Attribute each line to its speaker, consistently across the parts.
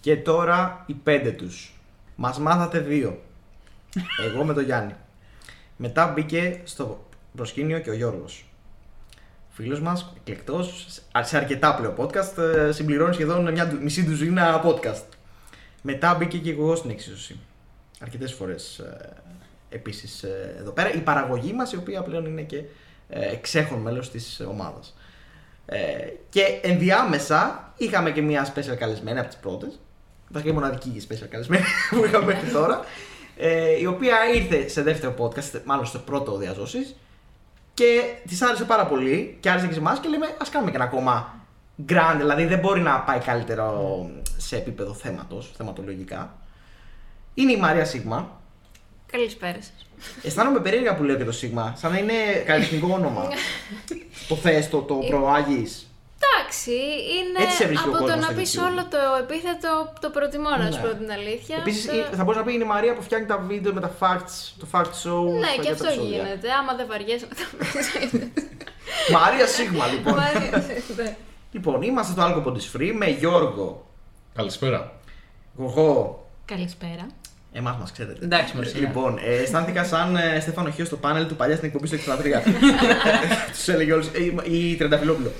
Speaker 1: Και τώρα οι πέντε τους. Μας μάθατε δύο. Εγώ με τον Γιάννη. Μετά μπήκε στο προσκήνιο και ο Γιώργος. Φίλος μας, εκλεκτός, σε αρκετά πλέον podcast, ε, συμπληρώνει σχεδόν μια ντου- μισή ντουζίνα podcast. Μετά μπήκε και εγώ στην εξίσωση. Αρκετές φορές ε, επίσης ε, εδώ πέρα. Η παραγωγή μας, η οποία πλέον είναι και ε, εξέχον μέλος της ομάδας. Ε, και ενδιάμεσα είχαμε και μια special καλεσμένη από τις πρώτες. Βασικά η μοναδική special καλεσμένη που είχαμε μέχρι τώρα. Ε, η οποία ήρθε σε δεύτερο podcast, μάλλον στο πρώτο διαζώσει. Και της άρεσε πάρα πολύ και άρεσε και σε εμάς και λέμε ας κάνουμε και ένα ακόμα grand. Δηλαδή δεν μπορεί να πάει καλύτερο σε επίπεδο θέματος, θεματολογικά. Είναι η Μαρία Σίγμα.
Speaker 2: Καλησπέρα σας.
Speaker 1: Αισθάνομαι περίεργα που λέω και το Σίγμα, σαν να είναι καλλιτεχνικό όνομα. το θες, το, το προάγεις.
Speaker 2: Εντάξει, είναι
Speaker 1: Έτσι σε βρίσκει ο
Speaker 2: από το
Speaker 1: κόσμος
Speaker 2: να
Speaker 1: στο
Speaker 2: πεις
Speaker 1: YouTube.
Speaker 2: όλο το επίθετο το προτιμώ να σου
Speaker 1: Ναι.
Speaker 2: πω την αλήθεια.
Speaker 1: Επίσης,
Speaker 2: Το-
Speaker 1: θα μπορούσε να πει είναι η Μαρία που φτιάχνει τα βίντεο με τα facts, το fact show.
Speaker 2: Ναι,
Speaker 1: στα
Speaker 2: και
Speaker 1: τα
Speaker 2: αυτό
Speaker 1: επεισόδια.
Speaker 2: γίνεται. Άμα δεν βαριέσαι να τα
Speaker 1: Μαρία Σίγμα, λοιπόν.
Speaker 2: πει.
Speaker 1: λοιπόν, είμαστε στο Alco Pondis Free με Γιώργο,
Speaker 3: Καλησπέρα.
Speaker 1: Γογό,
Speaker 2: Καλησπέρα.
Speaker 1: Εμάς μας ξέρετε.
Speaker 4: Εντάξει, μωρέ, σιγά.
Speaker 1: Λοιπόν, ε, αισθάνθηκα σαν ε, Στέφανο Χίο στο πάνελ του παλιάς στην εκπομπή στο 63. Τους έλεγε ε, όλου. ή Τρενταφυλόπουλο.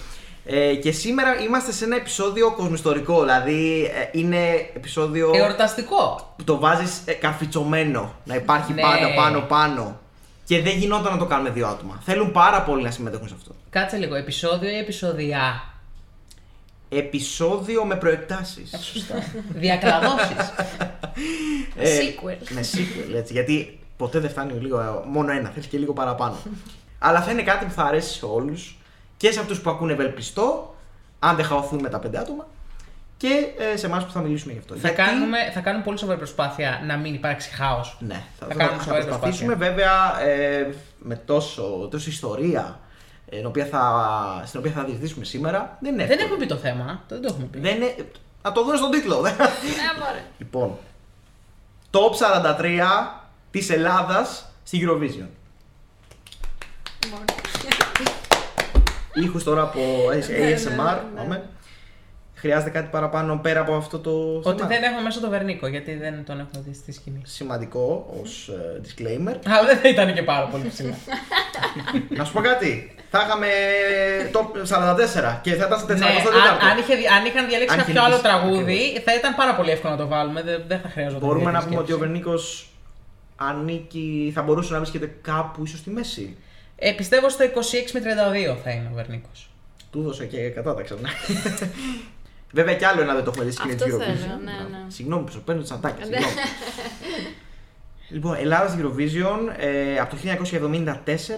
Speaker 1: Ε, και σήμερα είμαστε σε ένα επεισόδιο κοσμιστορικό. Δηλαδή ε, είναι επεισόδιο
Speaker 2: Ε,
Speaker 4: Εορταστικό.
Speaker 1: που το βάζεις ε, καρφιτσωμένο. Να υπάρχει
Speaker 4: Ναι.
Speaker 1: πάντα πάνω-πάνω. Και δεν γινόταν να το κάνουμε δύο άτομα. Θέλουν πάρα πολύ να συμμετέχουν σε αυτό.
Speaker 4: Κάτσε λίγο, επεισόδιο ή επεισοδιά.
Speaker 1: Επισόδιο με προεκτάσεις.
Speaker 4: Ε, Διακλαδώσεις.
Speaker 2: Sequel.
Speaker 1: Ε, Με sequel, έτσι. Γιατί ποτέ δεν φτάνει λίγο, ε, μόνο ένα, θέλεις και λίγο παραπάνω. Αλλά θα είναι κάτι που θα αρέσει σε όλους και σε αυτούς που ακούνε ευελπιστό, αν δεν χαωθούν με τα πέντε άτομα, και ε, σε εμάς που θα μιλήσουμε γι' αυτό.
Speaker 4: θα,
Speaker 1: Γιατί-
Speaker 4: κάνουμε, θα κάνουμε πολύ σοβαρή προσπάθεια να μην υπάρξει χάος.
Speaker 1: Ναι, θα,
Speaker 4: Θα
Speaker 1: θα,
Speaker 4: κάνουμε
Speaker 1: θα
Speaker 4: σοβαρή
Speaker 1: προσπαθήσουμε βέβαια ε, με τόσο, τόση ιστορία ε, την οποία θα, στην οποία θα διεκτήσουμε σήμερα. Δεν είναι.
Speaker 4: Δεν
Speaker 1: εύκολο.
Speaker 4: έχουμε πει το θέμα. Δεν το έχουμε πει.
Speaker 1: Δεν είναι... Να το δουν στον τίτλο. δε.
Speaker 2: Ναι, μωρέ.
Speaker 1: λοιπόν, top 43 της Ελλάδας στη Eurovision.
Speaker 2: Μόνο.
Speaker 1: ήχους τώρα από
Speaker 4: Ναι,
Speaker 1: ASMR. Πάμε. Χρειάζεται κάτι παραπάνω πέρα από αυτό το
Speaker 4: Ότι
Speaker 1: θέμα.
Speaker 4: δεν έχουμε μέσα το Βερνίκο, γιατί δεν τον έχουμε δει στη σκηνή.
Speaker 1: Σημαντικό ως ε, disclaimer.
Speaker 4: Αλλά δεν θα ήταν και πάρα πολύ ψηλά.
Speaker 1: Να σου πω κάτι. Θα είχαμε top 44 και θα ήταν στο 44ο.
Speaker 4: ναι, αν, αν, είχε, δι- αν είχαν διαλέξει
Speaker 1: Αν είχε
Speaker 4: κάποιο άλλο
Speaker 1: νικήσει,
Speaker 4: τραγούδι, θα ήταν πάρα πολύ εύκολο να το βάλουμε. Δεν, δεν θα χρειαζόταν.
Speaker 1: Μπορούμε
Speaker 4: ιδιαίτερη
Speaker 1: να πούμε ότι ο
Speaker 4: σκέψη.
Speaker 1: Βερνίκος ανήκει, θα μπορούσε να βρίσκεται κάπου ίσως στη μέση.
Speaker 4: Ε, πιστεύω στο 26 με 32 θα είναι ο Βερνίκος.
Speaker 1: Του δώσα και κατάτα ξανά. Βέβαια κι άλλο ένα δεν το έχουμε δει στην
Speaker 2: Αυτό
Speaker 1: Eurovision.
Speaker 2: θέλω, ναι, ναι.
Speaker 1: Συγγνώμη που σου παίρνω τις αντάκια.
Speaker 2: Ναι.
Speaker 1: Συγγνώμη. λοιπόν, Ελλάδας στην Eurovision ε, από το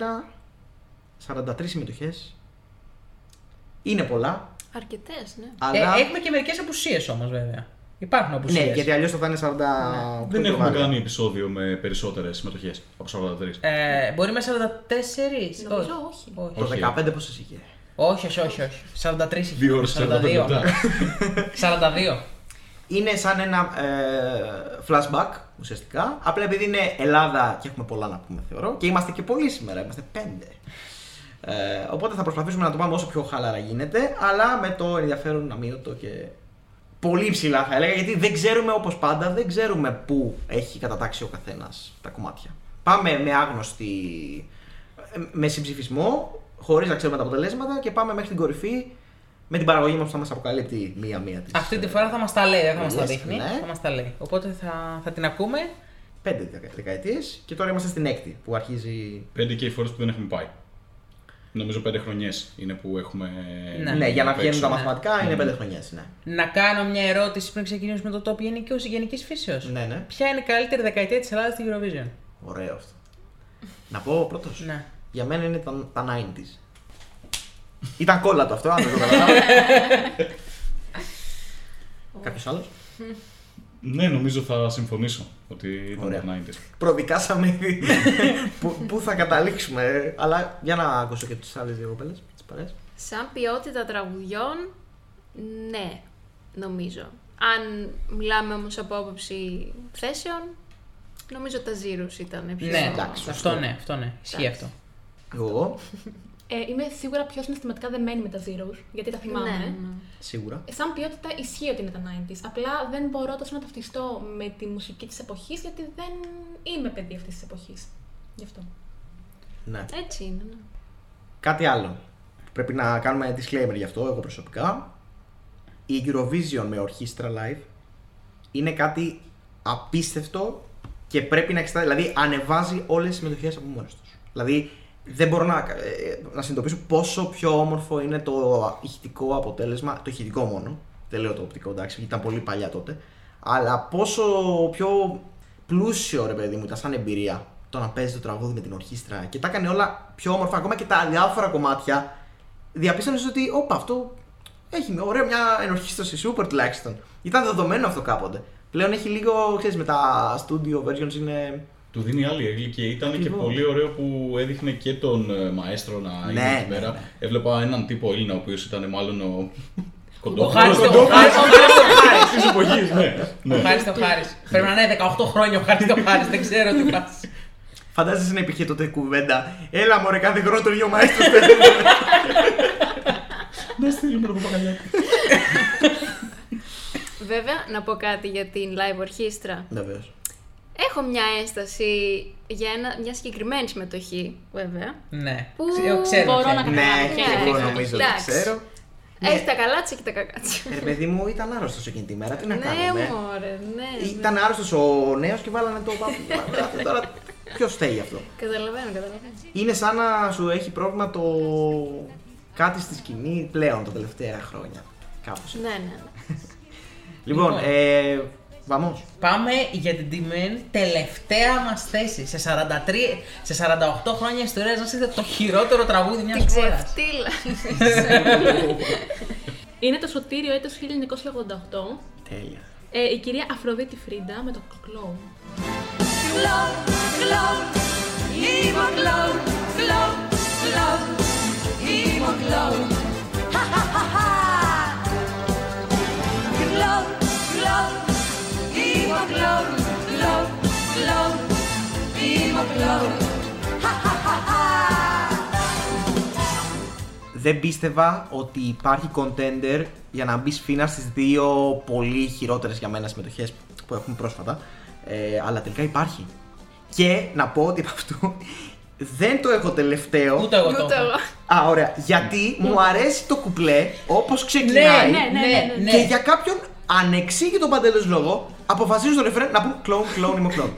Speaker 1: 1974, 43 συμμετοχές. Είναι πολλά,
Speaker 2: Αρκετές, ναι.
Speaker 1: αλλά.
Speaker 4: Ε, έχουμε και μερικές απουσίες όμως βέβαια. Υπάρχουν απουσίες.
Speaker 1: ναι, γιατί αλλιώς θα ήταν 40.
Speaker 3: Δεν έχουμε κάνει επεισόδιο με περισσότερες συμμετοχές από 43.
Speaker 4: Ε, μπορεί με 44.
Speaker 2: Νομίζω όχι.
Speaker 4: όχι.
Speaker 1: Το
Speaker 3: Όχι.
Speaker 1: 15 πόσες είχε.
Speaker 4: Όχι, όχι, όχι. όχι. 43 είχε.
Speaker 3: Δύο ώρες 40 λεπτά.
Speaker 1: ναι.
Speaker 4: 42.
Speaker 1: Είναι σαν ένα ε, flashback ουσιαστικά. Απλά επειδή είναι Ελλάδα και έχουμε πολλά να πούμε, θεωρώ. Και είμαστε και πολλοί σήμερα, είμαστε πέντε. Ε, οπότε θα προσπαθήσουμε να το πάμε όσο πιο χαλαρά γίνεται, αλλά με το ενδιαφέρον αμύωτο και πολύ ψηλά θα έλεγα, γιατί δεν ξέρουμε όπως πάντα, δεν ξέρουμε πού έχει κατατάξει ο καθένας τα κομμάτια. Πάμε με άγνωστη, ε, με συμψηφισμό, χωρίς να ξέρουμε τα αποτελέσματα και πάμε μέχρι την κορυφή με την παραγωγή μας που θα μας αποκαλύπτει μία-μία της.
Speaker 4: Αυτή τη
Speaker 1: ε,
Speaker 4: φορά θα μας τα λέει, δεν θα μας τα
Speaker 1: Λες,
Speaker 4: δείχνει.
Speaker 1: ναι.
Speaker 4: Θα μας τα λέει. Οπότε θα, θα την ακούμε.
Speaker 1: πέντε δεκα- δεκαετίες και τώρα είμαστε στην έκτη που αρχίζει.
Speaker 3: Πέντε και οι φορές που δεν έχουμε πάει. Νομίζω πέντε χρονιές είναι που έχουμε.
Speaker 4: Ναι,
Speaker 1: Ναι, για να
Speaker 3: παίξει.
Speaker 1: βγαίνουν τα
Speaker 4: ναι.
Speaker 1: μαθηματικά είναι πέντε χρονιές, ναι.
Speaker 4: Να κάνω μια ερώτηση πριν ξεκινήσουμε το top γενικής φύσεως.
Speaker 1: Ναι, ναι.
Speaker 4: Ποια είναι η καλύτερη δεκαετία της Ελλάδας στην Eurovision.
Speaker 1: Ωραίο αυτό. Να πω πρώτος.
Speaker 4: Ναι.
Speaker 1: Για μένα είναι τα, τα 90s. Ήταν κόλλατο αυτό, αν δεν το καταλάβω. Κάποιος άλλος.
Speaker 3: Ναι, νομίζω θα συμφωνήσω ότι ήταν
Speaker 1: Ωραία.
Speaker 3: τα 90s.
Speaker 1: Προδικάσαμε ήδη που, που θα καταλήξουμε. ε. Αλλά για να ακούσω και τις άλλες δύο κοπέλε, τι παρέ.
Speaker 2: Σαν ποιότητα τραγουδιών, ναι, νομίζω. Αν μιλάμε όμως από άποψη θέσεων, νομίζω τα Zeros ήταν πιο.
Speaker 4: Ναι,
Speaker 1: εντάξει,
Speaker 4: αυτό
Speaker 1: σωστό.
Speaker 4: ναι, αυτό ναι. Ισχύει
Speaker 2: Εντάξει.
Speaker 4: αυτό.
Speaker 1: Εγώ.
Speaker 5: Ε, είμαι σίγουρα πιο συναισθηματικά δεμένη με τα Zeros, γιατί τα θυμάμαι.
Speaker 2: Ναι, ναι.
Speaker 1: Σίγουρα.
Speaker 5: Σαν ποιότητα ισχύει ότι είναι τα 90s. Απλά δεν μπορώ τόσο να ταυτιστώ με τη μουσική της εποχής, γιατί δεν είμαι παιδί αυτής της εποχής. Γι' αυτό.
Speaker 1: Ναι.
Speaker 2: Έτσι είναι. ναι.
Speaker 1: Κάτι άλλο. Πρέπει να κάνουμε disclaimer γι' αυτό, εγώ προσωπικά. Η Eurovision με ορχήστρα live είναι κάτι απίστευτο και πρέπει να εξετάζει. Δηλαδή, ανεβάζει όλες τις συμμετοχές από μόνες τους. Δηλαδή, δεν μπορώ να, ε, να συνειδητοποιήσω πόσο πιο όμορφο είναι το ηχητικό αποτέλεσμα. Το ηχητικό μόνο. Δεν λέω το οπτικό, εντάξει, γιατί ήταν πολύ παλιά τότε. Αλλά πόσο πιο πλούσιο ρε παιδί μου ήταν σαν εμπειρία το να παίζεις το τραγούδι με την ορχήστρα και τα έκανε όλα πιο όμορφα. Ακόμα και τα διάφορα κομμάτια διαπίστωνες ότι, όπα, αυτό έχει μια- ωραία μια ενορχήστρωση super τουλάχιστον. Ήταν δεδομένο αυτό κάποτε. Πλέον έχει λίγο, ξέρεις, με τα studio versions είναι.
Speaker 3: Του δίνει άλλη έγκλη και ήταν και
Speaker 1: Ακριβώς.
Speaker 3: πολύ ωραίο που έδειχνε και τον ε, μαέστρο να
Speaker 1: Ναι,
Speaker 3: είναι εκεί
Speaker 1: ναι,
Speaker 3: πέρα.
Speaker 1: ναι.
Speaker 3: Έβλεπα έναν τύπο Έλληνα ο οποίος ήταν μάλλον ο.
Speaker 4: Ο
Speaker 3: Κοντόχο.
Speaker 4: Χάρη το Χάρη.
Speaker 3: Της εποχής, ναι.
Speaker 4: Ο
Speaker 3: ναι.
Speaker 4: Χάρη το Χάρης. Πρέπει να είναι 18 χρόνια ο Χάρης το Χάρης. Δεν ξέρω τι φάση.
Speaker 1: Φαντάζεσαι να υπήρχε τότε κουβέντα. Έλα, μωρέ, κάθε χρόνο το ίδιο μαέστρο παίζει.
Speaker 3: Να στείλουμε το παπαγαλιάκι.
Speaker 2: Βέβαια, να πω κάτι για την live ορχήστρα.
Speaker 1: Βεβαίως.
Speaker 2: Έχω μια ένσταση για ένα, μια συγκεκριμένη συμμετοχή, βέβαια.
Speaker 4: Ναι.
Speaker 2: Πού
Speaker 4: Ξέρω- Ξέρω.
Speaker 5: μπορώ
Speaker 4: ποια
Speaker 5: να
Speaker 4: είναι.
Speaker 1: Ναι,
Speaker 5: Καταλαβαίνω.
Speaker 1: και εγώ
Speaker 5: Ναι,
Speaker 1: νομίζω ότι
Speaker 2: εντάξει.
Speaker 1: ξέρω. Ναι.
Speaker 2: Έχει τα καλά της και τα κακά της.
Speaker 1: Ε, Ρε παιδί μου, ήταν άρρωστος εκείνη τη μέρα. Τι να
Speaker 2: Ναι,
Speaker 1: κάνουμε. ε?
Speaker 2: μωρέ, ναι.
Speaker 1: Ήταν άρρωστος ο νέος και βάλανε το παπ. Τώρα, ποιος θέλει αυτό.
Speaker 2: Καταλαβαίνω, καταλαβαίνω.
Speaker 1: Είναι σαν να σου έχει πρόβλημα το κάτι στη σκηνή πλέον τα τελευταία χρόνια. Κάπως.
Speaker 2: Ναι, ναι, ναι.
Speaker 1: Λοιπόν,
Speaker 4: Λοιπόν.
Speaker 1: ε, vamos.
Speaker 4: Πάμε για την τιμένη τελευταία μας θέση. Σε, 43, σε 48 χρόνια ιστορίας να είστε το χειρότερο τραγούδι μιας
Speaker 2: Την
Speaker 4: χώρας.
Speaker 2: ξεφτύλα.
Speaker 5: Είναι το σωτήριο έτος 1988.
Speaker 1: Τέλεια.
Speaker 5: Ε, η κυρία Αφροδίτη Φρίντα με το κλόουν.
Speaker 6: Glow, glow, emo glow, glow, glow, emo glow. Ha ha ha ha. Glow, glow, emo glow, glow, glow, emo glow. Ha ha ha ha.
Speaker 1: Δεν πίστευα ότι υπάρχει contender για να μπεις σφίνα στις δύο πολύ χειρότερες για μένα συμμετοχές που έχουμε πρόσφατα. Ε, αλλά τελικά υπάρχει. Και να πω ότι από αυτού δεν το έχω τελευταίο.
Speaker 4: Ούτε εγώ το
Speaker 2: Ούτε εγώ.
Speaker 4: έχω.
Speaker 1: Α, ωραία. Γιατί μου αρέσει το κουπλέ όπως ξεκινάει.
Speaker 5: ναι, ναι, ναι, ναι.
Speaker 1: Και για κάποιον ανεξήγητο παντελώ λόγο αποφασίζουν τον ρεφρέν να πούν κλόουν, κλόουν, είμαι κλόουν.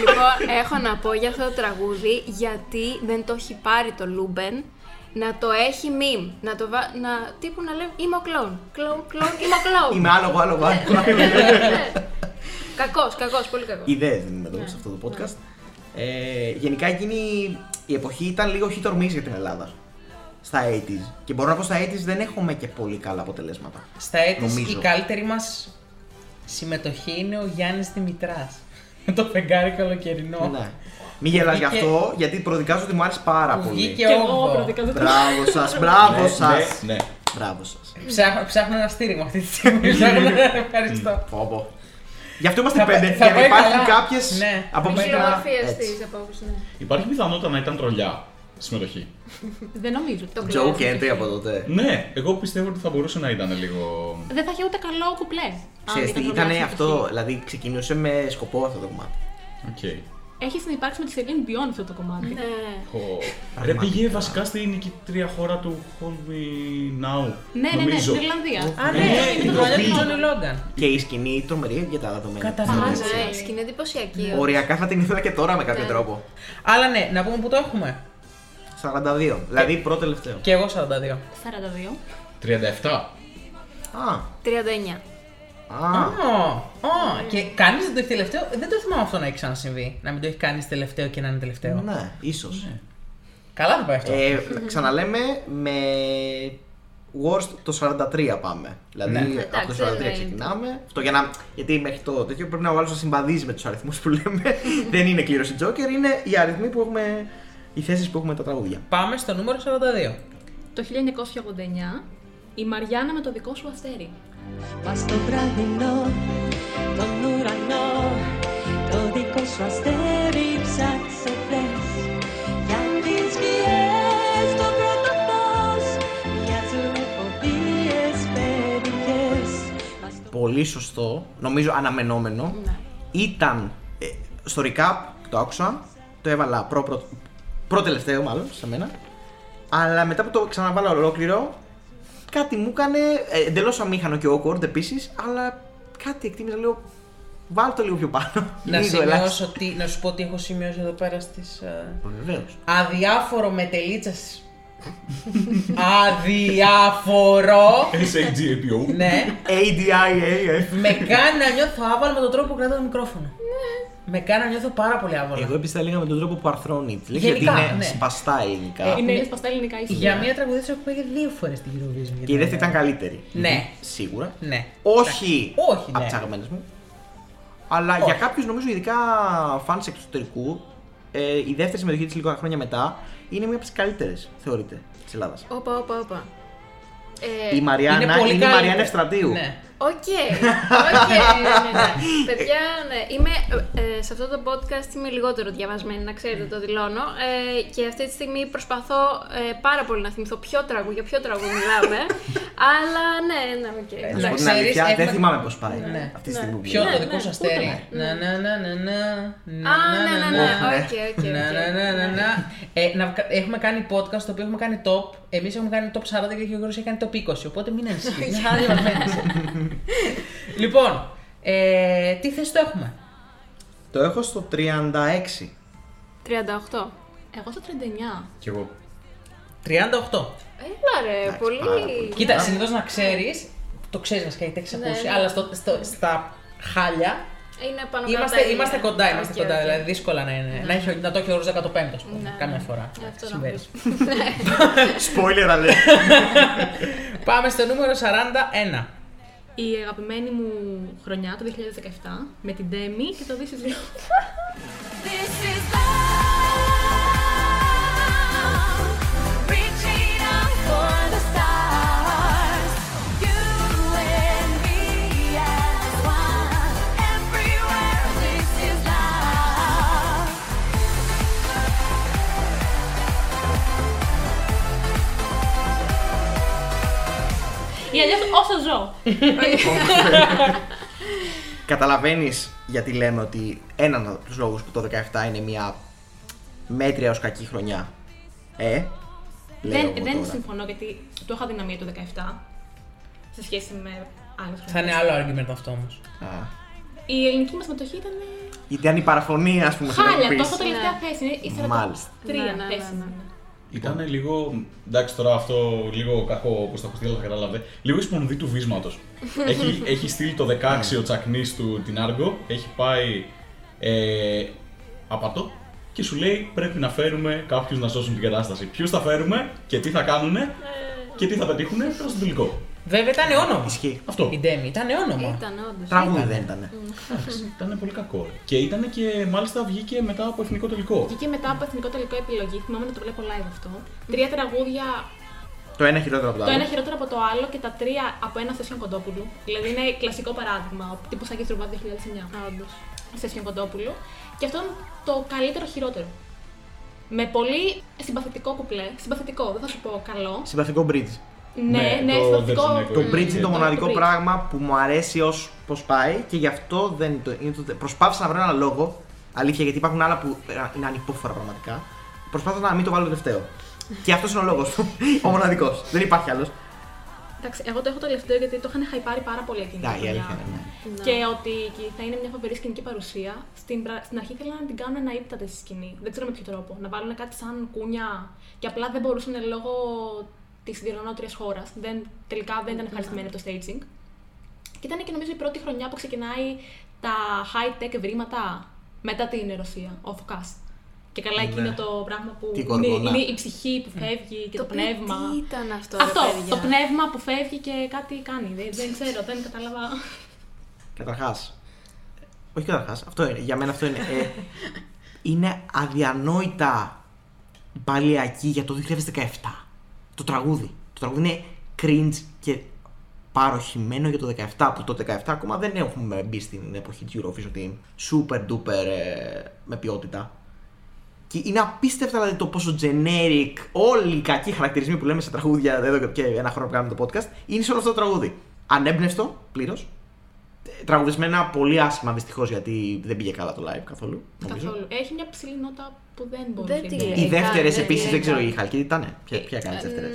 Speaker 2: Λοιπόν, έχω να πω για αυτό το τραγούδι γιατί δεν το έχει πάρει το Λούμπεν να το έχει μιμ, να το βα... να τύπου να λέει είμαι ο κλόουν, κλόουν, κλόουν, είμαι ο κλόουν.
Speaker 1: Είμαι άλογο, άλογο, άλογο.
Speaker 5: Ναι.
Speaker 2: Κακός, κακός, πολύ κακός.
Speaker 1: Ιδέες δίνουμε εδώ σε αυτό το podcast.
Speaker 4: Ναι.
Speaker 1: Ε, γενικά εκείνη η εποχή ήταν λίγο hit or miss για την Ελλάδα. Στα 80s. Και μπορώ να πω στα 80s δεν έχουμε και πολύ καλά αποτελέσματα.
Speaker 4: Στα έτη
Speaker 1: Νομίζω.
Speaker 4: η καλύτερη μας συμμετοχή είναι ο Γιάννης Δημητράς. το φεγγάρι καλοκαιρινό.
Speaker 1: Ναι. Μην γελάς γι'
Speaker 4: βγήκε-
Speaker 1: αυτό, γιατί προδικάζω ότι μου άρεσε πάρα
Speaker 4: Που
Speaker 1: πολύ.
Speaker 4: βγήκε
Speaker 5: Και εγώ
Speaker 4: όγδοο.
Speaker 5: προδικάζω το
Speaker 1: Μπράβο σας, μπράβο
Speaker 3: Ναι,
Speaker 1: σας.
Speaker 3: Ναι, ναι.
Speaker 1: Μπράβο σας.
Speaker 4: Ψάχνω, ψάχνω ένα στήριγμα αυτή τη στιγμή. ψάχνω ένα ευχαριστώ.
Speaker 1: Πω, πω. Γι' αυτό είμαστε
Speaker 4: Θα πα-
Speaker 1: πέντε.
Speaker 4: θα
Speaker 1: Γιατί
Speaker 4: πάει
Speaker 1: υπάρχουν
Speaker 4: καλά.
Speaker 1: κάποιες
Speaker 4: Ναι.
Speaker 1: απόψει.
Speaker 2: Χειρομορφίες της απόψε, ναι.
Speaker 3: Υπάρχει πιθανότητα να ήταν τρολιά στη συμμετοχή.
Speaker 5: Δεν νομίζω. Το
Speaker 1: Τζο Κέντε από τότε.
Speaker 3: Ναι, εγώ πιστεύω ότι θα μπορούσε να ήταν λίγο.
Speaker 5: Δεν θα είχε ούτε καλό κουπλέ.
Speaker 1: Ξέρεις τι, ήταν αυτό, δηλαδή ξεκινούσε με σκοπό αυτό το κομμάτι.
Speaker 3: Οκ.
Speaker 5: Έχει συνεπάρξει με τη Σελήνη Μπιόν αυτό το κομμάτι.
Speaker 2: Ναι, ναι.
Speaker 3: Ο- Ρε
Speaker 1: Πραγματικά.
Speaker 3: πήγε βασικά στην νικητρία χώρα του Hold Me Now.
Speaker 5: Ναι, ναι, ναι,
Speaker 3: νομίζω.
Speaker 5: στην Ιρλανδία.
Speaker 4: Α, ναι,
Speaker 3: Ναι,
Speaker 4: είναι
Speaker 3: η
Speaker 4: το χρονιά
Speaker 3: ντροπή.
Speaker 4: του Τζόνι Λόγκαν.
Speaker 1: Και η σκηνή τρομερή για τα δεδομένα.
Speaker 4: Καταπληκτική.
Speaker 1: Έτσι.
Speaker 2: Ναι, η σκηνή εντυπωσιακή.
Speaker 1: Οριακά θα την ήθελα και τώρα με κάποιο τρόπο.
Speaker 4: Αλλά ναι, να πούμε που το έχουμε.
Speaker 1: 42. Δηλαδή πρώτο τελευταίο.
Speaker 4: Και εγώ 42.
Speaker 5: 42.
Speaker 3: 37.
Speaker 1: Α,
Speaker 2: 39.
Speaker 1: α. ναι,
Speaker 4: Ω, ω, Και κανεί δεν το έχει τελευταίο. Δεν το θυμάμαι αυτό να έχει ξανασυμβεί. Να μην το έχει κάνεις τελευταίο και να είναι τελευταίο.
Speaker 1: Ναι, Ε. ίσω.
Speaker 4: Καλά θα πάει αυτό.
Speaker 1: ξαναλέμε με worst το 43 πάμε. Δηλαδή
Speaker 4: Ναι.
Speaker 1: από το
Speaker 2: Εντάξει,
Speaker 1: 43
Speaker 2: δεν
Speaker 1: ξεκινάμε. Αυτό για να... Γιατί μέχρι το τέτοιο πρέπει να ο άλλος να συμβαδίζει με τους αριθμούς που λέμε. δεν είναι κλήρωση Joker, είναι οι αριθμοί που έχουμε... Οι θέσεις που έχουμε τα τραγούδια.
Speaker 4: Πάμε στο νούμερο 42.
Speaker 5: Το 1989 η Μαριάννα με το δικό σου αστέρι.
Speaker 6: Μα στο βραδινό, τον ουρανό, το δικό σου αστέρι ψάξε βρες
Speaker 1: πολύ σωστό, νομίζω αναμενόμενο,
Speaker 2: Ναι.
Speaker 1: ήταν ε, στο recap, το άκουσα, το έβαλα προ, προ, προτελευταίο μάλλον, σε μένα, αλλά μετά που το ξαναβάλα ολόκληρο, κάτι μου έκανε ε, εντελώς αμήχανο και awkward επίσης, αλλά κάτι εκτίμησα λίγο, βάλ το λίγο πιο πάνω,
Speaker 4: Να,
Speaker 1: λίγο ελάχιστο.
Speaker 4: σημειώσω τι, να σου πω τι έχω σημειώσει εδώ πέρα στις... ε,
Speaker 1: Βεβαίως.
Speaker 4: Αδιάφορο με τελίτσες. Αδιάφορο.
Speaker 3: SAGAPO.
Speaker 4: ναι.
Speaker 1: ADIAF.
Speaker 4: με κάνει να νιώθω άβολα με τον τρόπο που κρατάω το μικρόφωνο. με κάνει να νιώθω πάρα πολύ άβολα.
Speaker 1: Ναι. Εγώ επίσης τα λέγα με τον τρόπο που αρθρώνει. Τη λέξη γιατί
Speaker 4: Γενικά,
Speaker 1: είναι
Speaker 4: ναι.
Speaker 1: σπαστά ελληνικά.
Speaker 5: Είναι ελληνικά στα ελληνικά ίσως.
Speaker 4: Για μία τραγουδίστρια που πήγε δύο φορές στην Eurovision.
Speaker 1: Και η δεύτερη ήταν καλύτερη.
Speaker 4: Ναι.
Speaker 1: Σίγουρα.
Speaker 4: Ναι.
Speaker 1: Όχι,
Speaker 4: Όχι,
Speaker 1: από
Speaker 4: ναι.
Speaker 1: τις αγαπημένες μου. Αλλά
Speaker 4: Όχι.
Speaker 1: για κάποιους νομίζω ειδικά φαν εξωτερικού, ε, η δεύτερη συμμετοχή της λίγα χρόνια μετά είναι μία από τις καλύτερες, θεωρείται, της Ελλάδας.
Speaker 2: Όπα, όπα, όπα. Ε,
Speaker 1: Η Μαριάννα είναι, η
Speaker 4: καλή.
Speaker 1: Μαριάννα Ευστρατείου.
Speaker 4: Ναι.
Speaker 2: Οκ, οκ, ναι, ναι, ναι. Παιδιά, ναι, είμαι, ε, σε αυτό το podcast είμαι λιγότερο διαβασμένη, να ξέρετε, το δηλώνω. Ε, και αυτή τη στιγμή προσπαθώ ε, πάρα πολύ να θυμηθώ ποιο τραγούδι, για ποιο τραγούδι μιλάμε. αλλά ναι, ναι, οκ.
Speaker 1: Να σου πω την
Speaker 4: Ξέρεις,
Speaker 1: αλήθεια,
Speaker 4: έχουμε-
Speaker 1: δεν θυμάμαι πώς πάει
Speaker 4: Ναι.
Speaker 1: αυτή τη στιγμή που
Speaker 4: Ποιο
Speaker 1: μιλάμε.
Speaker 4: το
Speaker 5: ναι,
Speaker 4: δικό σου
Speaker 5: ούτε
Speaker 4: αστέρι.
Speaker 2: με.
Speaker 4: Να, να, να, να, να. Να,
Speaker 2: Α, ναι, ναι, ναι,
Speaker 1: ναι.
Speaker 2: οκ, οκ, οκ.
Speaker 4: Να, να, να, να, να. Ε, να βγα- Έχουμε κάνει podcast το οποίο έχουμε κάνει top. Εμείς έχουμε κάνει top 40 και ο Γιώργος έχει κάνει top 20. Οπότε μην ανησυχεί. Μια χαρά διαβασμένης. Λοιπόν, ε, τι θέση το έχουμε.
Speaker 1: Το έχω στο 36.
Speaker 2: 38.
Speaker 5: Εγώ στο 39.
Speaker 3: Κι εγώ.
Speaker 4: 38.
Speaker 2: Έλα ρε, πολύ...
Speaker 1: πάρα πολύ.
Speaker 4: Κοίτα, συνήθως να ξέρεις, το ξέρεις βασικά γιατί έχεις
Speaker 2: Ναι,
Speaker 4: ακούσει,
Speaker 2: ναι.
Speaker 4: αλλά στο, στο- στα χάλια
Speaker 2: Ε, Είναι πάνω κάτω
Speaker 4: είμαστε,
Speaker 2: τα ίδια.
Speaker 4: είμαστε κοντά. Είμαστε
Speaker 2: Οκ,
Speaker 4: κοντά,
Speaker 2: οκ.
Speaker 4: δηλαδή δύσκολα να, είναι, να, έχει, να το έχει ο Ρόζα 15 α πούμε.
Speaker 2: Ναι, ναι.
Speaker 4: Κάμια φορά.
Speaker 2: Ε, Αυτό να
Speaker 4: Συμβαίνει.
Speaker 2: πεις. Ναι,
Speaker 1: Spoiler alert.
Speaker 4: Πάμε στο νούμερο 41.
Speaker 5: Η αγαπημένη μου χρονιά, το 2017, με την Demi και το This is Love.
Speaker 6: This is love, reaching out for the stars. You and me as one, everywhere. This is love.
Speaker 5: Ή αλλιώς όσο ζω.
Speaker 1: Καταλαβαίνεις γιατί λέμε ότι έναν από τους λόγους που το 17 είναι μια μέτρια ω κακή χρονιά. Ε, λέω
Speaker 5: δεν
Speaker 1: εγώ
Speaker 5: δεν
Speaker 1: τώρα.
Speaker 5: συμφωνώ γιατί το είχα δυναμία το 17 σε σχέση με άλλες
Speaker 4: Θα είναι
Speaker 5: χρονιές.
Speaker 4: άλλο argument αυτό όμως.
Speaker 1: Α,
Speaker 5: Η ελληνική μας συμμετοχή ήταν
Speaker 1: Ήταν η παραφωνία, ας πούμε, σε
Speaker 5: χάλια.
Speaker 1: Love
Speaker 5: Το
Speaker 1: Peace.
Speaker 5: έχω τελευταία θέση. Είναι η
Speaker 1: Μάλιστα.
Speaker 5: 43
Speaker 2: Ναι, ναι, ναι,
Speaker 5: θέση.
Speaker 2: ναι.
Speaker 3: Ήταν Λοιπόν. λίγο. Εντάξει, τώρα αυτό λίγο κακό όπως το έχω στείλει, αλλά θα καταλάβετε. Λίγο η σπονδή του βίσματος. έχει, έχει στείλει το 16 ο τσακνής του την Άργο, έχει πάει ε, απατό και σου λέει πρέπει να φέρουμε κάποιους να σώσουν την κατάσταση. Ποιους θα φέρουμε και τι θα κάνουν και τι θα πετύχουν προς τον τελικό.
Speaker 4: Βέβαια ήταν όνομα.
Speaker 1: Ισχύει.
Speaker 3: Αυτό.
Speaker 4: Η Ντέμι ήταν όνομα.
Speaker 2: Ήταν όντως.
Speaker 1: Τραγούδι δεν ήταν. ναι.
Speaker 5: Mm.
Speaker 3: Εντάξει, ήταν πολύ κακό. Και ήταν και μάλιστα βγήκε μετά από εθνικό τελικό.
Speaker 5: Βγήκε μετά από εθνικό τελικό επιλογή. Θυμάμαι να το βλέπω live αυτό. Τρία τραγούδια
Speaker 1: Το ένα χειρότερο από το
Speaker 5: Το ένα
Speaker 1: άλλο.
Speaker 5: χειρότερο από το άλλο και τα τρία από ένα Θεσιον Κοντόπουλου. Δηλαδή είναι κλασικό παράδειγμα, ο τύπος Αγίου Τρουβά 2009. Όντω. Θεσιον Κοντόπουλου. Και αυτό είναι το καλύτερο χειρότερο. Με πολύ συμπαθητικό κουπλέ. Συμπαθητικό, δεν θα σου πω καλό.
Speaker 1: Συμπαθικό bridge.
Speaker 5: Ναι, ναι,
Speaker 3: το δεν
Speaker 5: συμπαθητικό.
Speaker 3: συνέβη.
Speaker 1: Το
Speaker 3: Mm.
Speaker 1: bridge είναι Ε, το
Speaker 5: Το- το
Speaker 1: μοναδικό
Speaker 5: bridge.
Speaker 1: πράγμα που μου αρέσει ως πώς πάει και γι' αυτό δεν το. Είναι το προσπάθησα να βρω ένα λόγο. Αλήθεια, γιατί υπάρχουν άλλα που ε, είναι ανυπόφορα πραγματικά. Προσπάθησα να μην το βάλω τελευταίο. και αυτός είναι ο λόγος του. ο μοναδικός. Δεν υπάρχει άλλος.
Speaker 5: Εντάξει, εγώ το έχω τελευταίο γιατί το είχαν χαϊπάρει πάρα πολύ εκείνη τη
Speaker 1: Ναι, η
Speaker 5: χρονιά.
Speaker 1: αλήθεια είναι. ναι.
Speaker 5: Και ότι και θα είναι μια φοβερή σκηνική παρουσία. Στην, πρα- στην αρχή ήθελαν να την κάνουν να ύπταται στη σκηνή. Δεν ξέρω με ποιο τρόπο. Να βάλουν κάτι σαν κούνια. Και απλά δεν μπορούσαν λόγω της διοργανώτριας χώρας. Δεν, τελικά δεν ήταν ευχαριστημένοι από το staging. Και ήταν και νομίζω η πρώτη χρονιά που ξεκινάει τα high-tech ευρήματα μετά την Ρωσία, ο Φουκάς. Και καλά
Speaker 1: Ναι.
Speaker 5: εκείνο το πράγμα που
Speaker 1: Τι
Speaker 5: είναι,
Speaker 1: κοργονά.
Speaker 5: είναι η ψυχή
Speaker 1: Ε,
Speaker 5: που φεύγει και το,
Speaker 2: οποίο
Speaker 5: πνεύμα.
Speaker 2: Τι ήταν αυτό,
Speaker 5: Αυτό,
Speaker 2: ρε, παιδιά.
Speaker 5: το πνεύμα που φεύγει και κάτι κάνει. Δεν, δεν ξέρω, δεν κατάλαβα.
Speaker 1: Καταρχάς. Όχι καταρχάς. Αυτό είναι. Για μένα αυτό είναι. Ε, είναι αδιανόητα παλιακή για το 2017. Το τραγούδι. Το τραγούδι είναι cringe και παροχημένο για το 17 που το 17 ακόμα δεν έχουμε μπει στην εποχή του Eurovision ότι είναι super duper ε, με ποιότητα. Και είναι απίστευτα δηλαδή, το πόσο generic όλοι οι κακοί χαρακτηρισμοί που λέμε σε τραγούδια εδώ και ένα χρόνο που κάνουμε το podcast είναι σε όλο αυτό το τραγούδι. Ανέμπνευστο πλήρως. Τραγουδισμένα πολύ άσχημα δυστυχώς γιατί δεν πήγε καλά το live καθόλου. νομίζω.
Speaker 5: Καθόλου. Έχει μια ψηλή νότα που δεν μπορώ
Speaker 2: Δεν
Speaker 5: να
Speaker 2: τη
Speaker 5: την-
Speaker 2: λέει.
Speaker 1: Οι
Speaker 2: Ε,
Speaker 1: δεύτερε
Speaker 5: ναι,
Speaker 2: κάνε,
Speaker 1: επίση
Speaker 2: ε,
Speaker 1: δεν ξέρω,
Speaker 2: κάνε.
Speaker 1: η Χαλκίδη ήταν. Ποια, ποια έκανε
Speaker 2: Ε,
Speaker 1: τι δεύτερε.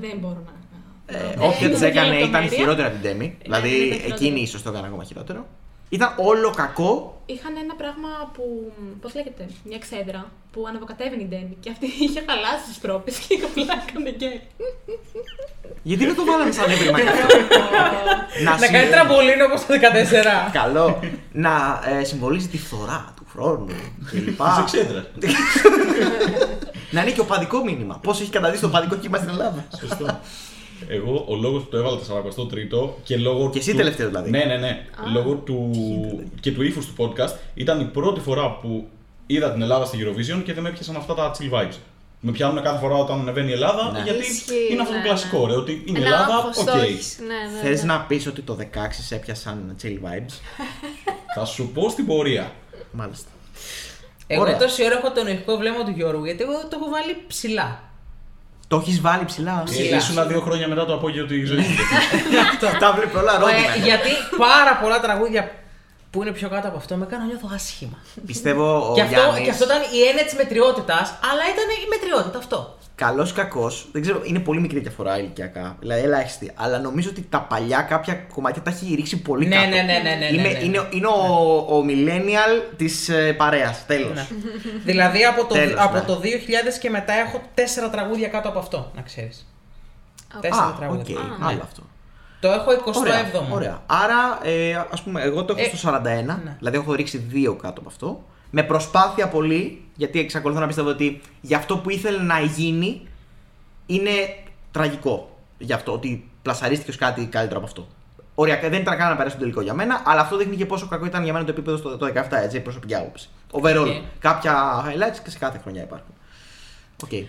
Speaker 5: Δεν μπορώ να.
Speaker 1: Ε,
Speaker 5: να-
Speaker 1: Όποια
Speaker 5: να
Speaker 1: τι
Speaker 5: πω
Speaker 1: έκανε ήταν
Speaker 5: λεπτομέρεια.
Speaker 1: χειρότερα από την Τέμι.
Speaker 5: ήταν
Speaker 1: Δηλαδή
Speaker 5: χειρότερα.
Speaker 1: εκείνη ίσως το έκανε ακόμα χειρότερο. Ήταν όλο κακό.
Speaker 5: Είχαν ένα πράγμα που. Πώς λέγεται, μια ξέδρα που ανεβοκατέβαινε η Ντέμι και αυτή είχε χαλάσει τι πρόπε και είχα πλάκανε γκέλ.
Speaker 1: Γιατί δεν το βάλαμε σαν έβριμα και αυτό.
Speaker 4: Να κάνει
Speaker 1: συμβολίζει-
Speaker 4: τραμπολίνο όπως το 14.
Speaker 1: Καλό. Να ε, συμβολίζει τη φθορά του χρόνου κλπ.
Speaker 3: Της εξέδρας.
Speaker 1: Να είναι και οπαδικό μήνυμα. Πώς έχει καταδείξει το οπαδικό κύμα στην Ελλάδα.
Speaker 3: Σωστό. Εγώ ο λόγος που το έβαλα το 43ο και λόγω.
Speaker 1: Και εσύ
Speaker 3: του-
Speaker 1: τελευταίο δηλαδή.
Speaker 3: Ναι, ναι, ναι.
Speaker 5: Α.
Speaker 3: λόγω του. και του ύφους του podcast ήταν η πρώτη φορά που είδα την Ελλάδα στη Eurovision και δεν με έπιασαν αυτά τα chill vibes. Με πιάνουν κάθε φορά όταν ανεβαίνει η Ελλάδα
Speaker 1: Ναι.
Speaker 3: γιατί
Speaker 2: Ισχύει,
Speaker 3: είναι αυτό το
Speaker 2: ναι,
Speaker 3: κλασικό
Speaker 2: ναι.
Speaker 3: ρε. Ότι είναι η
Speaker 2: Ένα
Speaker 3: Ελλάδα, οκ.
Speaker 2: άγχος, το έχεις. Ναι, ναι,
Speaker 1: Θες
Speaker 2: ναι.
Speaker 1: να πεις ότι το 16 σε έπιασαν chill vibes.
Speaker 3: Θα σου πω στην πορεία.
Speaker 1: Μάλιστα.
Speaker 4: Εγώ
Speaker 1: Ωραία.
Speaker 4: τόση ώρα έχω το νοητικό βλέμμα του Γιώργου γιατί εγώ το έχω βάλει ψηλά.
Speaker 1: Το έχεις βάλει ψηλά.
Speaker 3: Ε,
Speaker 4: Ψηλά.
Speaker 3: Ήσουν δύο χρόνια μετά το απόγειο της ζωής μου.
Speaker 1: Τα βλέπεις όλα ρόδινα.
Speaker 4: Ε, γιατί πάρα πολλά τραγούδια που είναι πιο κάτω από αυτό με κάνουν νιώθω άσχημα.
Speaker 1: Πιστεύω ο
Speaker 4: και, αυτό,
Speaker 1: Γιάννης,
Speaker 4: και αυτό ήταν η έννοια της μετριότητας, αλλά ήταν η μετριότητα αυτό.
Speaker 1: καλός κακός, δεν ξέρω, είναι πολύ μικρή διαφορά ηλικιακά, δηλαδή ελάχιστη, αλλά νομίζω ότι τα παλιά κάποια κομμάτια τα έχει ρίξει πολύ
Speaker 4: Ναι,
Speaker 1: κάτω.
Speaker 4: ναι, ναι, ναι, ναι,
Speaker 1: είναι,
Speaker 4: ναι, ναι.
Speaker 1: είναι, είναι ο, ο millennial της ε, παρέας, τέλος.
Speaker 4: Ναι. δηλαδή από, το,
Speaker 1: Τέλος,
Speaker 4: από
Speaker 1: ναι.
Speaker 4: το 2000 και μετά έχω τέσσερα τραγούδια κάτω από αυτό, να ξέρεις. Τέσσερα
Speaker 1: Α, οκ,
Speaker 4: τραγούδια. Ναι.
Speaker 2: Α,
Speaker 1: άλλο αυτό.
Speaker 4: Το έχω 27ο.
Speaker 1: Ωραία, ωραία. Άρα, ε, ας πούμε, εγώ το έχω στο
Speaker 4: Ε,
Speaker 1: 41,
Speaker 4: ναι.
Speaker 1: δηλαδή έχω ρίξει δύο κάτω από αυτό. Με προσπάθεια πολύ, γιατί εξακολουθώ να πιστεύω ότι για αυτό που ήθελε να γίνει είναι τραγικό. Γι' αυτό ότι πλασαρίστηκες ως κάτι καλύτερο από αυτό. Οριακά, δεν ήταν καν να περάσει τον τελικό για μένα, αλλά αυτό δείχνει και πόσο κακό ήταν για μένα το επίπεδο στο το 17, έτσι, η προσωπική άποψη. Overall,
Speaker 4: Οκ.
Speaker 1: κάποια highlights και σε κάθε χρονιά υπάρχουν. Οκ.
Speaker 2: Ε,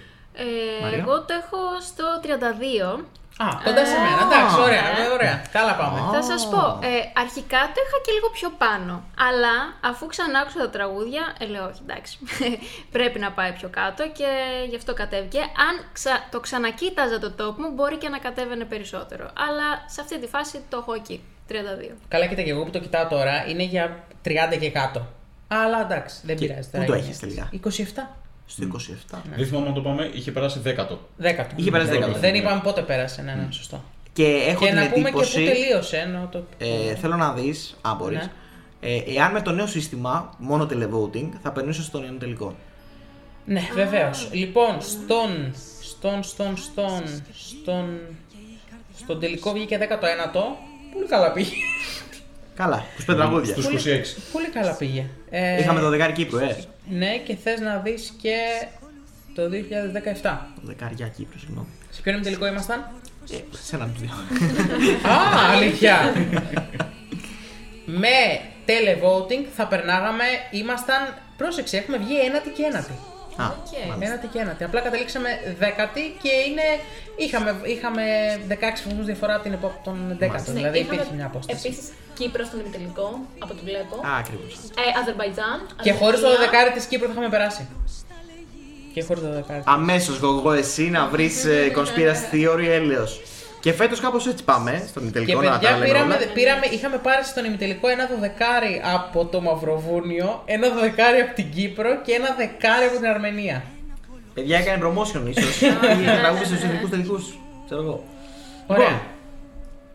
Speaker 1: Μαρία.
Speaker 2: εγώ το έχω στο 32.
Speaker 4: Α, κοντά σε μένα. Εντάξει, ωραία, ε, ωραία. Καλά πάμε.
Speaker 2: Θα σας πω, ε, αρχικά το είχα και λίγο πιο πάνω. Αλλά αφού ξανά άκουσα τα τραγούδια, ε, λέω όχι, εντάξει. Πρέπει να πάει πιο κάτω και γι' αυτό κατέβηκε. Αν ξα- το ξανακοίταζα το top μου, μπορεί και να κατέβαινε περισσότερο. Αλλά σε αυτή τη φάση το έχω εκεί. 32.
Speaker 4: Καλά, κοίτα και εγώ που το κοιτάω τώρα είναι για 30 και κάτω. Αλλά εντάξει, δεν
Speaker 1: Και
Speaker 4: πειράζει.
Speaker 1: πού
Speaker 4: τώρα
Speaker 1: το
Speaker 4: είναι.
Speaker 1: έχεις τελικά?
Speaker 4: 27.
Speaker 1: Στο 27.
Speaker 3: Δεν θυμάμαι να το πάμε, είχε περάσει δέκατο.
Speaker 4: Δέκατο.
Speaker 1: Είχε περάσει δέκατο.
Speaker 4: Δεν είπαμε πότε πέρασε. Ναι, ναι, σωστό.
Speaker 1: Και έχω
Speaker 4: και
Speaker 1: την
Speaker 4: να πούμε και
Speaker 1: εντύπωση...
Speaker 4: πού τελείωσε. Ενώ το...
Speaker 1: Ε, θέλω να δεις, αν μπορείς.
Speaker 4: Ναι.
Speaker 1: Ε, εάν με το νέο σύστημα, μόνο televoting, θα περνούσε στον ένα τελικό.
Speaker 4: Ναι, βεβαίως. Λοιπόν, στον. Στον, στον, στον. Στον, στον τελικό βγήκε 19ο. Πολύ καλά πήγε.
Speaker 1: Καλά, 25 τραγούδια.
Speaker 3: Στους 26.
Speaker 4: Πολύ καλά πήγε. Ε,
Speaker 1: Είχαμε το δεκάρι Κύπρου, ε.
Speaker 4: Ναι, και θες να δεις και το 2017.
Speaker 1: Το δεκάρια Κύπρου, συγγνώμη.
Speaker 4: Σε ποιον τελικό ήμασταν.
Speaker 1: Ε, σε έναν από τους δύο.
Speaker 4: Α, αλήθεια. Με televoting θα περνάγαμε, ήμασταν, πρόσεξε, έχουμε βγει ένατη και ένατη.
Speaker 1: Α, μάλιστα.
Speaker 4: Ένατη και ένατη. Απλά καταλήξαμε δέκατη και είναι, είχαμε, είχαμε 16 βαθμούς διαφορά από την επο- από τον
Speaker 5: Ναι,
Speaker 4: δέκατο. Δηλαδή υπήρχε μια απόσταση.
Speaker 5: Επίσης, Κύπρος ήταν επιτελικό, από ό,τι βλέπω.
Speaker 1: Α, ακριβώς.
Speaker 5: Ε, Αζερβαϊτζάν.
Speaker 4: Και χωρίς το
Speaker 5: Αρμενία.
Speaker 4: δεκάρι της Κύπρου θα είχαμε περάσει. Και χωρίς το δεκάρι.
Speaker 1: Αμέσως γογό εσύ να βρεις ε, conspiracy theory έλεος. Και φέτος κάπως έτσι πάμε, στον
Speaker 4: Και
Speaker 1: τελικό να τα
Speaker 4: παιδιά
Speaker 1: λέμε
Speaker 4: πήραμε,
Speaker 1: όλα.
Speaker 4: πήραμε, είχαμε πάρει στον ημιτελικό ένα δωδεκάρι από το Μαυροβούνιο, ένα δωδεκάρι από την Κύπρο και ένα δεκάρι από την Αρμενία.
Speaker 1: Παιδιά έκανε promotion ίσως, ή
Speaker 4: ναι,
Speaker 1: τραγούδι στους εθνικούς τελικούς. Ξέρω εγώ.
Speaker 4: Ωραία.
Speaker 1: Λοιπόν,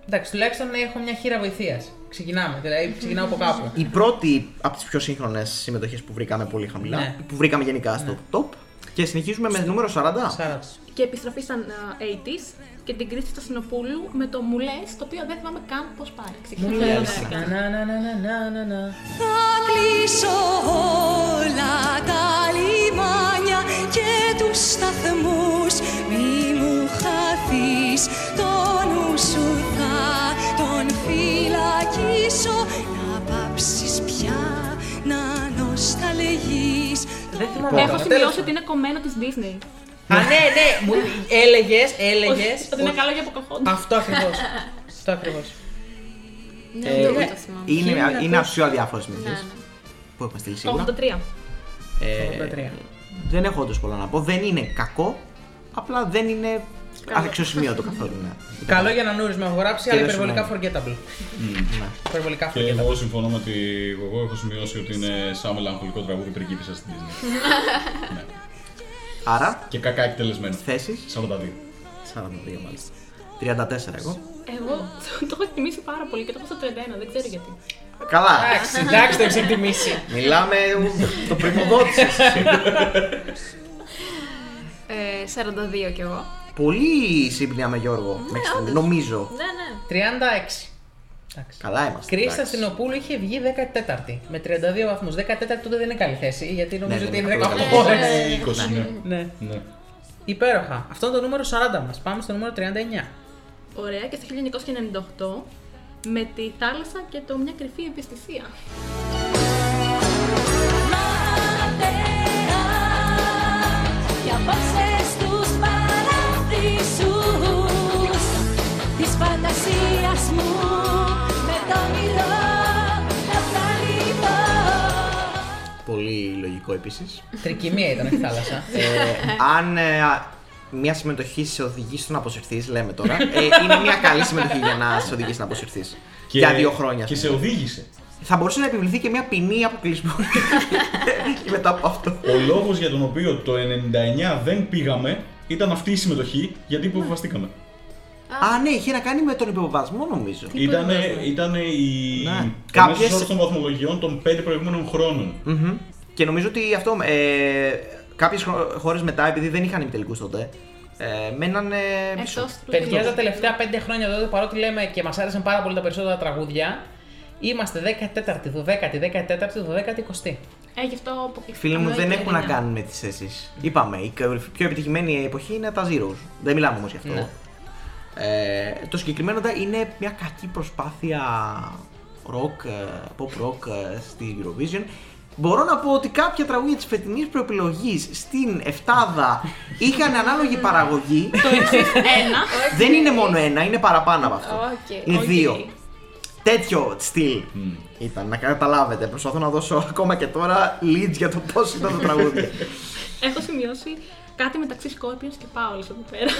Speaker 4: Εντάξει, τουλάχιστον έχω μια χείρα βοηθείας. Ξεκινάμε, δηλαδή ξεκινάω από κάπου.
Speaker 1: Η πρώτη από τις πιο σύγχρονες συμμετοχές που βρήκαμε πολύ χαμηλά,
Speaker 4: Ναι.
Speaker 1: που βρήκαμε γενικά στο top. Και συνεχίζουμε με νούμερο 40.
Speaker 4: Σάρα.
Speaker 5: Και επιστροφή ήταν α, 80s και την κρίση του Στασινοπούλου με το μου λες, το οποίο δεν θυμάμαι καν πώς πάρει. Ξεκινάει
Speaker 1: λες.
Speaker 5: πραγματικά.
Speaker 4: Να, να, να, να, να, να, να.
Speaker 6: Θα κλείσω όλα τα λιμάνια και τους σταθμούς Μη μου χαθείς το νου σου θα τον φυλακίσω Να πάψεις πια να νοσταλγείς
Speaker 4: Δεν θυμάμαι.
Speaker 5: Έχω
Speaker 4: τώρα.
Speaker 5: σημειώσει
Speaker 4: Τέλος.
Speaker 5: ότι είναι κομμένο της Disney.
Speaker 4: Α, ναι, ναι, μου έλεγες, έλεγες.
Speaker 5: Ότι ότι είναι καλό για αποκοχόντα.
Speaker 4: Αυτό ακριβώς. Αυτό ακριβώς.
Speaker 2: Ναι,
Speaker 1: Ε,
Speaker 2: το θυμάμαι.
Speaker 1: είναι,
Speaker 4: Χίλια
Speaker 1: είναι από τις πιο αδιάφορε συμμετοχέ
Speaker 2: Ναι, ναι.
Speaker 1: που έχουμε στείλει σίγουρα.
Speaker 5: 83.
Speaker 1: Ε,
Speaker 4: 83.
Speaker 1: δεν έχω όντως πολλά να πω. Δεν είναι κακό. Απλά δεν είναι Αξιοσημείωτο καθόλου, ναι.
Speaker 4: Καλό για να νούρισμα έχω γράψει,
Speaker 1: Και
Speaker 4: αλλά
Speaker 1: δεν σου
Speaker 4: υπερβολικά forgettable.
Speaker 3: Μμμ.
Speaker 4: Υπερβολικά
Speaker 3: Και
Speaker 4: forgettable.
Speaker 3: εγώ συμφωνώ με ότι εγώ έχω σημειώσει ότι είναι σαν μελαγχολικό τραγούδι πριγκίπισσα στην Disney. Ναι.
Speaker 1: Άρα,
Speaker 3: Και κακά εκτελεσμένο.
Speaker 1: θέσει
Speaker 3: 42.
Speaker 1: 42 μάλιστα. 34 εγώ.
Speaker 5: Εγώ το, το έχω εκτιμήσει πάρα πολύ και το έχω στο 31, δεν ξέρω γιατί.
Speaker 1: Καλά.
Speaker 4: Εντάξει, εντάξει, το έχεις εκτιμήσει.
Speaker 1: Μιλάμε. το πρημοδότησες.
Speaker 2: Ε, 42 κι εγώ.
Speaker 1: Πολύ σύμπνοια με Γιώργο. μέχρι στιγμή, νομίζω.
Speaker 2: Ναι, ναι.
Speaker 4: 36. Εντάξει.
Speaker 1: Καλά είμαστε.
Speaker 4: Κρίστα
Speaker 1: εντάξει.
Speaker 4: Στηνοπούλου είχε βγει 14η με 32 βαθμού. 14η τότε δεν είναι καλή θέση, γιατί νομίζω
Speaker 1: Ναι, δεν
Speaker 4: ότι
Speaker 1: είναι
Speaker 4: είναι
Speaker 1: καθόλου
Speaker 4: 18.
Speaker 1: ε,
Speaker 3: Είναι 20, ναι.
Speaker 4: Ναι.
Speaker 3: Ναι.
Speaker 4: Υπέροχα. Αυτό είναι το νούμερο 40 μας. Πάμε στο νούμερο 39.
Speaker 5: Ωραία, και στο 1998 με τη θάλασσα και το μια κρυφή ευαισθησία.
Speaker 6: Κι απόψε στους παραδείσους Της φαντασίας μου Με το όνειρο να πλανηθώ
Speaker 1: Πολύ λογικό επίσης.
Speaker 4: Τρικυμία ήταν η θάλασσα.
Speaker 1: αν ε, α, μια συμμετοχή σε οδηγείς στο να αποσυρθείς, λέμε τώρα, ε, είναι μια καλή συμμετοχή για να σε οδηγήσει να αποσυρθείς.
Speaker 3: Και-
Speaker 1: Για δύο χρόνια.
Speaker 3: Και σε οδήγησε.
Speaker 1: Θα μπορούσε να επιβληθεί και μια ποινή αποκλεισμού. και μετά από αυτό.
Speaker 3: Ο λόγος για τον οποίο το 99 δεν πήγαμε ήταν αυτή η συμμετοχή γιατί υποβιβαστήκαμε.
Speaker 1: Α, ναι, είχε να κάνει με τον υποβασμό, νομίζω.
Speaker 3: Ήταν ήτανε η.
Speaker 1: Ναι.
Speaker 3: ο
Speaker 1: Κάποιες-
Speaker 3: μέσος όρος των βαθμολογιών των 5 προηγούμενων χρόνων.
Speaker 1: Μμμ. Και νομίζω ότι αυτό. Ε, Κάποιες χώρες μετά, επειδή δεν είχαν επιτελικούς τότε, ε, μέναν ε, πίσω.
Speaker 5: Εκτός του
Speaker 4: Παιδιά, τα
Speaker 5: τελικού.
Speaker 4: τελευταία 5 χρόνια τότε, παρότι λέμε και μας άρεσαν πάρα πολύ τα περισσότερα τραγούδια, είμαστε 14η, 12η, 14η, 12η, 20η.
Speaker 5: Ε, γι' αυτό αποκλειστήκαμε.
Speaker 1: Φίλοι μου, δεν
Speaker 5: το
Speaker 1: έχουν να
Speaker 5: 19.
Speaker 1: κάνουν με τις θέσει. Είπαμε, η πιο επιτυχημένη εποχή είναι τα Zeros. Δεν μιλάμε όμως γι' αυτό.
Speaker 4: Ναι.
Speaker 1: Ε, το συγκεκριμένο τα- είναι μια κακή προσπάθεια rock, ε, pop rock ε, στη Eurovision. Μπορώ να πω ότι κάποια τραγούδια της φετινής προεπιλογής στην Εφτάδα είχαν ανάλογη παραγωγή.
Speaker 5: Ένα.
Speaker 1: δεν είναι μόνο ένα, είναι παραπάνω από αυτό.
Speaker 2: Οκ,
Speaker 1: είναι
Speaker 5: οκ.
Speaker 1: δύο. Τέτοιο στυλ ήταν, να καταλάβετε. Προσπαθώ να δώσω ακόμα και τώρα leads για το πώς ήταν το τραγούδι.
Speaker 5: Έχω σημειώσει κάτι μεταξύ Σκόρπιο και Πάολη εδώ πέρα.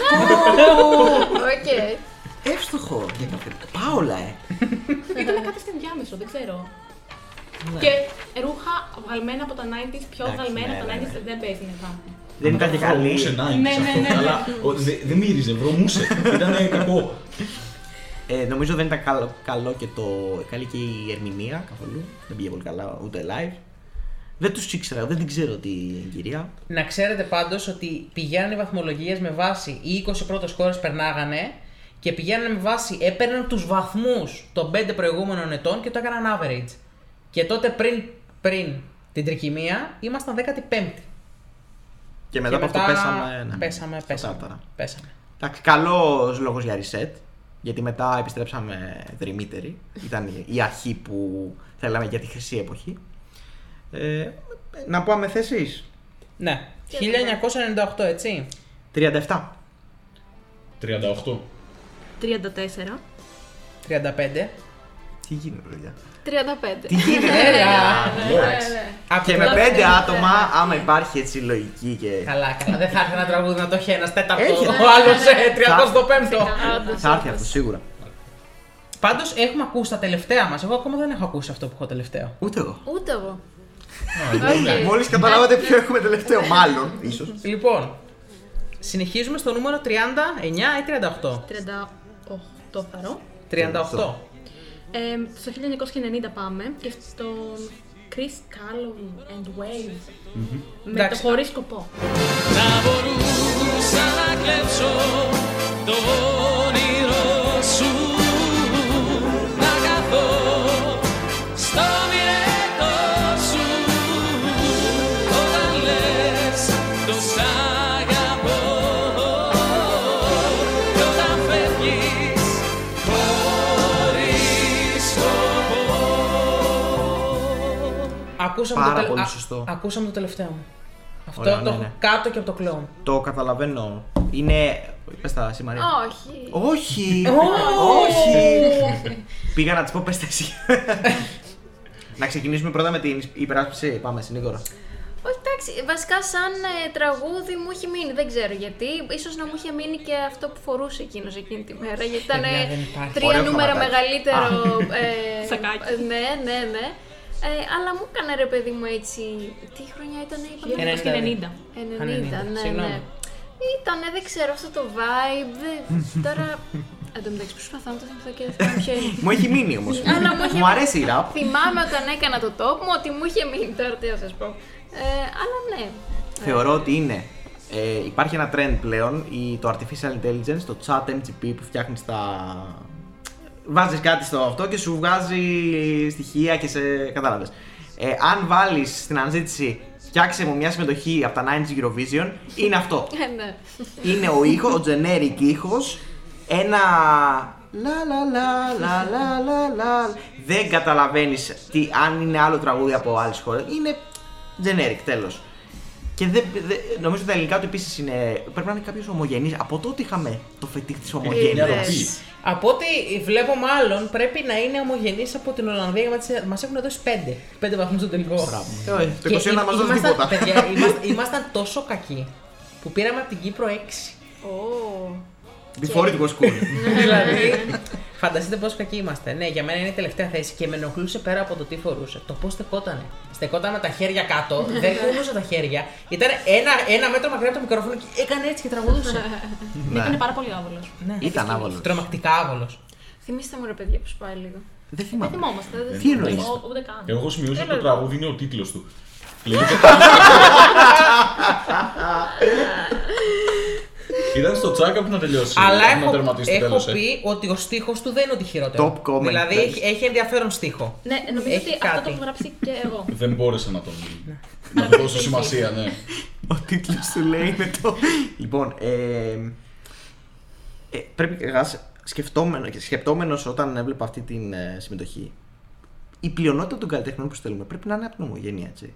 Speaker 2: Οκ.
Speaker 1: Εύστοχο. για κάθε- Πάολα, ε.
Speaker 5: Ήταν κάτι στην διάμεσο, δεν ξέρω. Και ρούχα βγαλμένα από τα 90s, πιο
Speaker 1: Ναι. Εντάξει,
Speaker 5: βγαλμένα
Speaker 1: ναι,
Speaker 5: από τα
Speaker 1: ναι,
Speaker 5: 90s δεν παίζει νεφά.
Speaker 1: Δεν ήταν και καλή.
Speaker 3: Βρωμούσε να
Speaker 5: Ναι,
Speaker 3: είναι
Speaker 5: ναι,
Speaker 3: αυτό.
Speaker 5: ναι, ναι.
Speaker 3: Αλλά ο, δε- δεν μύριζε, βρωμούσε. Ήταν κακό.
Speaker 1: Ε, νομίζω δεν ήταν καλό, καλό και το, καλή και η ερμηνεία καθόλου. Δεν πήγε πολύ καλά ούτε live. Δεν τους ήξερα, δεν την ξέρω την κυρία.
Speaker 4: Να ξέρετε πάντως ότι πηγαίνανε οι βαθμολογίες με βάση οι 20 πρώτες χώρες περνάγανε και πηγαίνανε με βάση, έπαιρναν τους βαθμούς των 5 προηγούμενων ετών και το έκαναν average. Και τότε πριν, πριν την τρικυμία ήμασταν 15η.
Speaker 1: Και μετά
Speaker 4: και
Speaker 1: από αυτό πέσαμε. ναι.
Speaker 4: πέσαμε,
Speaker 1: στα
Speaker 4: πέσαμε,
Speaker 1: τάρταρα.
Speaker 4: πέσαμε.
Speaker 1: Εντάξει, καλός λόγος για reset. Γιατί μετά επιστρέψαμε δρυμύτεροι. Ήταν η αρχή που θέλαμε για τη χρυσή εποχή. Ε, να πάμε θέσει.
Speaker 4: Ναι,
Speaker 2: Και
Speaker 4: 1998 έτσι.
Speaker 1: 37.
Speaker 3: 38.
Speaker 5: 34.
Speaker 4: 35.
Speaker 1: Τι γίνεται, παιδιά.
Speaker 2: 35.
Speaker 1: Τι γίνεται.
Speaker 4: Έλα!
Speaker 3: Εντάξει.
Speaker 4: Απ'
Speaker 1: Και
Speaker 4: το-
Speaker 1: με πέντε άτομα,
Speaker 2: ναι.
Speaker 1: άμα υπάρχει έτσι λογική και.
Speaker 4: Καλά, καλά. Δεν θα έρθει ένα τραγούδι να το έχει ένας τέταρτο.
Speaker 1: Έχει.
Speaker 4: Ο ε, άλλο 35ο.
Speaker 2: Όντως,
Speaker 1: Θα έρθει
Speaker 2: όντως.
Speaker 1: αυτό σίγουρα.
Speaker 4: Πάντως έχουμε ακούσει τα τελευταία μας. Εγώ ακόμα δεν έχω ακούσει αυτό που έχω τελευταίο.
Speaker 1: Ούτε εγώ.
Speaker 2: Ούτε εγώ.
Speaker 3: ναι.
Speaker 2: Οκ.
Speaker 1: Μόλις καταλάβατε ποιο έχουμε τελευταίο, μάλλον ίσως.
Speaker 4: Λοιπόν, συνεχίζουμε στο νούμερο 39 ή 38.
Speaker 5: 38 θαρώ.
Speaker 4: 38.
Speaker 5: Ε, στο 1990 πάμε και στον Chris Callum and Wave. Με το
Speaker 4: Εντάξει.
Speaker 5: χωρίς σκοπό.
Speaker 7: Να μπορούσα να κλέψω το όνειρό σου Να καθώ στο μοιραίο σου Όταν λες το σ' αγαπώ Κι όταν φεύγεις χωρίς σκοπό
Speaker 4: Ακούσαμε,
Speaker 1: Πάρα
Speaker 4: το τελε-
Speaker 1: πολύ
Speaker 4: α-
Speaker 1: σωστό.
Speaker 4: ακούσαμε το τελευταίο μου. Αυτό
Speaker 1: Ωραία,
Speaker 4: το
Speaker 1: ναι,
Speaker 4: έχω
Speaker 1: ναι.
Speaker 4: κάτω και από το κλόουν.
Speaker 1: Το καταλαβαίνω. Είναι. Πες τα εσύ, Μαρία.
Speaker 2: Όχι.
Speaker 1: Όχι! Όχι! Πήγα να της πω, πες εσύ. Να ξεκινήσουμε πρώτα με την υπεράσπιση. Πάμε, συνήγορα.
Speaker 2: Όχι, εντάξει, Εντάξει, βασικά σαν ε, τραγούδι μου είχε μείνει, δεν ξέρω γιατί. Ίσως να μου είχε μείνει και αυτό που φορούσε εκείνος εκείνη τη μέρα, γιατί ήταν ε,
Speaker 4: Παιδιά, δεν υπάρχει.
Speaker 2: τρία
Speaker 1: Ωραίο
Speaker 2: νούμερα
Speaker 1: χρωματάκι.
Speaker 2: μεγαλύτερο. ε,
Speaker 5: Σακάκι.
Speaker 2: ε, ναι, ναι, ναι. Ε, αλλά μου έκανε ρε παιδί μου έτσι. Τι χρονιά ήταν,
Speaker 1: Ναι,
Speaker 2: είπαμε.
Speaker 5: 1990.
Speaker 2: 90,
Speaker 4: 90,
Speaker 2: ναι, ναι.
Speaker 4: συγγνώμη.
Speaker 2: Ήταν, δεν ξέρω, αυτό το vibe. δεν- Τώρα. Εν τω μεταξύ, προσπαθώ να το θυμηθώ και δεν θυμάμαι ποιο είναι.
Speaker 1: Μου έχει μείνει όμως.
Speaker 2: Άρα μου είχε-
Speaker 1: Μου αρέσει η ραπ.
Speaker 2: Θυμάμαι όταν έκανα το top μου ότι μου είχε μείνει τώρα, τι να σας πω. Ε, αλλά ναι.
Speaker 1: Θεωρώ ότι είναι. Ε, υπάρχει ένα trend πλέον, η, το artificial intelligence, το chat MGP που φτιάχνεις τα. Βάζεις κάτι στο αυτό και σου βγάζει στοιχεία και σε. Κατάλαβες. Ε, αν βάλεις στην αναζήτηση φτιάξε μου μια συμμετοχή από τα 90s Eurovision, είναι αυτό.
Speaker 2: Ε, ναι.
Speaker 1: είναι ο ήχος, ο generic ήχος, ένα. Λα λα λα λα λα λα λα. Δεν καταλαβαίνεις αν είναι άλλο τραγούδι από άλλες χώρες. Είναι generic, τέλος. Και δεν- δεν- νομίζω ότι τα ελληνικά του επίσης είναι. Πρέπει να είναι κάποιος ομογενής. Από τότε είχαμε το φετίχ της
Speaker 4: Ε,
Speaker 3: Μια
Speaker 1: ομογένεια.
Speaker 4: ναι.
Speaker 3: ροπή.
Speaker 4: Από ό,τι βλέπω, μάλλον πρέπει να είναι ομογενή από την Ολλανδία γιατί μας έχουν δώσει 5. 5 βαθμούς στο τελικό.
Speaker 1: Ε, Το
Speaker 4: Και
Speaker 1: 21 να
Speaker 4: ή-
Speaker 1: μα δώσει
Speaker 4: ήμασταν-
Speaker 1: τίποτα.
Speaker 4: Παιδιά, ήμασταν- ήμασταν τόσο κακοί που πήραμε από την Κύπρο 6.
Speaker 5: Ω.
Speaker 1: Before it was cool.
Speaker 4: δηλαδή. Φανταστείτε πόσο κακοί είμαστε. Ναι, για μένα είναι η τελευταία θέση και με ενοχλούσε πέρα από το τι φορούσε. Το πώς στεκότανε. Στεκόταν με τα χέρια κάτω, δεν κουνούσε τα χέρια. Ήταν ένα, ένα μέτρο μακριά από το μικρόφωνο και έκανε έτσι και τραγουδούσε.
Speaker 1: Ναι.
Speaker 5: Ήταν πάρα πολύ άβολος.
Speaker 4: ναι.
Speaker 1: Ήταν άβολο.
Speaker 4: Τρομακτικά άβολος.
Speaker 2: Θυμήστε μου ρε παιδιά που σπάει λίγο.
Speaker 1: Δεν
Speaker 5: Δεν
Speaker 1: θυμάμαι.
Speaker 5: θυμόμαστε.
Speaker 1: Τι
Speaker 5: δεν θυμόμαστε.
Speaker 1: εννοείς?
Speaker 5: Ο- Ούτε καν.
Speaker 3: Εγώ έχω σημειώσει ότι το
Speaker 2: Έλα.
Speaker 3: τραγούδι είναι ο τίτλος του. Λέγεται. Ήταν στο τσάκα που να τελειώσει.
Speaker 4: Αλλά
Speaker 3: να
Speaker 4: έχω,
Speaker 3: τερματίσει το
Speaker 4: έχω
Speaker 3: τέλος, ε.
Speaker 4: πει ότι ο στίχος του δεν είναι ότι χειρότερο.
Speaker 1: Top comment,
Speaker 4: δηλαδή
Speaker 1: πες.
Speaker 4: έχει, έχει ενδιαφέρον στίχο.
Speaker 5: Ναι, νομίζω
Speaker 4: Έχει
Speaker 5: ότι αυτό
Speaker 4: κάτι.
Speaker 5: το έχω γράψει και εγώ.
Speaker 3: Δεν μπόρεσα να τον.
Speaker 4: Ναι.
Speaker 3: να του δώσω σημασία, ναι.
Speaker 1: Ο τίτλος του λέει είναι το. λοιπόν, ε, ε, πρέπει καταρχάς, σκεφτόμενο, και σκεπτόμενος όταν έβλεπα αυτή την ε, συμμετοχή. Η πλειονότητα των καλλιτεχνών που στέλνουμε πρέπει να είναι από την ομογένεια, έτσι.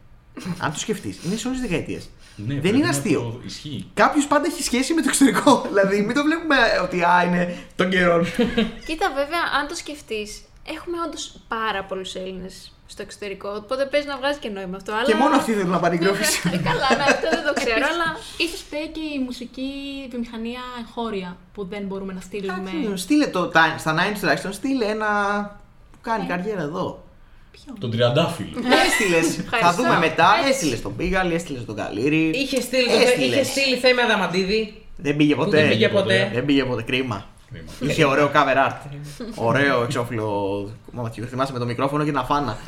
Speaker 1: Αν το σκεφτείς, είναι σε όλες τις δεκαετίες.
Speaker 3: Ναι,
Speaker 1: Δεν
Speaker 3: πρέπει
Speaker 1: είναι
Speaker 3: να
Speaker 1: αστείο.
Speaker 3: το- Ισχύει.
Speaker 1: Κάποιος πάντα έχει σχέση με το εξωτερικό. δηλαδή, μην το βλέπουμε ότι α, είναι των καιρών.
Speaker 2: Κοίτα, βέβαια, αν το σκεφτείς, έχουμε όντως πάρα πολλούς Έλληνες στο εξωτερικό. Οπότε παίζει να βγάζει και νόημα αυτό. Αλλά...
Speaker 1: και μόνο αυτοί θέλουν να πάρει γκρόφηση.
Speaker 2: Ε, Καλά, ναι, αυτό δεν το ξέρω, αλλά.
Speaker 5: Ίσως φταίει και η μουσική βιομηχανία εγχώρια που δεν μπορούμε να στείλουμε.
Speaker 1: Εντάξει, Στείλε το, τα- στα Nine τουλάχιστον, στείλε ένα που κάνει καριέρα εδώ.
Speaker 3: Τον τριαντάφυλλο.
Speaker 1: Έστειλες. Ναι. θα
Speaker 2: Ευχαριστώ.
Speaker 1: δούμε μετά. Έστειλες τον Πήγαλη, έστειλες τον Καλύρι.
Speaker 4: Είχε στείλει, το-
Speaker 1: Έστειλες.
Speaker 4: είχε στείλει Θέμη Αδαμαντίδη.
Speaker 1: Δεν πήγε ποτέ.
Speaker 4: Δεν πήγε
Speaker 3: ποτέ.
Speaker 1: Δεν πήγε ποτέ. Κρίμα.
Speaker 3: Κρίμα.
Speaker 1: Είχε ωραίο cover art. ωραίο εξώφυλλο. Μαματιού, θυμάσαι με το μικρόφωνο και την αφάνα.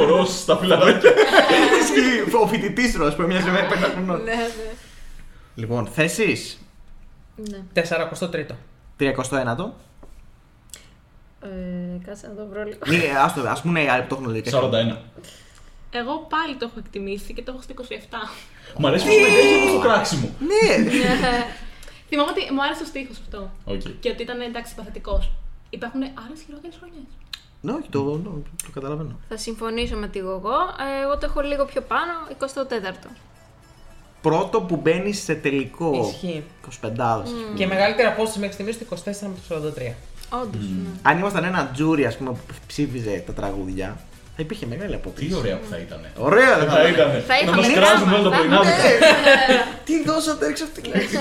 Speaker 3: Ο Ρώσος στα φιλαράκια.
Speaker 1: Ισχύει, Ο φοιτητής ρο που έμοιαζε με πέντε χρονών.
Speaker 2: ναι, ναι.
Speaker 1: Λοιπόν, θέσεις
Speaker 2: ναι.
Speaker 4: 43ο.
Speaker 1: 31ο.
Speaker 2: Ε, κάτσε να το βρω λίγο.
Speaker 1: Μη, ε, Ας το ας πούμε ναι, το έχουν λογικά.
Speaker 3: 41.
Speaker 5: Εγώ πάλι το έχω εκτιμήσει και το έχω στο 27.
Speaker 3: Μ' αρέσει που μετέχει από το κράξιμο.
Speaker 1: Ναι,
Speaker 5: Θυμάμαι ότι μου άρεσε ο στίχος αυτό.
Speaker 3: Οκ.
Speaker 5: Και ότι ήταν εντάξει παθητικός. Υπάρχουν άλλες χειρότερες χρονιές.
Speaker 1: ναι, όχι, το, ναι, το καταλαβαίνω.
Speaker 2: Θα συμφωνήσω με τη εγώ. Ε, εγώ το έχω λίγο πιο πάνω, 24ο.
Speaker 1: Πρώτο που μπαίνει σε τελικό.
Speaker 4: Ισχύει. Mm.
Speaker 1: 25
Speaker 4: Και μεγαλύτερη απόσταση μέχρι στιγμής του 24 με του 43.
Speaker 2: Όντω. Ναι.
Speaker 1: Αν ήμασταν ένα τζούρι, ας πούμε, που ψήφιζε τα τραγούδια, θα υπήρχε μεγάλη
Speaker 3: Τι
Speaker 1: απόκληση.
Speaker 3: ωραία που θα ήταν.
Speaker 1: Ωραία, δεν
Speaker 3: Θα ήταν.
Speaker 2: Θα
Speaker 3: Να
Speaker 2: είχαμε
Speaker 3: μα
Speaker 2: γράμμα,
Speaker 3: κράζουν όλα τα
Speaker 2: θα
Speaker 3: πρωινά
Speaker 2: είχαμε-
Speaker 3: μας.
Speaker 1: Τι δώσατε έξω αυτή τη λέξη.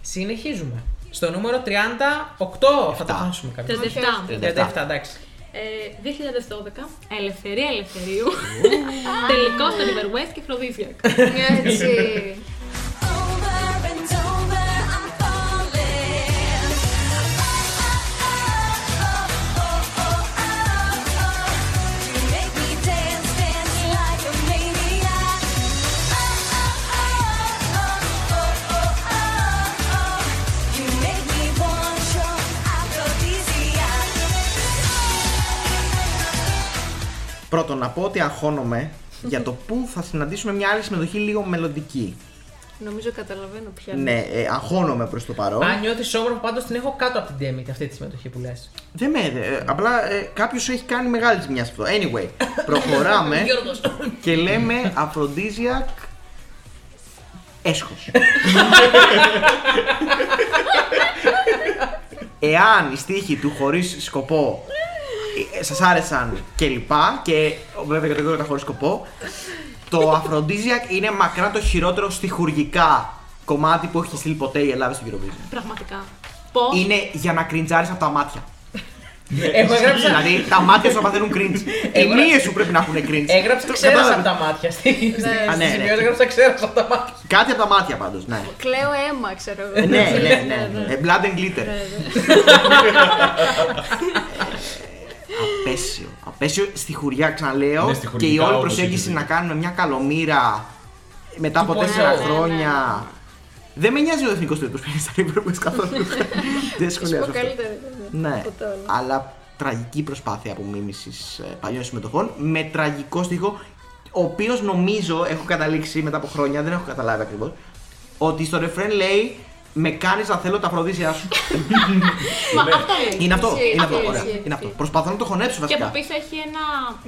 Speaker 4: Συνεχίζουμε. Στο νούμερο 38 θα τα
Speaker 1: Εφτά.
Speaker 4: χάσουμε κάποια
Speaker 5: 37.
Speaker 4: στιγμή. 37, εντάξει.
Speaker 5: Ε, 2012. Ελευθερία Ελευθερίου. Τελικό στο River West και Φροντίδιακ.
Speaker 2: Ναι, Έτσι.
Speaker 6: Over and over, I'm falling. You make me dance, dance like a maniac. You make me want your aphrodisiac.
Speaker 1: Πρώτον, να πω ότι αγχώνομαι για το πού θα συναντήσουμε μια άλλη συμμετοχή λίγο μελλοντική.
Speaker 2: Νομίζω καταλαβαίνω πια.
Speaker 1: ναι, ε, αγχώνομαι προς το παρόν.
Speaker 4: Αν νιώθει όμορφο, πάντως την έχω κάτω από την Τέμιτ αυτή τη συμμετοχή που λες.
Speaker 1: Δεν με. ε, απλά ε, κάποιος έχει κάνει μεγάλη ζημιά σε αυτό. Anyway, προχωράμε και λέμε Αφροντίζιακ. Έσχος. Εάν οι στίχοι του χωρίς σκοπό ε, σας άρεσαν και λοιπά, και βέβαια και το τα χωρί σκοπό, το Aphrodisiac είναι μακρά το χειρότερο στοιχουργικά κομμάτι που έχει στείλει ποτέ η Ελλάδα στην Eurovision.
Speaker 5: Πραγματικά. Πώς.
Speaker 1: Είναι για να κριντζάρεις από τα μάτια.
Speaker 4: Εγώ έγραψα.
Speaker 1: Ναι. δηλαδή τα μάτια σου να παθαίνουν cringe. Οι
Speaker 4: Εγώ-
Speaker 1: μύες σου πρέπει να έχουν cringe.
Speaker 4: Έγραψα
Speaker 1: Το
Speaker 4: ξέρας από
Speaker 1: κατάλαβες.
Speaker 4: τα μάτια. Στη
Speaker 1: ναι, ε, ναι.
Speaker 4: σημειώση έγραψα ξέρας από τα μάτια.
Speaker 1: Κάτι από τα μάτια πάντως, ναι.
Speaker 2: Κλαίω αίμα, ξέρω εγώ.
Speaker 1: Ε, ναι, ναι, ναι, ναι. Ε, Blood and glitter. Απέσιο. Απέσιο στη χουριά, ξαναλέω.
Speaker 3: Ναι, στη
Speaker 1: και η
Speaker 3: χουριά,
Speaker 1: όλη
Speaker 3: όπως
Speaker 1: προσέγγιση
Speaker 3: έχει
Speaker 1: να
Speaker 3: δίκιο.
Speaker 1: κάνουμε μια καλομήρα μετά από
Speaker 4: ποσό.
Speaker 1: τέσσερα
Speaker 4: Ναι, ναι,
Speaker 1: χρόνια. Δεν με νοιάζει ο εθνικός του που είναι στα Liverpool καθόλου. Δεν
Speaker 2: Σου πω
Speaker 1: σχολιάζω αυτό.
Speaker 2: καλύτερα.
Speaker 1: Ναι,
Speaker 2: από το άλλο.
Speaker 1: αλλά τραγική προσπάθεια από μίμησης ε, παλιών συμμετοχών με τραγικό στίχο, ο οποίος νομίζω έχω καταλήξει μετά από χρόνια, δεν έχω καταλάβει ακριβώς, ότι στο ρεφρέν λέει Με κάνεις να θέλω τα αφροδίσια σου.
Speaker 5: Μα αυτό λέει.
Speaker 1: είναι αυτό,
Speaker 2: Ισχύει,
Speaker 1: είναι αυτό.
Speaker 2: ισχύει,
Speaker 1: Ωραία.
Speaker 2: ισχύει,
Speaker 1: Είναι αυτό.
Speaker 2: ισχύει.
Speaker 1: Προσπαθώ να το χωνέψω
Speaker 5: Και από
Speaker 1: βασικά.
Speaker 5: πίσω έχει ένα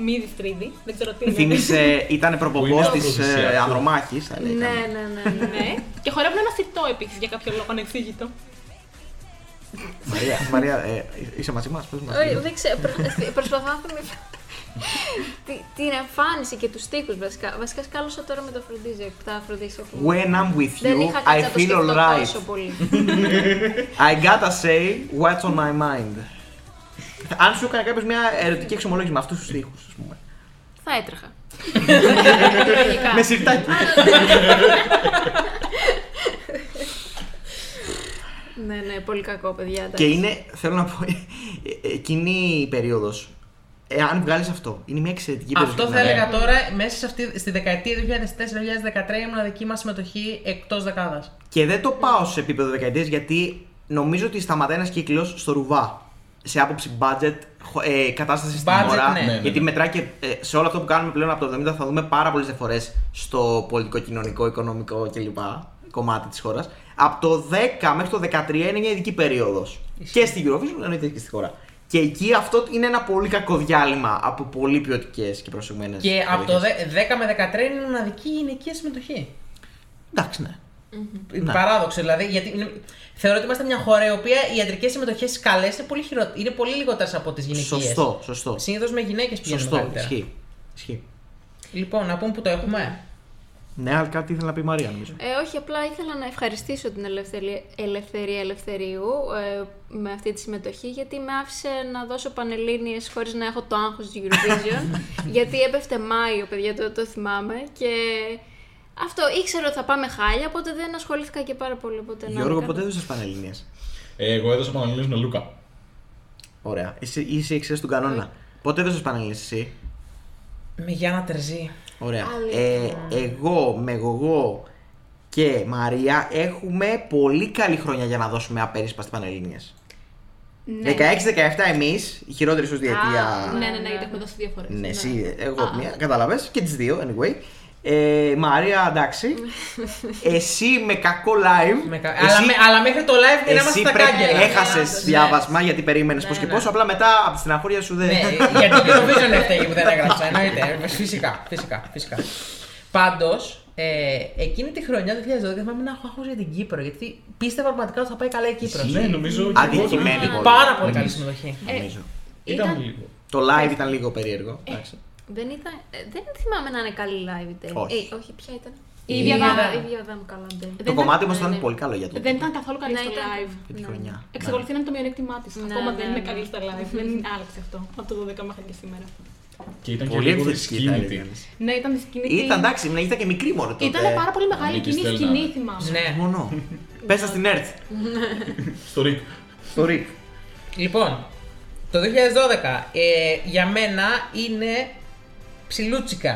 Speaker 5: μύδι στρίδι. Δεν ξέρω τι είναι.
Speaker 1: Θύμησε, ε, ήταν ε,
Speaker 3: Που
Speaker 1: προποπό τη
Speaker 3: είναι αφροδισιακό.
Speaker 1: Ανδρομάχης. θα ε, λέει,
Speaker 2: Ναι,
Speaker 1: ήταν.
Speaker 2: ναι, ναι. ναι.
Speaker 5: Ναι. Και χορεύουν ένα σιρτό επίσης για κάποιο λόγο ανεξήγητο.
Speaker 1: Μαρία, Μαρία, ε, είσαι μαζί μας, πες μας.
Speaker 2: Όχι, Ε, δεν ξέρω. προ- Προσπαθώ να θυμηθώ. Τι- Την εμφάνιση και τους τοίχου βασικά. Βασικά σκάλωσα τώρα με το Αφροντίζιακ. Τα Αφροντίζιακ.
Speaker 1: When I'm with
Speaker 2: Δεν
Speaker 1: you,
Speaker 2: είχα
Speaker 1: I
Speaker 2: κάτι να
Speaker 1: feel
Speaker 2: το σκεφτώ
Speaker 1: alright.
Speaker 2: τόσο πολύ.
Speaker 1: I gotta say what's on my mind. Αν σου έκανε κάποιος μια ερωτική εξομολόγηση με αυτούς τους τοίχου, ας πούμε.
Speaker 2: Θα έτρεχα.
Speaker 1: Με σιρτάκι.
Speaker 2: Ναι, ναι, πολύ κακό, παιδιά. εντάξει.
Speaker 1: Και είναι, θέλω να πω, ε, ε, εκείνη η περίοδο. Εάν βγάλεις αυτό, είναι μια εξαιρετική περίοδο.
Speaker 4: Αυτό θα έλεγα τώρα, μέσα σε αυτή, στη δεκαετία 2004-2013 η μοναδική μας συμμετοχή εκτός δεκάδας.
Speaker 1: Και δεν το πάω σε επίπεδο δεκαετίας γιατί νομίζω ότι σταματάει ένας κύκλος στο ρουβά. Σε άποψη budget, χο- ε, κατάσταση στην
Speaker 4: Budget,
Speaker 1: αγορά.
Speaker 4: ναι. Ναι, ναι,
Speaker 3: ναι.
Speaker 1: Γιατί μετράει και ε, σε όλο αυτό που κάνουμε πλέον από το 70 θα δούμε πάρα πολλές διαφορές στο πολιτικό, κοινωνικό, οικονομικό κλπ. κομμάτι της χώρας. Από το 10 μέχρι το 13 είναι μια ειδική περίοδος. Και στην Eurovision, εννοείται και στη χώρα. Και εκεί αυτό είναι ένα πολύ κακό διάλειμμα από πολύ ποιοτικές και προσεγμένες.
Speaker 4: Και από το δε- 10 με 13 είναι η μοναδική γυναικεία συμμετοχή.
Speaker 1: Εντάξει, ναι.
Speaker 4: Ναι. Παράδοξο δηλαδή, γιατί είναι- θεωρώ ότι είμαστε μια χώρα η οποία οι ιατρικές συμμετοχές καλές είναι πολύ, χειρο... είναι πολύ λιγότερες από τις γυναικείες.
Speaker 1: Σωστό, σωστό.
Speaker 4: Συνήθως με γυναίκες πηγαίνουν
Speaker 1: Σωστό,
Speaker 4: καλύτερα.
Speaker 1: ισχύει. Ισχύει.
Speaker 4: Λοιπόν, να πούμε που το έχουμε.
Speaker 1: Ναι, αλλά κάτι ήθελα να πει η Μαρία, νομίζω.
Speaker 2: Ε, όχι, απλά ήθελα να ευχαριστήσω την Ελευθερία, ελευθερία Ελευθερίου ε, με αυτή τη συμμετοχή γιατί με άφησε να δώσω πανελλήνιες χωρίς να έχω το άγχος του Eurovision γιατί έπεφτε Μάιο, παιδιά, το, το θυμάμαι και αυτό ήξερα ότι θα πάμε χάλια οπότε δεν ασχολήθηκα και πάρα πολύ ποτέ να
Speaker 1: Γιώργο,
Speaker 2: κάνω.
Speaker 1: ποτέ δεν σα πανελληνίες.
Speaker 3: Ε, εγώ έδωσα Πανελλήνιες με Λούκα.
Speaker 1: Ωραία. Είσαι, είσαι η εξαίρεση του κανόνα. Ποτέ δεν σα πανελληνίες εσύ.
Speaker 4: Με Γιάννα Τερζή.
Speaker 1: Ωραία.
Speaker 2: Αλήθεια.
Speaker 1: Ε, εγώ, Μεγογό και Μαρία έχουμε πολύ καλή χρονιά για να δώσουμε απέρισπαστη πανελληνίες.
Speaker 5: Ναι.
Speaker 1: 16-17 εμείς, η χειρότερη σου διετία.
Speaker 5: Ναι, ναι, ναι, γιατί έχουμε δώσει δύο φορές.
Speaker 1: Ναι, εσύ, εγώ μία, κατάλαβες και τις δύο, anyway. Ε, Μαρία, εντάξει. εσύ με κακό live.
Speaker 4: Με κα-
Speaker 1: εσύ-
Speaker 4: Αλλά, με- αλλά μέχρι το live δεν είμαστε
Speaker 1: Εσύ
Speaker 4: στα
Speaker 1: πρέπει
Speaker 4: κάγκελα.
Speaker 1: έχασες
Speaker 4: Ναι.
Speaker 1: διάβασμα γιατί περίμενες πώς και
Speaker 4: ναι.
Speaker 1: πώς. Απλά μετά από τη στεναχώρια σου δεν.
Speaker 4: Ναι, γιατί και το Vision έφταιγε που δεν έγραψα. Εννοείται. Φυσικά, φυσικά, φυσικά. Πάντως, ε, εκείνη τη χρονιά, το 2012, θυμάμαι να έχω άγχος για την Κύπρο. Γιατί πίστευα πραγματικά ότι θα πάει καλά η Κύπρο.
Speaker 3: Ναι, νομίζω και εγώ το
Speaker 1: Αντικειμένη
Speaker 3: ίδιο.
Speaker 1: πολύ.
Speaker 4: Πάρα πολύ καλή συμμετοχή.
Speaker 1: Νομίζω.
Speaker 3: Ήταν
Speaker 2: Ήταν-
Speaker 3: λίγο.
Speaker 1: Το live ήταν λίγο περίεργο. εντάξει.
Speaker 2: Δεν, ήταν, ε, δεν θυμάμαι να είναι καλή live η τέλη.
Speaker 1: Όχι.
Speaker 2: Ε, όχι, ποια ήταν. Η
Speaker 5: Η ίδια
Speaker 2: Διαδά.
Speaker 5: Δάνα.
Speaker 2: Η Διαδά μου καλά. δεν.
Speaker 1: Το
Speaker 5: Δεν
Speaker 1: κομμάτι
Speaker 2: ήταν-
Speaker 1: όμως ήταν
Speaker 2: ναι.
Speaker 1: πολύ καλό για το.
Speaker 5: Ε, Δεν ήταν καθόλου καλή
Speaker 2: Ναι,
Speaker 5: στο
Speaker 2: ήταν.
Speaker 5: live.
Speaker 1: για τη χρονιά.
Speaker 5: Εξακολουθεί να είναι το μειονέκτημά της.
Speaker 2: Ναι,
Speaker 5: Ακόμα
Speaker 2: ναι,
Speaker 5: δεν είναι
Speaker 2: ναι.
Speaker 5: καλή στα live. Δεν άλλαξε αυτό από το 12 μέχρι και σήμερα.
Speaker 3: Και ήταν
Speaker 1: Ναι.
Speaker 3: και
Speaker 1: Πολύ
Speaker 3: λίγο
Speaker 1: επιθετική θα
Speaker 3: δυσκίνητη.
Speaker 1: έλεγα.
Speaker 5: Ναι, ήταν δυσκίνητη.
Speaker 1: Ήταν εντάξει, ναι, ήταν και μικρή μόνο τότε. Ε,
Speaker 5: Ήταν πάρα πολύ μεγάλη
Speaker 3: Νίκης
Speaker 5: εκείνη η
Speaker 3: Στέλλα.
Speaker 5: σκηνή, θυμάμαι.
Speaker 4: Ναι.
Speaker 1: Μόνο. Πέσα στην ΕΡΤ.
Speaker 3: Στο Ρικ.
Speaker 1: Στο ΡΙΚ.
Speaker 4: Λοιπόν, το 2012 ε, για μένα είναι ψιλούτσικα.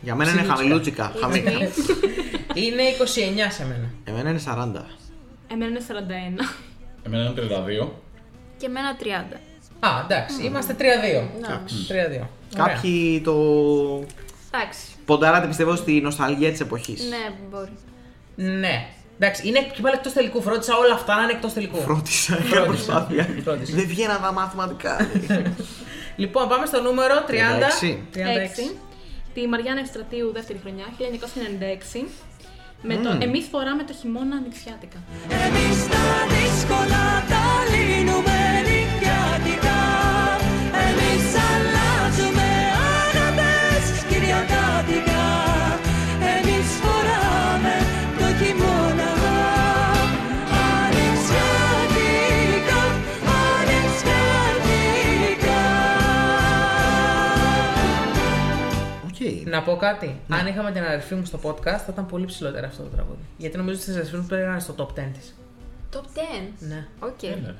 Speaker 1: Για μένα είναι
Speaker 4: Ψιλούτσικα.
Speaker 1: χαμηλούτσικα.
Speaker 2: ναι.
Speaker 1: Χαμίκα.
Speaker 4: είναι 29 σε μένα.
Speaker 1: Εμένα είναι 40.
Speaker 5: Εμένα είναι 41.
Speaker 3: Εμένα ήταν 32.
Speaker 2: Και εμένα 30.
Speaker 4: Α, εντάξει, είμαστε 3-2. 3-2. Ωραία.
Speaker 1: Κάποιοι το.
Speaker 2: Εντάξει.
Speaker 1: Πονταράτε πιστεύω στη νοσταλγία της εποχής.
Speaker 2: Ναι, μπορεί.
Speaker 4: Ναι. Εντάξει, είναι και πάλι εκτός τελικού. Φρόντισα όλα αυτά να είναι εκτός τελικού.
Speaker 1: Φρόντισα, έκανα προσπάθεια.
Speaker 4: Φρόντισα.
Speaker 1: Δεν βγαίναν τα μαθηματικά.
Speaker 4: Λοιπόν, πάμε στο νούμερο 30.
Speaker 1: 36.
Speaker 4: 36.
Speaker 5: 6. Τη Μαριάννα Ευστρατείου, δεύτερη χρονιά, 1996. Με το Εμείς φοράμε το χειμώνα ανοιξιάτικα.
Speaker 6: Εμείς τα δύσκολα τα λύνουμε νικιάτικα Εμείς αλλάζουμε άναπες κυριακάτικα
Speaker 4: Να πω κάτι.
Speaker 1: Ναι.
Speaker 4: Αν είχαμε την αδερφή μου στο podcast, θα ήταν πολύ ψηλότερα αυτό το τραγούδι. Γιατί νομίζω ότι οι αδερφή μου πρέπει να είναι στο top 10 της.
Speaker 2: Top 10.
Speaker 4: Ναι.
Speaker 2: Οκ.
Speaker 3: Ε, ναι.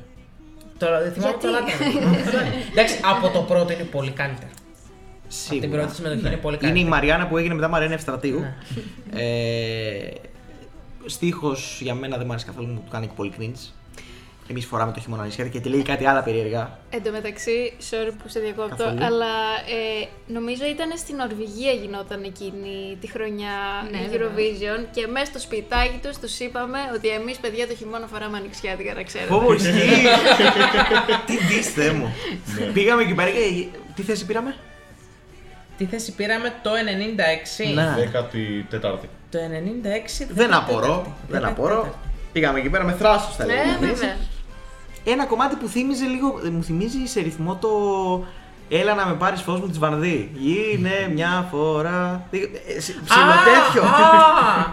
Speaker 4: Τώρα δεν θυμάμαι
Speaker 2: Γιατί?
Speaker 4: καλά. τα νούμερα. Εντάξει, από το πρώτο είναι πολύ καλύτερα. Από την
Speaker 1: Σίγουρα. Ναι.
Speaker 4: πρώτη συμμετοχή είναι πολύ
Speaker 1: Είναι η
Speaker 4: καλύτερα.
Speaker 1: Μαριάννα που έγινε μετά Μαριάννα Ευστρατείου.
Speaker 4: Ναι.
Speaker 1: ε, Στίχος για μένα δεν μου αρέσει καθόλου, μου του κάνει πολύ cringe. Εμείς φοράμε το χειμώνα νησιά και τη λέει κάτι άλλα περίεργα.
Speaker 2: Εν τω μεταξύ, sorry που σε διακόπτω,
Speaker 1: Καθόλου.
Speaker 2: αλλά ε, νομίζω ήταν στην Νορβηγία γινόταν εκείνη τη χρονιά
Speaker 5: Ναι,
Speaker 2: η
Speaker 5: βέβαια.
Speaker 2: Eurovision και μέσα στο σπιτάκι τους τους είπαμε ότι εμείς παιδιά το χειμώνα φοράμε ανοιξιάτικα, να ξέρετε.
Speaker 1: Φόβο ισχύει! Τι δεις, Θεέ μου.
Speaker 4: Ναι.
Speaker 1: Πήγαμε εκεί πέρα και τι θέση πήραμε.
Speaker 4: Τη θέση πήραμε το 96.
Speaker 1: Ναι.
Speaker 3: 14η.
Speaker 4: Το 96
Speaker 1: Δεν απορώ, δεν απορώ. Πήγαμε εκεί πέρα με θράσος θα
Speaker 2: Ναι,
Speaker 1: λέγαμε.
Speaker 2: βέβαια.
Speaker 1: Ένα κομμάτι που θύμιζε λίγο, ε, μου θυμίζει σε ρυθμό το Έλα να με πάρεις φως μου της Βανδί. Γίνε μια φορά. Ε, ε, σε- Ψιλοτέτοιο.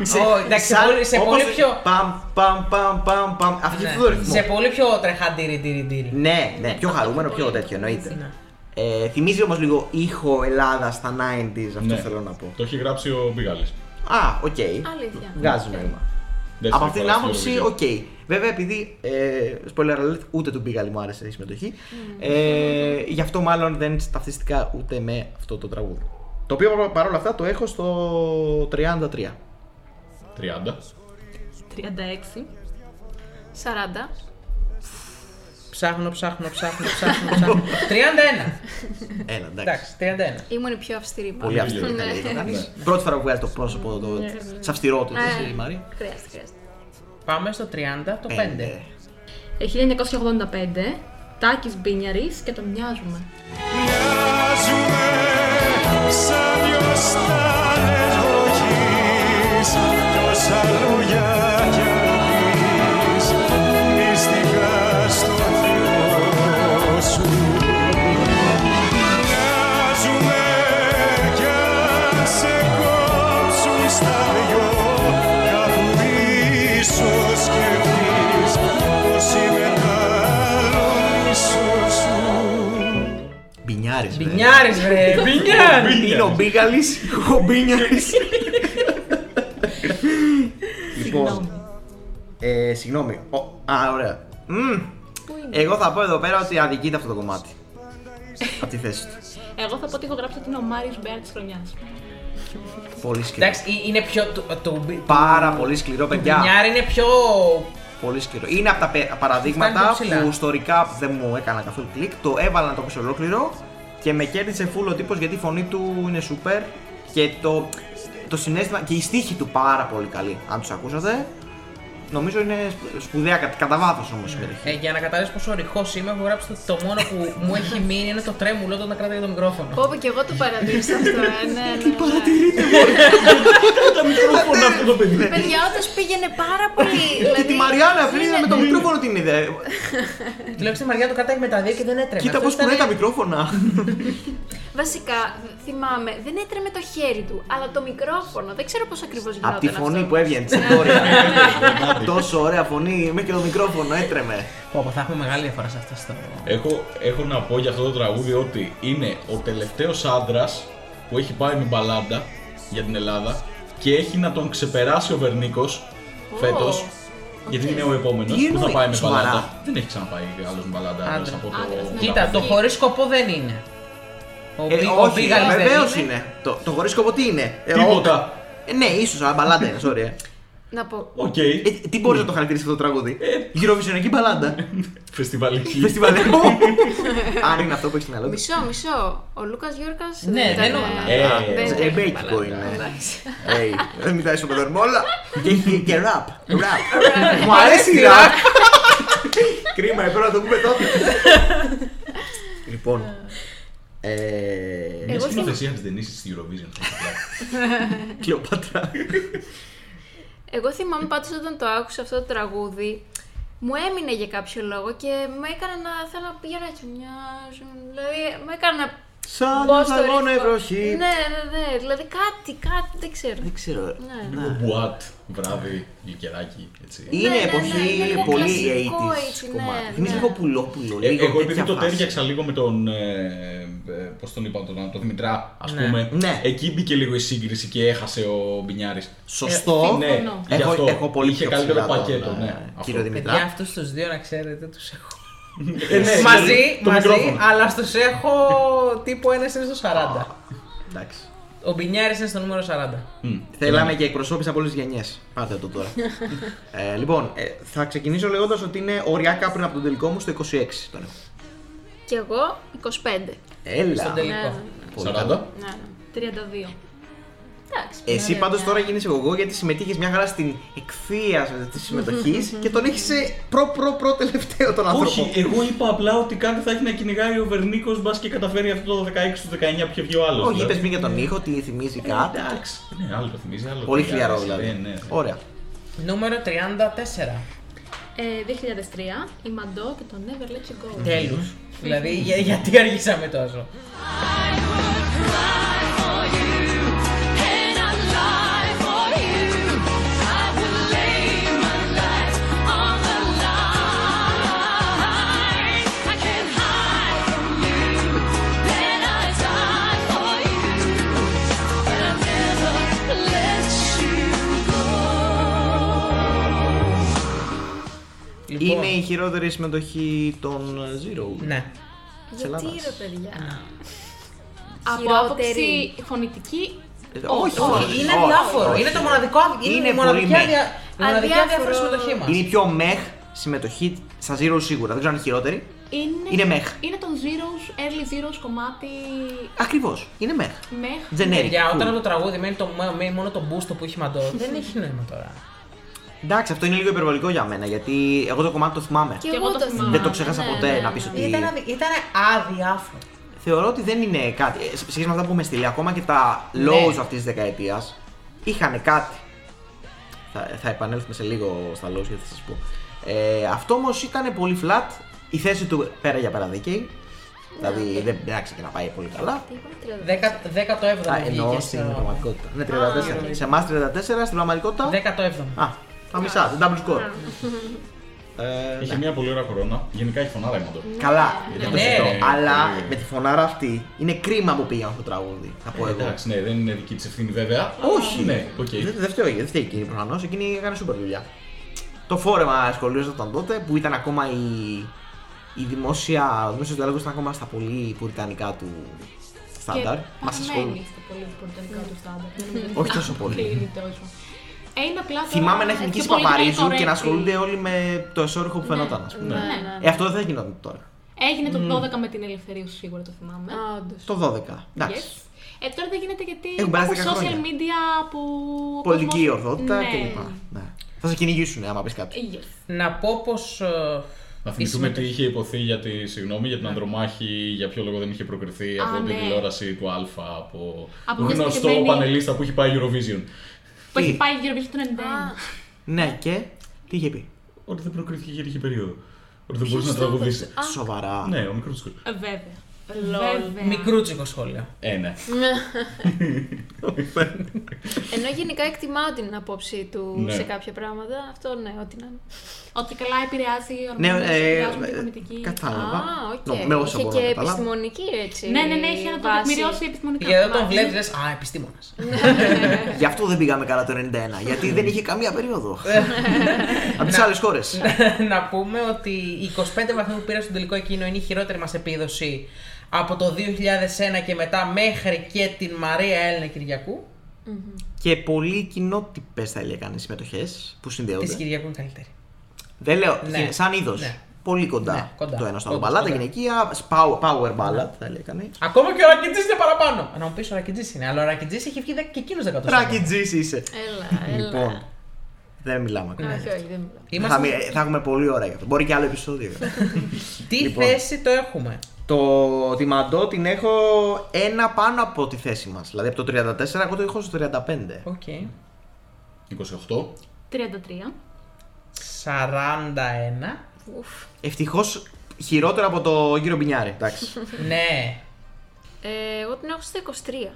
Speaker 1: Σε-
Speaker 4: Α, ω, εντάξει, σε
Speaker 1: σαν-
Speaker 4: πολύ- σε
Speaker 1: όπως-
Speaker 4: πολύ πιο.
Speaker 1: Παμ, παμ, παμ, παμ, παμ. Αυτό
Speaker 4: Ναι.
Speaker 1: το ρυθμό.
Speaker 4: Σε πολύ πιο τρεχαντήρι, τύρι, τύρι.
Speaker 1: Ναι, ναι, πιο χαρούμενο, πιο τέτοιο εννοείται.
Speaker 4: Ναι.
Speaker 1: Ε, θυμίζει όμως λίγο ήχο Ελλάδα στα 90s, αυτό
Speaker 3: Ναι.
Speaker 1: θέλω να πω.
Speaker 3: Το έχει γράψει ο Μπιγάλης.
Speaker 1: Α, οκ.
Speaker 2: Αλήθεια.
Speaker 1: Βγάζει νόημα.
Speaker 3: Δεύτερη
Speaker 1: Από αυτή την
Speaker 3: φορά στην
Speaker 1: άποψη,
Speaker 3: Eurovision.
Speaker 1: οκ. Βέβαια, επειδή. Ε, spoiler alert, ούτε του Μπίγαλη μου άρεσε η συμμετοχή.
Speaker 2: Mm.
Speaker 1: Ε, γι' αυτό μάλλον δεν ταυτιστικά ούτε με αυτό το τραγούδι. Το οποίο παρόλα αυτά το έχω στο 33.
Speaker 3: 30.
Speaker 5: 36.
Speaker 2: 40.
Speaker 4: Ψάχνω, ψάχνω, ψάχνω, ψάχνω. ψάχνω. 31.
Speaker 1: Έλα, εντάξει.
Speaker 4: Εντάξει, 31.
Speaker 2: Ήμουν η πιο αυστηρή. μάλλον.
Speaker 1: Πολύ αυστηρό
Speaker 2: Ναι.
Speaker 1: ήταν λέει, το κάνεις. Πρώτη φορά που βγάζει το πρόσωπο το... της αυστηρότητας,
Speaker 2: Ναι.
Speaker 1: η Μάρια.
Speaker 2: Χρειάζεται, χρειάζεται.
Speaker 4: Πάμε στο 30,
Speaker 1: Ε,
Speaker 4: το
Speaker 1: ναι.
Speaker 4: 5.
Speaker 5: 1985. Τάκης Μπίνιαρης και τον μοιάζουμε.
Speaker 7: Μοιάζουμε σαν δυο στάλες βροχής δυο σαλούγια κερδής μυστικά στο Θεό σου. Μοιάζουμε κι αν σε κόψουν στα δυο κάπου ίσως σκεφτείς πως είμαι τα μισό σου.
Speaker 1: Μπινιάρη.
Speaker 4: Μπινιάρη, βρε! Μπινιάρης!
Speaker 1: Είναι ο Μπίγαλης, ο Μπίνιαρη. λοιπόν. Ε, συγγνώμη. Ο- α, ωραία. Μμμ. Εγώ θα πω εδώ πέρα ότι αδικείται αυτό το κομμάτι. Από τη θέση του.
Speaker 5: Εγώ θα πω ότι έχω γράψει ότι είναι ο Μάριος Μπέρ της χρονιάς.
Speaker 1: Πολύ σκληρό.
Speaker 4: Εντάξει, ε- είναι πιο. Το, το, μπι-
Speaker 1: Πάρα πολύ σκληρό,
Speaker 4: το
Speaker 1: παιδιά.
Speaker 4: μπινιάρι είναι πιο.
Speaker 1: Πολύ σκληρό. Είναι από τα πε- παραδείγματα
Speaker 4: Φτάνει πιο ψηλά.
Speaker 1: που ιστορικά δεν μου έκανα καθόλου κλικ. Το έβαλα να το ακούσω ολόκληρο και με κέρδισε full ο τύπος γιατί η φωνή του είναι super και το, το συνέστημα και η στίχη του πάρα πολύ καλή. Αν τους ακούσατε, νομίζω είναι σπου- σπουδαία κα- κατά βάθος όμως η
Speaker 4: Ε,
Speaker 1: περιοχή.
Speaker 4: για να καταλάβεις πόσο ρηχό είμαι, έχω γράψει ότι το μόνο που μου έχει μείνει είναι το τρέμουλο όταν κρατάει το μικρόφωνο.
Speaker 2: Πω πω και εγώ το παρατήρησα αυτό. ε, Ναι, ναι, ναι.
Speaker 1: Τα μικρόφωνα αυτό το παιδί.
Speaker 2: Παιδιά, όντως πήγαινε πάρα πολύ.
Speaker 1: Και
Speaker 2: δηλαδή,
Speaker 1: τη Μαριάννα
Speaker 2: είναι-
Speaker 1: πριν με το μικρόφωνο την είδε.
Speaker 4: Τουλάχιστον η Μαριά το κρατάει με τα δύο και δεν έτρεμε.
Speaker 1: Κοίτα
Speaker 4: Ε, Αυτό
Speaker 1: πώς κουνάει τα
Speaker 4: ήταν-
Speaker 1: μικρόφωνα.
Speaker 2: Βασικά, θυμάμαι, δεν έτρεμε το χέρι του, αλλά το μικρόφωνο. Δεν ξέρω πώς ακριβώς γινόταν.
Speaker 1: Από τη φωνή
Speaker 2: αυτό.
Speaker 1: που έβγαινε τη
Speaker 4: Ναι,
Speaker 1: Βόρεια. Τόσο ωραία φωνή, με και το μικρόφωνο έτρεμε.
Speaker 4: Πω, πω, θα έχουμε μεγάλη διαφορά σε αυτό στο.
Speaker 3: Έχω, έχω να πω για αυτό το τραγούδι ότι είναι ο τελευταίος άντρας που έχει πάει με μπαλάντα για την Ελλάδα και έχει να τον ξεπεράσει ο Βερνίκος φέτος γιατί είναι ο επόμενος
Speaker 1: Τι
Speaker 3: που θα
Speaker 1: εννοεί,
Speaker 3: πάει με
Speaker 1: σοβαρά?
Speaker 3: μπαλάντα. Δεν έχει ξαναπάει άλλος με μπαλάντα άντρας
Speaker 4: Άντρα.
Speaker 3: από το.
Speaker 5: Άντρας, ναι.
Speaker 4: Κοίτα, το χωρίς σκοπό δεν είναι. Ο,
Speaker 1: Ε,
Speaker 4: Μπι- ο
Speaker 1: όχι,
Speaker 4: Μπίγαλης δεν
Speaker 1: βεβαίως
Speaker 4: είναι.
Speaker 1: είναι. Το, το χωρίς σκοπό τι είναι. Ε,
Speaker 3: Τίποτα.
Speaker 1: ο- Ε, ναι, ίσως, αλλά μπαλάντα είναι, sorry. ε.
Speaker 2: Να πω.
Speaker 3: Οκ.
Speaker 1: Ε, τι μπορείς να το χαρακτηρίσεις αυτό το τραγούδι. Γυροβιζιονική μπαλάντα.
Speaker 3: Φεστιβαλική.
Speaker 1: Φεστιβάλ. Αν είναι αυτό που έχεις στην μυαλό του.
Speaker 2: Μισό, μισό. Ο Λούκας Γιώργας.
Speaker 4: Ναι, δεν
Speaker 3: Ε,
Speaker 1: ε, μπέικικο είναι. Ε, Δεν μιλάει στο πεδορμόλα. Και έχει και ραπ. Ραπ. Μου αρέσει η ραπ. Κρίμα, πρέπει να το πούμε τότε. Λοιπόν. ε,
Speaker 3: Μια
Speaker 2: Εγώ
Speaker 3: σκηνοθεσία τη δεν είσαι στη Eurovision.
Speaker 1: Κλεοπάτρα.
Speaker 2: Εγώ θυμάμαι πάντως όταν το άκουσα αυτό το τραγούδι, μου έμεινε για κάποιο λόγο και με έκανε να θέλω να πηγαίνω έτσι. Μοιάζουν. Δηλαδή, με έκανε να
Speaker 1: Σαν
Speaker 2: μπω
Speaker 1: να
Speaker 2: στο
Speaker 1: σταγόνα η
Speaker 2: ρυθμό.
Speaker 1: βροχή.
Speaker 2: Ναι, ναι, ναι. Δηλαδή κάτι, κάτι, δεν ξέρω.
Speaker 1: Δεν ξέρω.
Speaker 2: Ναι.
Speaker 3: Λίγο μπουάτ, βράδυ, γλυκεράκι, έτσι.
Speaker 2: Ναι, ναι,
Speaker 1: Είναι
Speaker 2: ναι,
Speaker 1: εποχή
Speaker 2: είναι λίγο
Speaker 1: πολύ
Speaker 2: κλασικό
Speaker 1: 80s
Speaker 2: έτσι, ναι,
Speaker 1: κομμάτι.
Speaker 2: ναι.
Speaker 1: Θυμίζει λίγο πουλόπουλο.
Speaker 3: Ε,
Speaker 1: λίγο
Speaker 3: εγώ επειδή
Speaker 1: τέτοια
Speaker 3: το
Speaker 1: φάση.
Speaker 3: τέριαξα λίγο με τον. Ε, ε, Πώς τον είπα, τον, τον Δημητρά, ας
Speaker 4: Ναι.
Speaker 3: πούμε.
Speaker 1: Ναι.
Speaker 3: Εκεί μπήκε λίγο η σύγκριση και έχασε ο Μπινιάρης.
Speaker 1: Σωστό.
Speaker 3: Ναι,
Speaker 5: Συμφωνώ.
Speaker 3: γι'
Speaker 1: Έχω-
Speaker 3: αυτό
Speaker 1: έχω πολύ
Speaker 3: είχε
Speaker 1: πιο
Speaker 3: καλύτερο
Speaker 1: ψηλά τον,
Speaker 3: πακέτο.
Speaker 1: ε,
Speaker 3: ναι, αυτό.
Speaker 1: κύριο Δημητρά.
Speaker 4: Παιδιά, αυτούς τους δύο να ξέρετε, τους έχω.
Speaker 3: Ε, ναι,
Speaker 4: μαζί,
Speaker 3: το
Speaker 4: μαζί,
Speaker 3: μικρόφωνο.
Speaker 4: αλλά στους έχω τύπου ένα είναι στο 40.
Speaker 1: Εντάξει.
Speaker 4: Ο Μπινιάρης είναι στο νούμερο 40.
Speaker 3: Μμ.
Speaker 1: Θέλαμε
Speaker 3: Ναι.
Speaker 1: και εκπροσώπηση από όλες τις γενιές. Πάτε το τώρα. ε, λοιπόν, ε, θα ξεκινήσω λέγοντας ότι είναι οριακά πριν από τον τελικό μου στο 26. Τον έχω.
Speaker 2: Και εγώ 25.
Speaker 1: Έλα.
Speaker 4: Στον
Speaker 2: Ναι,
Speaker 4: τελικό.
Speaker 2: ναι,
Speaker 1: Πολύ
Speaker 3: 40.
Speaker 1: καλό.
Speaker 2: ναι, ναι.
Speaker 5: 32.
Speaker 2: Εντάξει.
Speaker 1: Εσύ
Speaker 2: ναι,
Speaker 1: πάντω
Speaker 2: ναι.
Speaker 1: τώρα γίνει εγώ γιατί συμμετείχες μια χαρά στην εκθεία τη συμμετοχή και τον έχεις προ-προ-προ τελευταίο τον άνθρωπο.
Speaker 3: Όχι, εγώ είπα απλά ότι κάτι θα έχει να κυνηγάει ο Βερνίκος μπας και καταφέρει αυτό το 16 του 19 που είχε βγει ο Δηλαδή, άλλος.
Speaker 1: Όχι, είπε πριν για τον ήχο, τι
Speaker 2: Ε,
Speaker 1: θυμίζει κάτι.
Speaker 3: Εντάξει. Ναι, άλλο το θυμίζει, άλλο.
Speaker 1: Πολύ
Speaker 3: το
Speaker 1: χλιαρό
Speaker 3: θυμίζει. Ναι,
Speaker 1: δηλαδή.
Speaker 3: ναι.
Speaker 1: Ωραία.
Speaker 4: Νούμερο 34.
Speaker 5: Ε, 2003, η Μαντό και το Never Let You
Speaker 1: Ναι.
Speaker 5: Go.
Speaker 4: Τέλου. δηλαδή, για- γιατί αργήσαμε τόσο. Λοιπόν,
Speaker 1: Είναι η χειρότερη συμμετοχή των Zero.
Speaker 4: Ναι.
Speaker 2: Γιατί
Speaker 1: Ελλάδας. Ναι.
Speaker 2: ρε παιδιά.
Speaker 5: Από
Speaker 2: Χειρότερη.
Speaker 5: άποψη φωνητική,
Speaker 1: Ε, Όχι, όχι.
Speaker 4: Είναι
Speaker 1: όχι,
Speaker 4: αδιάφορο.
Speaker 1: όχι.
Speaker 4: Είναι το μοναδικό. Είναι
Speaker 1: Είναι
Speaker 4: η μοναδική
Speaker 1: πολύ
Speaker 4: αδια... η μοναδική
Speaker 2: Αδιάφορο.
Speaker 4: αδιάφορη συμμετοχή μας.
Speaker 1: Είναι η πιο μεχ συμμετοχή στα Zero σίγουρα. Δεν ξέρω αν είναι χειρότερη.
Speaker 5: είναι,
Speaker 1: Είναι μεχ.
Speaker 5: είναι των Zeros, early Zeros κομμάτι
Speaker 1: Ακριβώς. Είναι μεχ.
Speaker 5: μεχ.
Speaker 1: Generic.
Speaker 4: Για όταν
Speaker 1: Cool.
Speaker 4: το τραγούδι μένει, το, μένει μόνο το boost που έχει μαντό, δεν έχει νόημα τώρα.
Speaker 1: Εντάξει, αυτό είναι λίγο υπερβολικό για μένα γιατί εγώ το κομμάτι το θυμάμαι.
Speaker 2: Και
Speaker 5: εγώ
Speaker 2: εγώ
Speaker 5: το
Speaker 2: το
Speaker 5: θυμάμαι.
Speaker 2: θυμάμαι.
Speaker 1: Δεν το ξέχασα
Speaker 2: ναι,
Speaker 1: ποτέ
Speaker 2: ναι,
Speaker 1: να
Speaker 2: ναι.
Speaker 1: πεις ότι-
Speaker 4: Ήταν, αδι... ήταν αδιάφορο.
Speaker 1: Θεωρώ ότι δεν είναι κάτι. ε, Σε σχέση με αυτά που με στείλει, ακόμα και τα
Speaker 4: Ναι.
Speaker 1: lows αυτής της δεκαετίας είχαν κάτι. Θα, θα επανέλθουμε σε λίγο στα lows γιατί θα σας πω. Ε, αυτό όμως ήταν πολύ flat. Η θέση του πέρα για πέρα δίκαιη.
Speaker 4: Ναι.
Speaker 1: Δηλαδή δεν πειράξε και να πάει πολύ καλά.
Speaker 2: Τίποτα,
Speaker 4: 17ο
Speaker 1: Α, εννοώ
Speaker 4: βγήκε
Speaker 1: στην
Speaker 4: στο.
Speaker 1: πραγματικότητα. Είναι 34. Σε εμάς 34, στην πραγματικότητα.
Speaker 4: 17ο.
Speaker 1: Α, τα μισά, δεν double score. Ε,
Speaker 3: Είχε
Speaker 1: ναι.
Speaker 3: μια πολύ ωραία κορώνα. Γενικά έχει φωνάρα η Μαντό.
Speaker 1: Καλά, δεν το
Speaker 4: Ναι.
Speaker 1: συζητώ. Αλλά
Speaker 3: Ναι.
Speaker 1: με τη φωνάρα αυτή είναι κρίμα που πήγαν στο τραγούδι. Θα πω εγώ.
Speaker 3: Εντάξει, ναι, δεν είναι δική της ευθύνη βέβαια.
Speaker 1: Όχι.
Speaker 3: Ναι, οκ.
Speaker 1: Δεν δεν φταίει δεν φταίει εκείνη προφανώς. Εκείνη έκανε σούπερ δουλειά. Το φόρεμα σχολιόταν τότε που ήταν ακόμα η, η δημόσια. Ο δημόσιος διάλογος ήταν ακόμα στα πολύ πουριτανικά του στάνταρ. Μα
Speaker 5: παραμένει
Speaker 1: ασχολούν.
Speaker 5: στα πολύ πρωτοτικά του στάνταρ. Δεν
Speaker 2: Ναι,
Speaker 5: νομίζω ότι
Speaker 1: Όχι
Speaker 5: θα
Speaker 1: τόσο πολύ.
Speaker 5: κλείνει τόσο. Ε, είναι απλά τώρα
Speaker 1: Θυμάμαι να έχει
Speaker 5: έτσι
Speaker 1: νικήσει
Speaker 5: πολύ
Speaker 1: Παπαρίζου
Speaker 5: γρήγορα
Speaker 1: και να
Speaker 5: έτσι.
Speaker 1: ασχολούνται όλοι με το εσόριχο που φαινόταν, ας πούμε.
Speaker 2: Ναι, ναι.
Speaker 1: Ε, αυτό δεν θα γινόταν τώρα.
Speaker 5: Έγινε το 12 με την ελευθερία σου, σίγουρα το θυμάμαι.
Speaker 2: Α, όντως.
Speaker 1: Το 12. Εντάξει.
Speaker 5: Yes. Ε, τώρα δεν γίνεται γιατί
Speaker 1: Έχουν περάσει 10
Speaker 5: υπάρχουν
Speaker 1: χρόνια.
Speaker 5: social media που. ο
Speaker 1: Πολιτική
Speaker 5: κόσμος-
Speaker 1: ορθότητα
Speaker 5: ναι.
Speaker 1: κλπ. Ναι. Θα σε κυνηγήσουν άμα πεις κάτι.
Speaker 5: Yes.
Speaker 4: Να πω ε, πω.
Speaker 3: Να θυμηθούμε τι είχε υποθεί για, τη, συγγνώμη, για την Ανδρομάχη, για ποιο λόγο δεν είχε προκριθεί
Speaker 5: Α,
Speaker 3: από την
Speaker 5: ναι.
Speaker 3: τηλεόραση του Α, από,
Speaker 5: Από μια
Speaker 3: γνωστό
Speaker 5: συγκεκριμένη-
Speaker 3: πανελίστα που έχει πάει Eurovision.
Speaker 5: Που
Speaker 1: Τι?
Speaker 5: έχει πάει γύρω από το 91.
Speaker 1: Ναι, και τι είχε πει.
Speaker 3: Ότι δεν προκρίθηκε για τέτοια περίοδο. Ότι δεν μπορούσε να τραγουδήσει.
Speaker 1: Σοβαρά.
Speaker 3: Ναι, ο μικρός του.
Speaker 5: Ε, Βέβαια. Βέβαια.
Speaker 4: Μικρούτσικο σχόλιο.
Speaker 3: Ε, ναι.
Speaker 2: Ενώ γενικά εκτιμάω την απόψη του
Speaker 3: Ναι.
Speaker 2: σε κάποια πράγματα. Αυτό ναι, ό,τι να είναι.
Speaker 5: Ότι καλά επηρεάζει οι
Speaker 1: Ναι,
Speaker 5: ορμόνες,
Speaker 1: ε,
Speaker 5: επηρεάζουν την
Speaker 1: ε,
Speaker 5: πολιτική.
Speaker 1: κατάλαβα.
Speaker 2: Α, οκ.
Speaker 1: Νο- με όσο
Speaker 2: Είχε
Speaker 1: μπορώ
Speaker 2: και
Speaker 1: να καταλάβω.
Speaker 2: επιστημονική έτσι.
Speaker 5: Ναι, ναι, ναι, έχει να το
Speaker 2: βάση.
Speaker 5: τεκμηριώσει επιστημονικά.
Speaker 4: Γιατί όταν
Speaker 5: Μάλιστα.
Speaker 4: βλέπεις, λες Α, επιστήμονας.
Speaker 1: Γι' αυτό δεν πήγαμε καλά το 91, γιατί δεν είχε καμία περίοδο. Από τις άλλες χώρες.
Speaker 4: Ναι. Να πούμε ότι οι 25 βαθμοί που πήρα στον τελικό εκείνο είναι η χειρότερη μας επίδοση από το 2001 και μετά μέχρι και την Μαρία Έλληνα Κυριακού.
Speaker 1: Και πολλοί κοινότυπες θα έλεγαν οι συμμετοχές που
Speaker 4: Τη
Speaker 1: συνδέονται.
Speaker 4: Κυριακού είναι καλύτερη.
Speaker 1: Δεν λέω,
Speaker 4: Ναι.
Speaker 1: σαν είδος.
Speaker 4: Ναι.
Speaker 1: Πολύ
Speaker 4: Ναι,
Speaker 1: κοντά
Speaker 4: κοντά.
Speaker 1: το ένα στο άλλο.
Speaker 4: Όντως,
Speaker 1: Μπαλάτα
Speaker 4: κοντά. Ναι.
Speaker 1: γυναικεία, power, power ballad θα ναι. έλεγαν.
Speaker 4: Ακόμα και ο Ρακιτζής είναι παραπάνω. Να μου πεις ο Ρακιτζής είναι, αλλά ο Ρακιτζής έχει βγει δε- και εκείνος 18.
Speaker 1: Τρακιτζή είσαι.
Speaker 2: Έλα, έλα.
Speaker 1: Λοιπόν, δεν μιλάμε ακόμα.
Speaker 2: Όχι, όχι, δεν μιλάω.
Speaker 1: Θα,
Speaker 4: Είμαστε...
Speaker 1: μι- θα έχουμε πολύ ώρα για αυτό. Μπορεί και άλλο επεισόδιο.
Speaker 4: Τι
Speaker 1: Λοιπόν.
Speaker 4: θέση το έχουμε.
Speaker 1: το τη Μαντό την έχω ένα πάνω από τη θέση μας. Δηλαδή από το 34, εγώ το έχω στο 35.
Speaker 4: Οκ.
Speaker 3: 28.
Speaker 5: 33.
Speaker 4: 41.
Speaker 1: Ευτυχώς χειρότερο από το κύριο Μπινιάρη. Εντάξει.
Speaker 4: ναι.
Speaker 2: Ε, εγώ την έχω στα 23.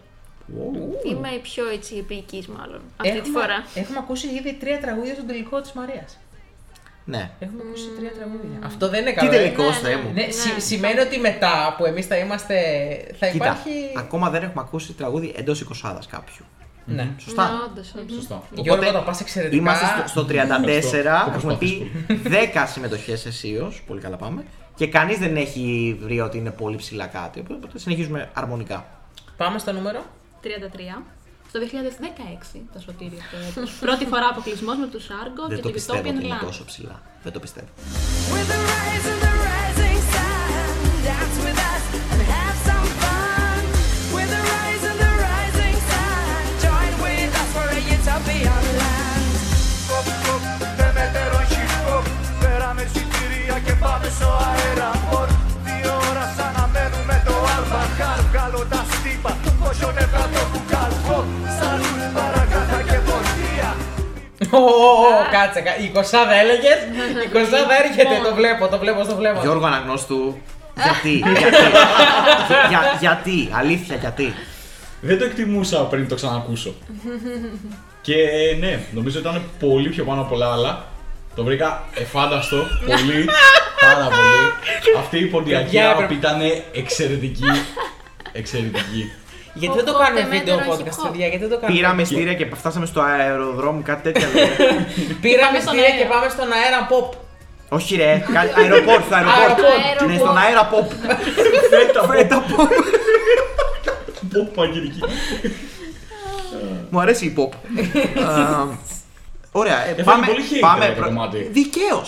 Speaker 1: Wow.
Speaker 2: Είμαι η πιο έτσι επίκης μάλλον. Αυτή τη
Speaker 4: Έχουμε-
Speaker 2: φορά.
Speaker 4: Έχουμε ακούσει ήδη τρία τραγούδια στον τελικό της Μαρίας.
Speaker 1: Ναι.
Speaker 4: Έχουμε ακούσει τρία τραγούδια. Αυτό δεν είναι
Speaker 1: Τι
Speaker 4: καλό. ε.
Speaker 1: τελικό,
Speaker 2: ναι,
Speaker 1: Θεέ μου.
Speaker 4: Ναι, συ- σημαίνει ότι μετά που εμείς θα είμαστε. θα
Speaker 1: Κοίτα,
Speaker 4: υπάρχει.
Speaker 1: ακόμα δεν έχουμε ακούσει τραγούδι εντός εικοσάδας κάποιου.
Speaker 4: Ναι.
Speaker 1: Σωστά.
Speaker 2: Ναι, όντως, όντως.
Speaker 3: Σωστά.
Speaker 4: Γιώργο, τα πας εξαιρετικά.
Speaker 1: Είμαστε στο, στο 34,
Speaker 3: Ευχαριστώ.
Speaker 1: έχουμε πει 10 συμμετοχές αισίως, πολύ καλά πάμε. Και κανείς δεν έχει βρει ότι είναι πολύ ψηλά κάτι. Οπότε συνεχίζουμε αρμονικά.
Speaker 4: Πάμε στο νούμερο.
Speaker 5: 33. Στο 2016 τα σωτήρια αυτό έτος. Πρώτη φορά αποκλεισμός με τους Άργο
Speaker 1: δεν
Speaker 5: και
Speaker 1: το
Speaker 5: το
Speaker 1: πιστεύω ότι
Speaker 5: Utopian
Speaker 1: είναι
Speaker 5: Land.
Speaker 1: τόσο ψηλά. Δεν το πιστεύω.
Speaker 6: With the rise of the rising sun, dance with us and have some fun. With the rise of the rising sun, join with us for a utopian land.
Speaker 8: Κοπ, κοπ, δεύτερο χιλιό. Φέραμε εισιτήρια και πάμε στο αεραμπορ. Δύο ώρα σαν να μένουμε το αλμπαχάρ. Βγάλω τα στύπα, όσο νεφρά το μπουκαλκό. Σαν παρακάτα και πορτία.
Speaker 4: Ω, ω, ω, κάτσε. κα- Η 20 έλεγες. Η 20 έρχεται. Το βλέπω, το βλέπω, το βλέπω.
Speaker 1: Γιώργο Αναγνώστου, γιατί, γιατί, για- γιατί, αλήθεια γιατί.
Speaker 3: Δεν το εκτιμούσα πριν το ξανακούσω. και ναι, νομίζω ήταν πολύ πιο πάνω από όλα άλλα. Το βρήκα εφάνταστο, πολύ, πάρα πολύ. Αυτή η ποντιακή
Speaker 4: Παιδιά,
Speaker 3: app
Speaker 4: έπρεπε-
Speaker 3: ήταν εξαιρετική. Εξαιρετική.
Speaker 4: Γιατί δεν το κάνουμε βίντεο podcast, παιδιά, γιατί δεν το κάνουμε.
Speaker 1: Πήραμε στήρια και φτάσαμε στο αεροδρόμιο, κάτι τέτοιο.
Speaker 4: Πήραμε
Speaker 5: Πάμε στον
Speaker 4: εισιτήρια
Speaker 5: αέρα.
Speaker 4: και πάμε στον αέρα pop.
Speaker 1: Όχι ρε, κα- αεροπόρτ, στο αεροπόρτ.
Speaker 2: Αεροπόρτ.
Speaker 1: Είναι στον αεραπόπ.
Speaker 3: Φέτα,
Speaker 1: Φέτα pop.
Speaker 3: πω, μαγειρική.
Speaker 1: Μου αρέσει η pop. Ε, Ωραία, ε,
Speaker 3: Έφαγε
Speaker 1: πάμε.
Speaker 3: πολύ hate
Speaker 1: πάμε
Speaker 3: τώρα το κομμάτι.
Speaker 1: Δικαίως.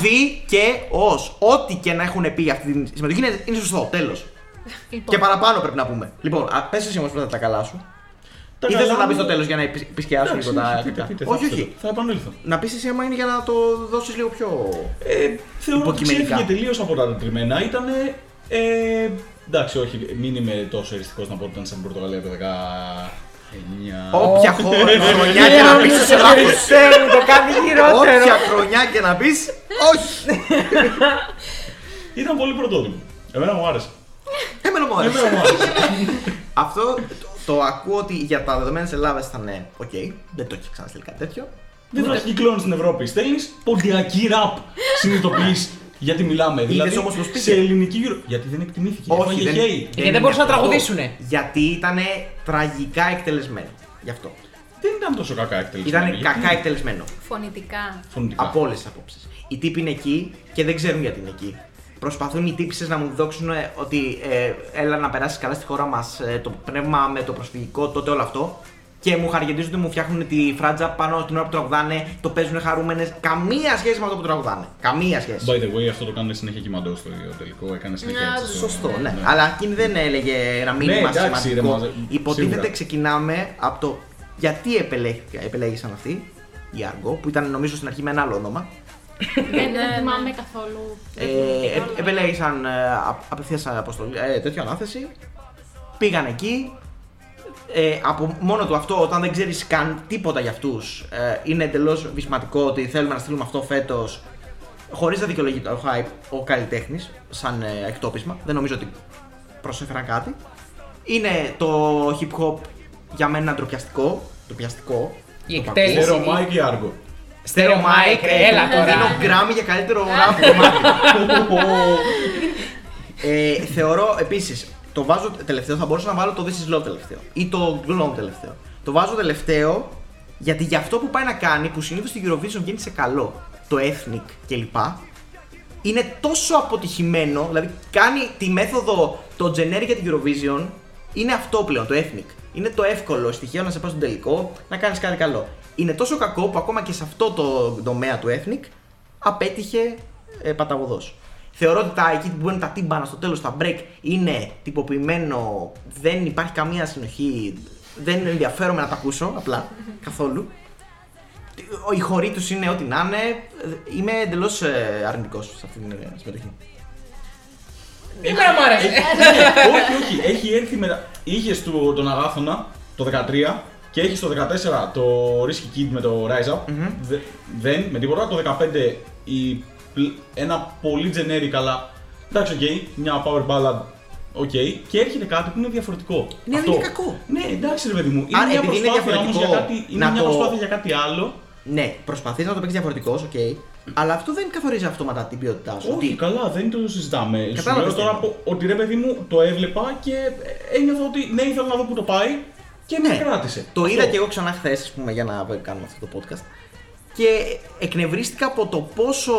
Speaker 1: Δικαίω. Ό,τι και να έχουν πει για αυτή την συμμετοχή είναι, είναι σωστό. Τέλος. Και παραπάνω πρέπει να πούμε. Λοιπόν, πες εσύ όμως πρώτα τα καλά σου.
Speaker 3: Τα
Speaker 1: Ή δεν θα
Speaker 3: καλά
Speaker 1: τα πει
Speaker 3: μου-
Speaker 1: στο τέλος για να επι- επισκιάσουν λίγο
Speaker 3: Εντάξει,
Speaker 1: τα.
Speaker 3: πείτε, πείτε, θα
Speaker 1: Όχι,
Speaker 3: επιστρέψω.
Speaker 1: όχι.
Speaker 3: Θα επανέλθω.
Speaker 1: Να πεις εσύ άμα είναι για να το δώσεις λίγο πιο.
Speaker 3: Ε, θεωρώ ότι
Speaker 1: Υποκειμενικά.
Speaker 3: ξέφυγε τελείως από τα τετριμένα. Ήταν. Ε, εντάξει, όχι, μην είμαι τόσο εριστικός να πω ότι ήταν σαν Πορτογαλία το 19.
Speaker 1: Όποια χο- χρονιά και να πει, σε λάθος.
Speaker 4: Ξέρει, το κάνει
Speaker 1: Όποια
Speaker 4: χειρότερο.
Speaker 1: χρονιά και να πει, όχι.
Speaker 3: Ήταν πολύ πρωτότυπο. Εμένα μου άρεσε.
Speaker 1: Εμένα μου άρεσε.
Speaker 3: Εμένα μου άρεσε.
Speaker 1: Αυτό το, το ακούω ότι για τα δεδομένα της Ελλάδας ήταν ε, οκ. δεν το έχει ξαναστείλει κάτι τέτοιο.
Speaker 3: Δεν θα κυκλώνει στην Ευρώπη. Στέλνεις ποντιακή ραπ. Συνειδητοποιείς γιατί μιλάμε. Δηλαδή
Speaker 1: όμως πως πήγε.
Speaker 3: σε ελληνική γύρω. Γιατί δεν εκτιμήθηκε.
Speaker 1: Όχι,
Speaker 3: Έφαγε
Speaker 1: δεν,
Speaker 3: χέρι.
Speaker 4: Ε, δεν
Speaker 1: είναι
Speaker 4: μπορούσαν να
Speaker 1: αυτό.
Speaker 4: τραγουδήσουνε.
Speaker 1: Γιατί ήταν τραγικά εκτελεσμένο. Γι' αυτό.
Speaker 3: Δεν ήταν τόσο κακά εκτελεσμένο.
Speaker 1: Ήταν κακά εκτελεσμένο.
Speaker 2: Φωνητικά.
Speaker 3: Φωνητικά.
Speaker 1: Από όλες τις απόψεις. Οι τύποι είναι εκεί και δεν ξέρουν γιατί είναι εκεί. Προσπαθούν οι τύπησες να μου διδόξουν ε, ότι ε, έλα να περάσεις καλά στη χώρα μας το πνεύμα με το προσφυγικό, τότε όλο αυτό. Και μου χαργεντίζονται, μου φτιάχνουν τη φράτζα πάνω την ώρα που τραγουδάνε, το παίζουν χαρούμενες. Καμία σχέση με αυτό που τραγουδάνε. Καμία σχέση.
Speaker 3: By the way, αυτό το κάνουν συνέχεια και οι μαντό στο τελικό. Έκανε συνέχεια.
Speaker 2: Ναι,
Speaker 3: έτσι στο-
Speaker 1: Σωστό, ναι. Αλλά εκείνη δεν έλεγε ένα μήνυμα
Speaker 3: Ναι, εντάξει, ρε,
Speaker 1: σημαντικό.
Speaker 3: μάζε-
Speaker 1: Υποτίθεται
Speaker 3: σίγουρα.
Speaker 1: ξεκινάμε από το γιατί επελέγη- επελέγησαν αυτοί, η Άργο, που ήταν νομίζω στην αρχή με ένα άλλο όνομα.
Speaker 5: Δεν δεν θυμάμαι καθόλου.
Speaker 1: Ε,
Speaker 5: Δεν θυμάμαι
Speaker 1: ε,
Speaker 5: καθόλου.
Speaker 1: επελέγησαν ε, α- απευθείας αποστολή, ε, τέτοιο ανάθεση. Πήγαν εκεί. Ε, από μόνο του αυτό, όταν δεν ξέρεις καν τίποτα για αυτούς, ε, είναι εντελώς βυσματικό ότι θέλουμε να στείλουμε αυτό φέτος χωρίς να δικαιολογεί το hype ο καλλιτέχνης, σαν ε, εκτόπισμα. Δεν νομίζω ότι προσέφεραν κάτι. Είναι το hip hop για μένα ντροπιαστικό. ντροπιαστικό.
Speaker 4: Η
Speaker 1: Το παππού.
Speaker 4: εκτέλεση.
Speaker 3: Ξέρω Μάικ ή Άργο.
Speaker 1: Στέρεο Μάικ,
Speaker 4: Μάικ, έλα τώρα.
Speaker 1: Δίνω γκράμμι για καλύτερο ράπ κομμάτι. ε, θεωρώ επίσης, το βάζω τελευταίο, θα μπορούσα να βάλω το This is Love τελευταίο ή το Glow τελευταίο. Το βάζω τελευταίο γιατί για αυτό που πάει να κάνει, που συνήθως στην Eurovision βγαίνει σε καλό, το Ethnic κλπ. Είναι τόσο αποτυχημένο, δηλαδή κάνει τη μέθοδο το generic για την Eurovision, είναι αυτό πλέον, το ethnic. Είναι το εύκολο στοιχείο να σε πας στον τελικό, να κάνεις κάτι καλό. Είναι τόσο κακό που ακόμα και σε αυτό το τομέα του ethnic απέτυχε ε, παταγωδός. Θεωρώ ότι τα, εκεί που μπαίνουν τα τύμπανα στο τέλος, τα break, είναι τυποποιημένο, δεν υπάρχει καμία συνοχή, δεν ενδιαφέρομαι να τα ακούσω απλά, καθόλου. Ο- Οι χοροί τους είναι ό,τι να είναι. Ε, Είμαι εντελώς αρνητικός σε αυτή την ε, συμμετοχή.
Speaker 4: Εμένα μου άρεσε.
Speaker 3: όχι, όχι. Έχει έρθει μετά. Είχε τον Αγάθωνα το 13 και έχεις το 14 το Risky Kid με το Rise Up. Δε- Δεν, με τίποτα. Το 15 η, πλ- ένα πολύ generic αλλά εντάξει, οκ, μια power ballad Οκ, και έρχεται κάτι που είναι διαφορετικό.
Speaker 1: Ναι,
Speaker 3: Αυτό.
Speaker 1: δεν είναι κακό.
Speaker 3: Ναι, εντάξει, ρε παιδί μου. Είναι
Speaker 1: Άρα,
Speaker 3: μια
Speaker 1: επειδή είναι
Speaker 3: προσπάθεια όμως για
Speaker 1: διαφορετικό,
Speaker 3: κάτι, είναι
Speaker 1: να
Speaker 3: μια
Speaker 1: το-
Speaker 3: προσπάθεια για κάτι άλλο.
Speaker 1: Ναι, προσπαθείς να το παίξεις διαφορετικός, οκ. Αλλά αυτό δεν καθορίζει αυτόματα την ποιότητά σου.
Speaker 3: Όχι,
Speaker 1: Τι-
Speaker 3: καλά, δεν το συζητάμε. Σου
Speaker 1: Κατάλαβες
Speaker 3: λέω
Speaker 1: τι
Speaker 3: τώρα
Speaker 1: εννοώ.
Speaker 3: από- ότι ρε παιδί μου το έβλεπα και ένιωθα ότι ναι, ήθελα να δω που το πάει και με κράτησε.
Speaker 1: ναι, Το
Speaker 3: Αυτό.
Speaker 1: είδα και εγώ ξανά χθες, ας πούμε, για να κάνουμε αυτό το podcast. Και εκνευρίστηκα από το πόσο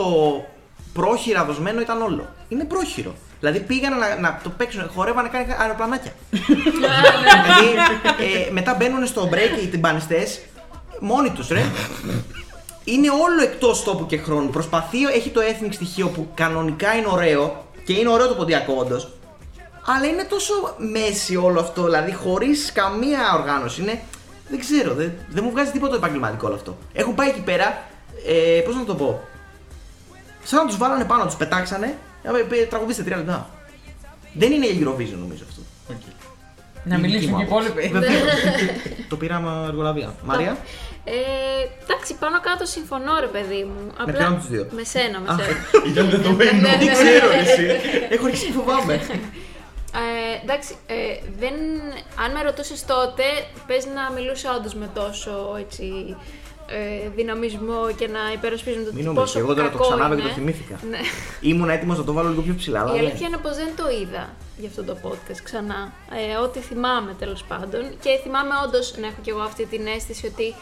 Speaker 1: πρόχειρα δοσμένο ήταν όλο. Είναι πρόχειρο. Δηλαδή πήγαν να, να το παίξουν, χορεύανε, κάνει αεροπλανάκια. δηλαδή, ε, μετά μπαίνουν στο break οι τυμπανιστές, μόνοι τους, ρε. είναι όλο εκτός τόπου και χρόνου. Προσπαθεί, έχει το ethnic στοιχείο που κανονικά είναι ωραίο και είναι ωραίο το ποντιακό όντως. Αλλά είναι τόσο μέση όλο αυτό, δηλαδή χωρίς καμία οργάνωση. Είναι, δεν ξέρω, δεν, δεν μου βγάζει τίποτα επαγγελματικό όλο αυτό. Έχουν πάει εκεί πέρα, ε, πώς να το πω. Σαν να τους βάλανε πάνω, τους πετάξανε, ε, πε- τραγουδίστε τρία λεπτά. Δεν είναι για Eurovision νομίζω αυτό.
Speaker 3: Οκ.
Speaker 4: Να
Speaker 1: Είναι
Speaker 4: μιλήσουν
Speaker 1: δική
Speaker 4: και οι
Speaker 1: μου άποψη.
Speaker 4: υπόλοιποι.
Speaker 1: Βεβαίως.
Speaker 2: Ναι.
Speaker 1: το πήραμε εργολαβία. Μαρία.
Speaker 2: Ε, εντάξει, πάνω κάτω συμφωνώ, ρε παιδί μου. Με
Speaker 1: ποιον από τους δύο?
Speaker 2: Με σένα, με
Speaker 1: Α.
Speaker 2: σένα.
Speaker 3: Ήταν δεδομένο.
Speaker 2: Ναι, ναι, ναι.
Speaker 1: Δεν ξέρω ρε, εσύ. Έχω αρχίσει και φοβάμαι.
Speaker 2: Ε, εντάξει, ε, δεν, αν με ρωτούσες τότε, πες να μιλούσα όντως με τόσο έτσι, ε, δυναμισμό και να υπερασπίζουμε το
Speaker 1: Μην νομίζεις,
Speaker 2: πόσο
Speaker 1: εγώ τώρα το
Speaker 2: κακό
Speaker 1: ξανάβα και
Speaker 2: είναι.
Speaker 1: το θυμήθηκα.
Speaker 2: Ναι.
Speaker 1: Ήμουν έτοιμος να το βάλω λίγο πιο ψηλά. αλλά ναι.
Speaker 2: Η
Speaker 1: δεν.
Speaker 2: αλήθεια είναι πως δεν το είδα για αυτό το podcast ξανά. Ε, ό,τι θυμάμαι τέλος πάντων και θυμάμαι όντως να έχω κι εγώ αυτή την αίσθηση ότι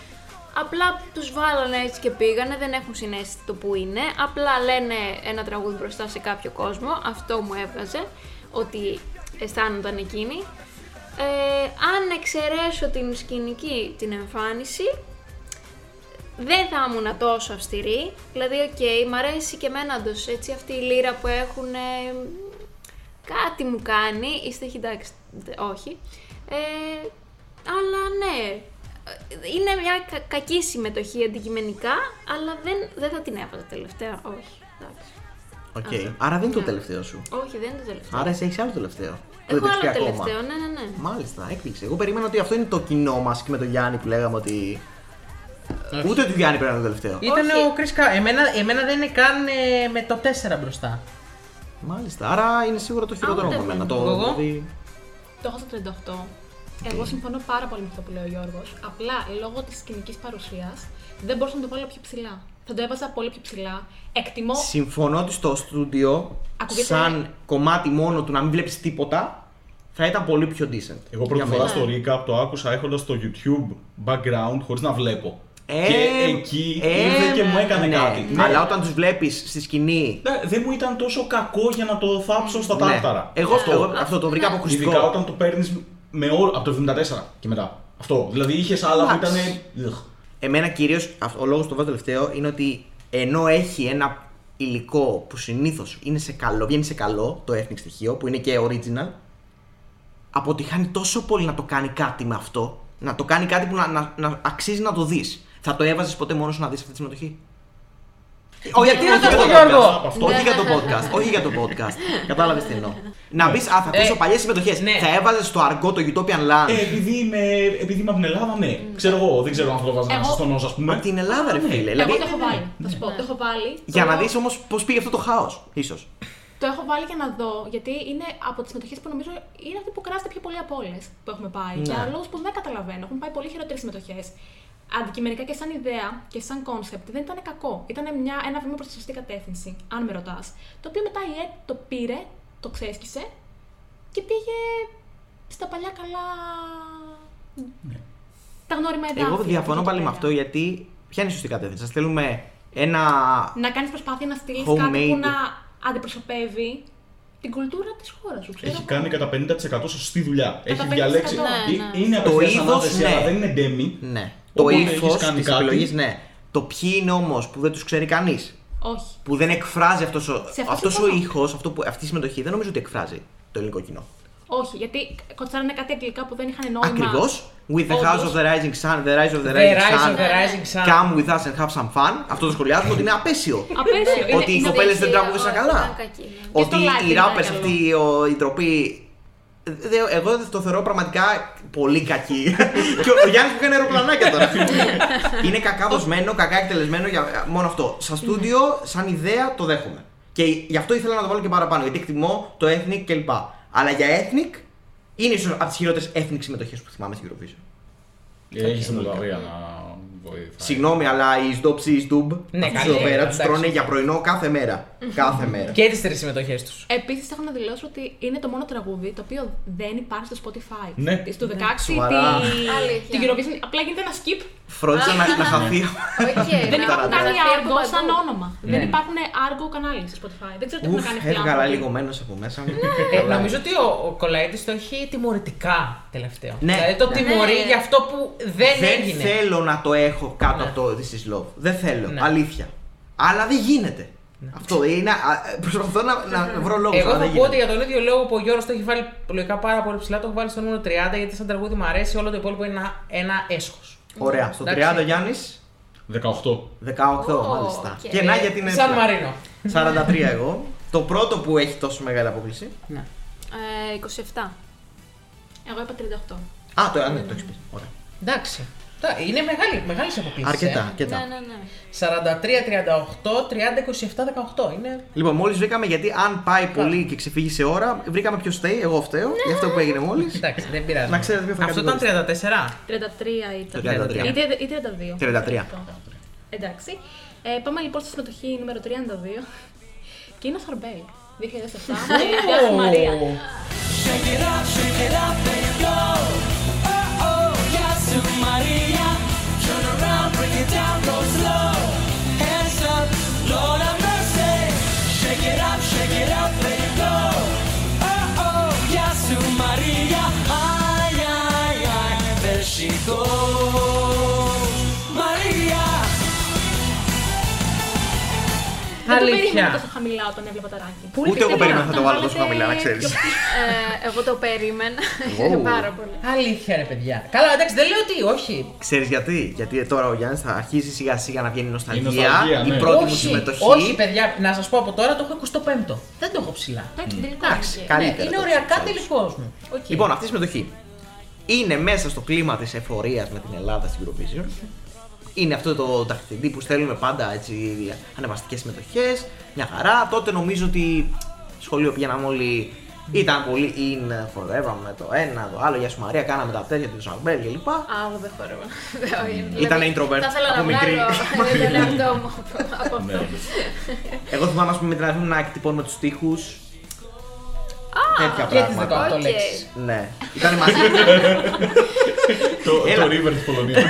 Speaker 2: απλά τους βάλανε έτσι και πήγανε, δεν έχουν συνέστηση το που είναι, απλά λένε ένα τραγούδι μπροστά σε κάποιο κόσμο, αυτό μου έβγαζε ότι αισθάνονταν εκείνοι. Ε, αν εξαιρέσω την σκηνική την εμφάνιση, δεν θα ήμουν τόσο αυστηρή. Δηλαδή, οκ, μ' αρέσει και εμένα όντως, έτσι αυτή η λύρα που έχουν. ε, κάτι μου κάνει. Είστε έχει εντάξει, δε- όχι. Ε, αλλά ναι, ε, είναι μια κα- κακή συμμετοχή αντικειμενικά, αλλά δεν, δεν θα την έβαζα τελευταία. Όχι, εντάξει.
Speaker 1: Οκ.
Speaker 2: Αυτό.
Speaker 1: Άρα δεν είναι το
Speaker 2: Ναι.
Speaker 1: τελευταίο σου.
Speaker 2: Όχι, δεν είναι το τελευταίο.
Speaker 1: Άρα εσύ έχεις άλλο τελευταίο. Το
Speaker 2: Έχω άλλο
Speaker 1: επεξεργαστικό
Speaker 2: τελευταίο, ναι, ναι, ναι.
Speaker 1: Μάλιστα, έκπληξη. Εγώ περίμενα ότι αυτό είναι το κοινό μας και με τον Γιάννη που λέγαμε ότι.
Speaker 3: Ε,
Speaker 1: ε, Ούτε του Γιάννη πρέπει να είναι το τελευταίο.
Speaker 4: Ήταν
Speaker 2: Όχι.
Speaker 4: ο Chris Κα- Εμένα, εμένα δεν είναι καν ε, με το 4 μπροστά.
Speaker 1: Μάλιστα, άρα είναι σίγουρα το χειρότερο
Speaker 2: ούτε
Speaker 1: από μένα.
Speaker 2: εμένα.
Speaker 1: Το
Speaker 4: Εγώ.
Speaker 1: δηλαδή,
Speaker 5: Το έχω στο 38. Εγώ συμφωνώ πάρα πολύ με αυτό που λέει ο Γιώργος. Απλά λόγω της σκηνικής παρουσίας δεν μπορούσα να το βάλω πιο ψηλά. Θα το έβαζα πολύ πιο ψηλά. Εκτιμώ.
Speaker 1: Συμφωνώ ότι στο στούντιο,
Speaker 5: Ακούγεται-
Speaker 1: σαν κομμάτι μόνο του να μην βλέπεις τίποτα, θα ήταν πολύ πιο decent.
Speaker 3: Εγώ πρώτη
Speaker 1: Για
Speaker 3: φορά
Speaker 1: μένα.
Speaker 3: στο recap το άκουσα έχοντας το YouTube background χωρίς να βλέπω.
Speaker 1: Ε,
Speaker 3: και εκεί
Speaker 1: ε,
Speaker 3: ήρθε και μου έκανε
Speaker 1: ναι,
Speaker 3: κάτι. Ναι.
Speaker 1: Αλλά όταν τους βλέπεις στη σκηνή.
Speaker 3: Ναι, δεν μου ήταν τόσο κακό για να το θάψω στα τάρταρα.
Speaker 1: Ναι. Εγώ,
Speaker 2: Αυτό.
Speaker 1: εγώ αυτό το
Speaker 2: ε,
Speaker 1: βρήκα αποκριστικό.
Speaker 3: Ειδικά όταν το παίρνεις με όλο. από το 74 και μετά. Αυτό. Δηλαδή είχες άλλα που ήταν.
Speaker 1: Εντάξει. Εμένα κυρίως ο λόγος που το βάζω τελευταίο είναι ότι ενώ έχει ένα υλικό που συνήθως είναι σε καλό, βγαίνει σε καλό το ethnic στοιχείο που είναι και original, αποτυχάνει τόσο πολύ να το κάνει κάτι με αυτό, να το κάνει κάτι που να, να, να αξίζει να το δεις. Θα το έβαζες ποτέ μόνος σου να δεις αυτή τη συμμετοχή. Όχι,
Speaker 4: Γιατί
Speaker 1: όχι
Speaker 4: ρωτάς
Speaker 1: για
Speaker 4: τον
Speaker 1: podcast,
Speaker 4: Γιώργο?
Speaker 1: αυτό, Όχι για το podcast. Όχι για το podcast. Κατάλαβες τι εννοώ. Να πεις, Α, θα ακούσω
Speaker 4: Ε,
Speaker 1: παλιές συμμετοχές.
Speaker 4: ναι.
Speaker 1: Θα έβαζες στο αργό το Utopian Land.
Speaker 3: Ε, επειδή είμαι, επειδή είμαι από την Ελλάδα, ναι. Ξέρω εγώ, δεν ξέρω αν θα το βάζα
Speaker 5: Εγώ-
Speaker 3: στον νόσο, ας πούμε.
Speaker 1: Από την Ελλάδα,
Speaker 4: ναι.
Speaker 1: ρε φίλε.
Speaker 5: Εγώ
Speaker 1: Δηλαδή, Ναι.
Speaker 5: το έχω βάλει. Θα σου πω, το έχω βάλει.
Speaker 1: Για
Speaker 5: Το-
Speaker 1: να δεις όμως πώς πήγε αυτό το χάος, ίσως.
Speaker 5: Το έχω βάλει για να δω, γιατί είναι από τις συμμετοχές που νομίζω είναι αυτή που κράζεται πιο πολύ από όλες που έχουμε πάει.
Speaker 1: Ναι.
Speaker 5: Για λόγους που δεν καταλαβαίνω. Έχουν πάει πολύ χειρότερες συμμετοχές. Αντικειμενικά και σαν ιδέα και σαν κόνσεπτ δεν ήταν κακό. Ήταν μια, ένα βήμα προς τη σωστή κατεύθυνση, αν με ρωτάς. Το οποίο μετά η ΕΤ το πήρε, το ξέσκησε και πήγε στα παλιά καλά. Τα γνώριμα εδάφη.
Speaker 1: Ναι. Εγώ διαφωνώ πάλι με αυτό γιατί ποια είναι η σωστή κατεύθυνση. Σας θέλουμε ένα.
Speaker 5: Να κάνεις προσπάθεια να στείλεις κάτι που
Speaker 1: Homemade.
Speaker 5: να αντιπροσωπεύει την κουλτούρα της χώρας σου. ξέρω
Speaker 3: Έχει
Speaker 5: εγώ.
Speaker 3: κάνει κατά 50% σωστή δουλειά. Έχει
Speaker 5: 50%.
Speaker 3: διαλέξει.
Speaker 5: Ναι,
Speaker 3: Ε, Είναι
Speaker 1: Το
Speaker 3: απευθείας
Speaker 1: είδος,
Speaker 3: ανάθεση,
Speaker 1: ναι.
Speaker 3: αλλά δεν είναι ντέμι.
Speaker 1: Ναι. Το
Speaker 3: Οπότε
Speaker 1: ύφος
Speaker 3: έχεις
Speaker 1: τη
Speaker 3: κάνει κάτι.
Speaker 1: επιλογής, ναι. Το ποιοι είναι όμως που δεν τους ξέρει κανείς,
Speaker 5: Όχι.
Speaker 1: Που δεν εκφράζει αυτός ο,
Speaker 5: Σε αυτό
Speaker 1: αυτός ο
Speaker 5: συμφωνώ.
Speaker 1: ήχος, αυτό που, αυτή η συμμετοχή δεν νομίζω ότι εκφράζει το ελληνικό κοινό.
Speaker 5: Όχι, γιατί κοτσάρανε κάτι αγγλικά που δεν είχαν νόημα.
Speaker 1: Ακριβώς. With the
Speaker 5: Όντως.
Speaker 1: house of the rising sun, the rise of the
Speaker 4: The
Speaker 1: rising
Speaker 4: Rise of
Speaker 1: sun.
Speaker 4: the Rising Sun.
Speaker 1: Come with us and have some fun. Αυτό το σχολιάζουμε ότι είναι απέσιο.
Speaker 5: Απέσιο.
Speaker 1: Ότι οι
Speaker 5: είναι, είναι...
Speaker 1: κοπέλε δεν
Speaker 2: δίκαιο,
Speaker 1: τραγουδούσαν
Speaker 2: όχι,
Speaker 1: καλά.
Speaker 2: ήταν κακή, ναι.
Speaker 1: Ότι
Speaker 5: Και στο live
Speaker 1: οι
Speaker 5: ήταν
Speaker 1: ράπε
Speaker 5: καλό.
Speaker 1: αυτοί, ο- η ντροπή. δε- Εγώ το θεωρώ πραγματικά πολύ κακή. και ο- ο Γιάννης που κάνει αεροπλανάκια τώρα. είναι κακά δοσμένο, κακά εκτελεσμένο για μόνο αυτό. Σαν στούντιο, σαν ιδέα το δέχομαι. Και γι' αυτό ήθελα να το βάλω και παραπάνω, γιατί εκτιμώ το έθνη κλπ. Αλλά για ethnic είναι ίσως από τις χειρότερες ethnic συμμετοχές που θυμάμαι στην Eurovision.
Speaker 3: Ε, Έχει την Μολδαβία να βοηθάει.
Speaker 1: Συγγνώμη, αλλά οι Σντόψοι, οι Σντούμπ,
Speaker 4: Ναι,
Speaker 1: αυτούς
Speaker 4: καλή,
Speaker 1: εδώ πέρα τους
Speaker 4: εντάξει.
Speaker 1: τρώνε για πρωινό κάθε μέρα. κάθε μέρα.
Speaker 4: Και τις τρεις συμμετοχές τους.
Speaker 5: Επίσης, έχω να δηλώσω ότι είναι το μόνο τραγούδι το οποίο δεν υπάρχει στο Spotify.
Speaker 3: Ναι.
Speaker 5: Της του 16
Speaker 1: Σοβαρά.
Speaker 5: τη...
Speaker 2: Αλήθεια.
Speaker 5: την Eurovision. Απλά γίνεται ένα skip.
Speaker 1: Φρόντισα να, να χαθεί.
Speaker 2: Οκ,
Speaker 5: δεν
Speaker 2: να
Speaker 5: υπάρχουν
Speaker 2: γραφτεί
Speaker 5: καν
Speaker 2: Ε, ναι.
Speaker 5: οι
Speaker 2: από
Speaker 5: Argo
Speaker 2: παντού.
Speaker 5: σαν όνομα. Δεν υπάρχουν Argo κανάλι στο Spotify. Δεν ξέρω τι έχουν
Speaker 1: Ναι. Ουφ,
Speaker 5: κάνει αυτοί οι
Speaker 1: έβγαλα
Speaker 5: άνθρωποι.
Speaker 1: λίγο μένος από μέσα μου.
Speaker 4: Ε,
Speaker 1: Καλά.
Speaker 4: νομίζω ότι ο, ο Κολαίτη το έχει τιμωρητικά τελευταίο.
Speaker 1: Ναι.
Speaker 4: Δηλαδή το
Speaker 1: Ναι.
Speaker 4: τιμωρεί για αυτό που δεν,
Speaker 1: Δεν
Speaker 4: έγινε.
Speaker 1: θέλω να το έχω κάτω
Speaker 4: Ναι.
Speaker 1: από το This is Love. Δεν θέλω.
Speaker 4: Ναι.
Speaker 1: Αλήθεια. Αλλά δεν γίνεται. Αυτό είναι. α, Προσπαθώ να, να βρω λόγο.
Speaker 4: Ναι. Εγώ
Speaker 1: αλλά
Speaker 4: θα
Speaker 1: δεν
Speaker 4: πω
Speaker 1: γίνεται.
Speaker 4: ότι για τον ίδιο λόγο που ο Γιώργο το έχει βάλει λογικά πάρα πολύ ψηλά, το έχω βάλει στο νούμερο 30 γιατί σαν τραγούδι μου αρέσει, όλο το υπόλοιπο είναι ένα, ένα έσχος.
Speaker 1: Ωραία. Στο
Speaker 4: Εντάξει.
Speaker 1: 30 Γιάννη,
Speaker 3: 18.
Speaker 1: 18
Speaker 2: Ω,
Speaker 1: μάλιστα.
Speaker 2: και-
Speaker 1: Και Ε, να γιατί είναι.
Speaker 4: Σαν
Speaker 1: ψηλά.
Speaker 4: Μαρίνο.
Speaker 1: 43 εγώ. Το πρώτο που έχει τόσο μεγάλη απόκληση.
Speaker 5: Ναι.
Speaker 2: Ε, 27.
Speaker 5: Εγώ είπα 38.
Speaker 1: Α, το, α, ναι, το έχεις πει. Ωραία.
Speaker 4: Εντάξει. Τα- Είναι μεγάλη, μεγάλες αποκλήσεις.
Speaker 1: Αρκετά,
Speaker 4: ε.
Speaker 1: αρκετά.
Speaker 2: Ναι, ναι, ναι.
Speaker 4: 43, 38, 30, 27, 18. Είναι
Speaker 1: Λοιπόν, μόλις βρήκαμε γιατί αν πάει πολύ και ξεφύγει σε ώρα, βρήκαμε ποιος φταίει. Εγώ φταίω για αυτό που έγινε μόλις.
Speaker 4: Ναι. Εντάξει, δεν πειράζει.
Speaker 1: Να ξέρετε ποιο θα
Speaker 4: Αυτό ήταν 34.
Speaker 5: 33 ήταν.
Speaker 1: Το 33.
Speaker 5: Ή τε- Ή 32.
Speaker 1: 33.
Speaker 5: Εντάξει. Ε, πάμε λοιπόν στη συμμετοχή νούμερο 32. Και είναι ο Σαρμπέλ. 2007. Ε, Γεια σου Μαρία.
Speaker 7: Shake it up, shake it up, there you go. Oh oh, Yasu Maria. Turn around, bring it down, go slow. Hands up, Lord have mercy. Shake it up, shake it up, there you go. Oh oh, Yasu Maria. Ay ay ay, there she goes, Maria.
Speaker 5: Δεν το περίμενα
Speaker 4: Αλήθεια.
Speaker 5: τόσο χαμηλά όταν έβλεπα τα ranking.
Speaker 1: Ούτε εγώ
Speaker 5: Τελικά,
Speaker 1: περίμενα θα το βάλω
Speaker 5: βάλετε
Speaker 1: τόσο χαμηλά, να ξέρεις.
Speaker 5: πιο-
Speaker 2: Ε, εγώ το περίμενα. Πάρα πολύ.
Speaker 4: Αλήθεια ρε παιδιά. Καλά, εντάξει, δεν λέω ότι όχι.
Speaker 1: Ξέρεις γιατί. Γιατί ε, τώρα ο Γιάννης θα αρχίσει σιγά σιγά να βγαίνει η νοσταλγία.
Speaker 3: Η νοσταλγία, ναι.
Speaker 1: Η πρώτη μου
Speaker 4: όχι,
Speaker 1: συμμετοχή.
Speaker 4: όχι, παιδιά, να σας πω από τώρα το έχω 25ο. Δεν το έχω ψηλά.
Speaker 5: Εντάξει, τελικά
Speaker 1: Εντάξει,
Speaker 5: βγήκε.
Speaker 1: καλύτερα.
Speaker 4: Ναι, είναι
Speaker 1: το
Speaker 4: ωριακά
Speaker 1: ψάξεις.
Speaker 4: τελικός μου. Οκ.
Speaker 1: Λοιπόν, αυτή η συμμετοχή είναι μέσα στο κλίμα της εφορίας με την Ελλάδα στην Eurovision. Είναι αυτό το ταχυδί που στέλνουμε πάντα έτσι ανεβαστικές συμμετοχές. Μια χαρά. Τότε νομίζω ότι σχολείο πήγαμε όλοι. Ήταν πολύ in forever με το ένα, το άλλο. Για σου Μαρία, κάναμε τα τέτοια του Σαμπέλ κλπ.
Speaker 2: Α, εγώ δεν χορεύω. Δηλαδή,
Speaker 1: Ήτανε introvert
Speaker 2: Θα ήθελα να
Speaker 1: από μικρή.
Speaker 2: βγάλω τον εαυτό μου από- από
Speaker 3: Ναι,
Speaker 2: αυτό.
Speaker 3: όντως.
Speaker 1: Εγώ θυμάμαι, ας πούμε, με την αδερφή μου να εκτυπώνουμε τους τοίχου. Τέτοια
Speaker 4: Και τις
Speaker 1: πράγματα.
Speaker 4: 18
Speaker 2: Οκ.
Speaker 4: λέξεις.
Speaker 1: Ναι. Ήταν μαζί.
Speaker 3: Το, το
Speaker 1: Έλα.
Speaker 3: River της Πολωνίας.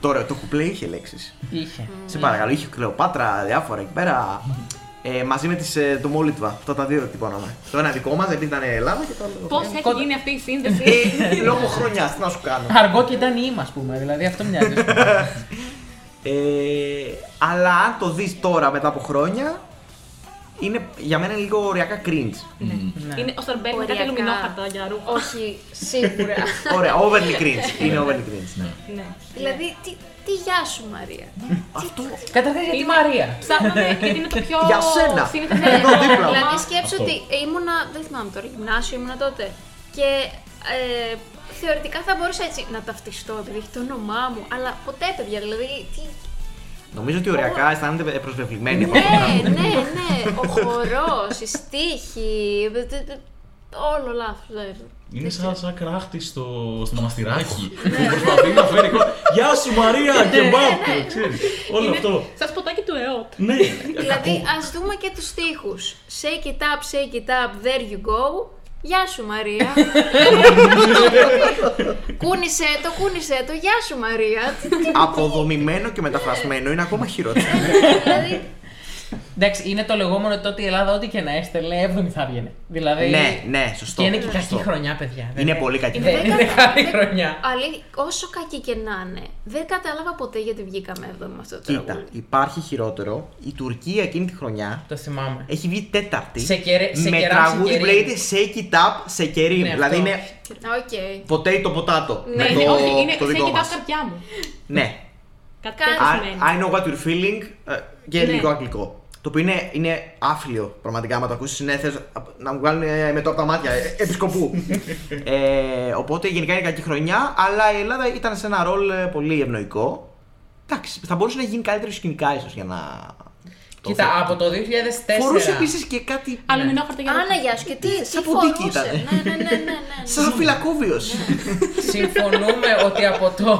Speaker 1: Τώρα το κουπλέ είχε λέξεις.
Speaker 4: Είχε.
Speaker 1: Σε παρακαλώ, είχε Κλεοπάτρα, διάφορα εκεί πέρα. Ε, μαζί με τις, ε, το Μόλιτβα. Αυτά τα δύο τυπώναμε. Το ένα δικό μας επειδή ήταν Ελλάδα και το άλλο.
Speaker 5: Πώς έχει
Speaker 4: Κότα-
Speaker 5: γίνει αυτή η σύνδεση.
Speaker 1: Ε, λόγω χρονιάς, τι να σου κάνω.
Speaker 4: Αργό και ήταν η μα, πούμε. Δηλαδή αυτό μοιάζει.
Speaker 1: Ε, αλλά αν το δεις τώρα μετά από χρόνια, είναι για μένα είναι λίγο ωριακά cringe.
Speaker 5: Ναι. Είναι ο Σαρμπέλ με κάτι
Speaker 2: Ναι. Οριακά.
Speaker 5: λουμινόχαρτα για ρούχα.
Speaker 2: Όχι, σίγουρα.
Speaker 1: Ωραία, overly cringe. είναι overly cringe.
Speaker 5: Ναι.
Speaker 2: δηλαδή, τι, τι γεια σου, Μαρία.
Speaker 1: Αυτό.
Speaker 4: Καταρχήν γιατί η Μαρία.
Speaker 2: Ναι.
Speaker 5: Ψάχναμε γιατί είναι το πιο.
Speaker 1: Για σένα.
Speaker 5: σύνηθες
Speaker 1: Ναι, Εδώ
Speaker 5: πράγμα.
Speaker 1: δίπλα μου.
Speaker 2: δηλαδή, σκέψω
Speaker 3: Αυτό.
Speaker 2: ότι ήμουνα, δεν θυμάμαι τώρα, γυμνάσιο ήμουνα τότε. Και ε, θεωρητικά θα μπορούσα έτσι να ταυτιστώ, δηλαδή έχει το όνομά μου, αλλά ποτέ παιδιά, δηλαδή. Τι...
Speaker 1: Νομίζω ότι ωριακά αισθάνεται προσβεβλημένη από
Speaker 2: ναι,
Speaker 1: αυτό το πράγμα.
Speaker 2: ναι, ναι, ο χορός, η στίχη. δε- δε- δε- Όλο λάθος.
Speaker 3: Είναι σαν, σαν κράχτη στο, στο μοναστηράκι που προσπαθεί να φέρει κόσμο. Γεια σου Μαρία και μπάπ! Ξέρεις, όλο αυτό.
Speaker 5: Σαν σποτάκι του ΕΟΤ.
Speaker 3: Ναι,
Speaker 2: Δηλαδή, ας δούμε και τους τοίχου. Shake it up, shake it up, there you go. Γεια σου Μαρία. κούνησε το, κούνησε το, γεια σου Μαρία.
Speaker 1: Αποδομημένο και μεταφρασμένο είναι ακόμα χειρότερο.
Speaker 2: δηλαδή,
Speaker 4: Εντάξει, είναι το λεγόμενο τότε η Ελλάδα, ό,τι και να έστελνε, έβδομη θα βγαίνει. Δηλαδή.
Speaker 1: ναι, ναι, σωστό.
Speaker 4: Και είναι και
Speaker 1: σωστό.
Speaker 4: κακή χρονιά, παιδιά. Δεν
Speaker 1: Είναι πολύ κακή.
Speaker 4: Είναι, είναι καλή χρονιά.
Speaker 2: αλή, όσο κακή και να είναι, δεν κατάλαβα ποτέ γιατί βγήκαμε εδώ με αυτό το
Speaker 1: Κοίτα,
Speaker 2: τραγούδι.
Speaker 1: υπάρχει χειρότερο. Η Τουρκία εκείνη τη χρονιά
Speaker 4: Το θυμάμαι.
Speaker 1: έχει βγει τέταρτη.
Speaker 4: Σε κερε- σε
Speaker 1: με
Speaker 4: κεράμ,
Speaker 1: τραγούδι
Speaker 4: σε
Speaker 1: που
Speaker 4: κερίμ.
Speaker 1: λέγεται Shake It Up σε κερίμ.
Speaker 4: Ναι,
Speaker 1: δηλαδή
Speaker 4: αυτό.
Speaker 1: είναι
Speaker 2: Οκ.
Speaker 1: potato potato.
Speaker 2: Ναι,
Speaker 1: με
Speaker 5: Είναι-
Speaker 1: το,
Speaker 5: Όχι, είναι
Speaker 1: το
Speaker 5: σε
Speaker 1: δικό
Speaker 5: κοιτάω
Speaker 1: μας.
Speaker 5: καρδιά μου.
Speaker 1: Ναι.
Speaker 5: Κάτι
Speaker 2: Κάτι
Speaker 5: τέτοιο
Speaker 1: I,
Speaker 5: σημαίνει.
Speaker 1: I know what you're feeling ε, και
Speaker 5: Ναι.
Speaker 1: λίγο αγγλικό. Το οποίο είναι, είναι άφλιο πραγματικά. άμα το ακούσεις, είναι θες να μου βγάλουν ε, με το από τα μάτια. ε, επισκοπού. ε, οπότε γενικά είναι κακή χρονιά, αλλά η Ελλάδα ήταν σε ένα ρόλ ε, πολύ ευνοϊκό. Εντάξει, θα μπορούσε να γίνει καλύτερος σκηνικά ίσως για να
Speaker 4: Κοίτα,
Speaker 1: θε-
Speaker 4: από το 2004.
Speaker 1: Φορούσε επίσης και κάτι.
Speaker 5: Αλουμινόχαρτα για
Speaker 2: Άνα, γεια σου, και τι, τι
Speaker 1: Σαν ποντίκι
Speaker 2: φορούσες.
Speaker 1: ήταν.
Speaker 2: Ναι, ναι, ναι, ναι, ναι.
Speaker 1: Σαν φυλακόβιο.
Speaker 4: Συμφωνούμε ότι από, το,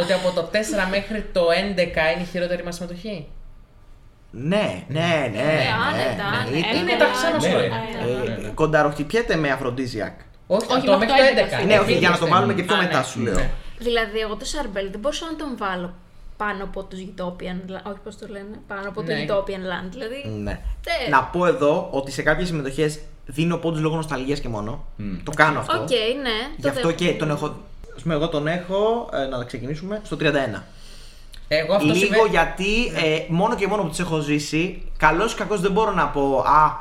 Speaker 4: ότι από το 4 μέχρι το 11 είναι η χειρότερη μας συμμετοχή.
Speaker 1: Ναι, ναι, ναι.
Speaker 2: άνετα,
Speaker 1: ναι,
Speaker 2: άνετα.
Speaker 1: ήταν-
Speaker 4: Είναι τα ξανά
Speaker 3: Ναι,
Speaker 4: σχόλια.
Speaker 5: ναι.
Speaker 1: Ε,
Speaker 3: ναι.
Speaker 1: Κονταροχτυπιέται με αφροντίζιακ.
Speaker 4: Όχι,
Speaker 5: Όχι,
Speaker 4: το
Speaker 5: μέχρι
Speaker 4: μέχρι
Speaker 5: το
Speaker 4: το 11.
Speaker 5: 11.
Speaker 1: Ναι, όχι, για να το
Speaker 4: Ναι.
Speaker 1: βάλουμε και πιο
Speaker 4: Α,
Speaker 1: μετά
Speaker 4: ναι.
Speaker 1: σου λέω.
Speaker 2: Δηλαδή, εγώ το Σαρμπέλ δεν μπορούσα να τον βάλω πάνω από τους Utopian Land. Όχι, πώς το λένε. Πάνω από το
Speaker 4: Ναι.
Speaker 2: Utopian Land. Δηλαδή.
Speaker 1: Ναι.
Speaker 2: τε-
Speaker 1: Να πω εδώ ότι σε κάποιες συμμετοχές δίνω πόντους λόγω νοσταλγίας και μόνο.
Speaker 3: Μμ.
Speaker 1: Το κάνω αυτό.
Speaker 2: Οκ, ναι.
Speaker 1: Γι' αυτό
Speaker 2: δέχομαι.
Speaker 1: και τον έχω. Ας πούμε, εγώ τον έχω. ε, να ξεκινήσουμε στο 31.
Speaker 4: Εγώ αυτό Ναι.
Speaker 1: Λίγο
Speaker 4: συμβαίνει.
Speaker 1: γιατί ε, μόνο και μόνο που τους έχω ζήσει, καλός ή κακός δεν μπορώ να πω Α,